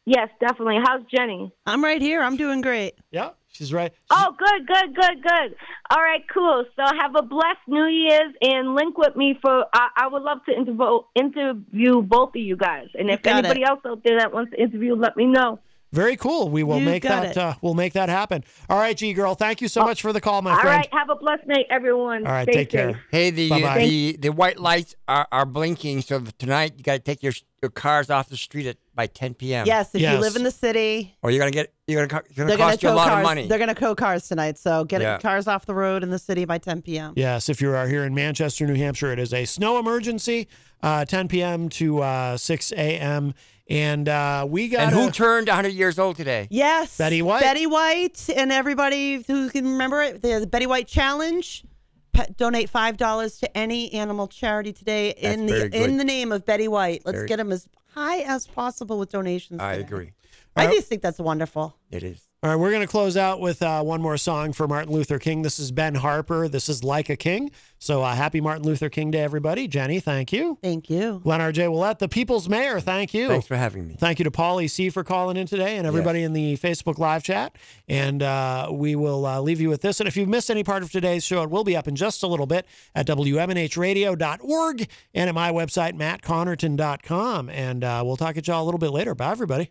B: Yes, definitely. How's Jenny?
E: I'm right here. I'm doing great.
C: Yeah, she's right.
B: Oh, good, good, good, good. All right, cool. So have a blessed New Year's and link with me for. I, I would love to intervo- interview both of you guys. And if
C: got it.
B: anybody else out there that wants to interview, let me know.
C: Very cool. We will
B: You
C: make
B: got
C: that
B: it. Oh,
C: uh, we'll make that happen. All right, G girl, thank you so much for the call, my
B: All
C: friend.
B: right, have a blessed night, everyone.
C: All right,
B: Stay
C: take care.
B: safe.
F: Hey, the
C: Bye-bye.
F: the, the white lights are, are blinking, so tonight you got to take your your cars off the street at by 10 p.m.
E: Yes, if you live in the city,
F: or you're gonna get you're gonna, co- you're gonna
E: they're going
F: cost
E: to
F: you a
E: tow
F: lot
E: cars.
F: of money.
E: They're going to tow cars tonight, so get it-
C: Yeah.
E: cars off the road in the city by 10 p.m.
C: Yes, if you are here in Manchester, New Hampshire, it is a snow emergency, uh, 10 p.m. to uh, 6 a.m. And uh, we got
F: and who
C: a-
F: turned 100 years old today?
E: Yes.
C: Betty White.
E: Betty White and everybody who can remember it, the Betty White Challenge. Pet, donate five dollars to any animal charity today in
F: That's very
E: the
F: good.
E: in the name of Betty White. Let's
F: Very-
E: get them as high as possible with donations.
F: I
E: today.
F: agree.
E: I
C: All right.
E: just think that's wonderful.
F: It is.
C: All right, we're going to close out with uh, one more song for Martin Luther King. This is Ben Harper. This is Like a King. So uh, happy Martin Luther King Day, everybody. Jenny, thank you.
E: Thank you.
C: Glenn R.J. Willett, the People's Mayor, thank you.
F: Thanks for having me.
C: Thank you to Paulie C for calling in today and everybody in the Facebook live chat. And uh, we will uh, leave you with this. And if you've missed any part of today's show, it will be up in just a little bit at WMNHradio.org and at my website, mattconnerton.com. And uh, we'll talk at y'all a little bit later. Bye, everybody.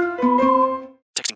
D: Texting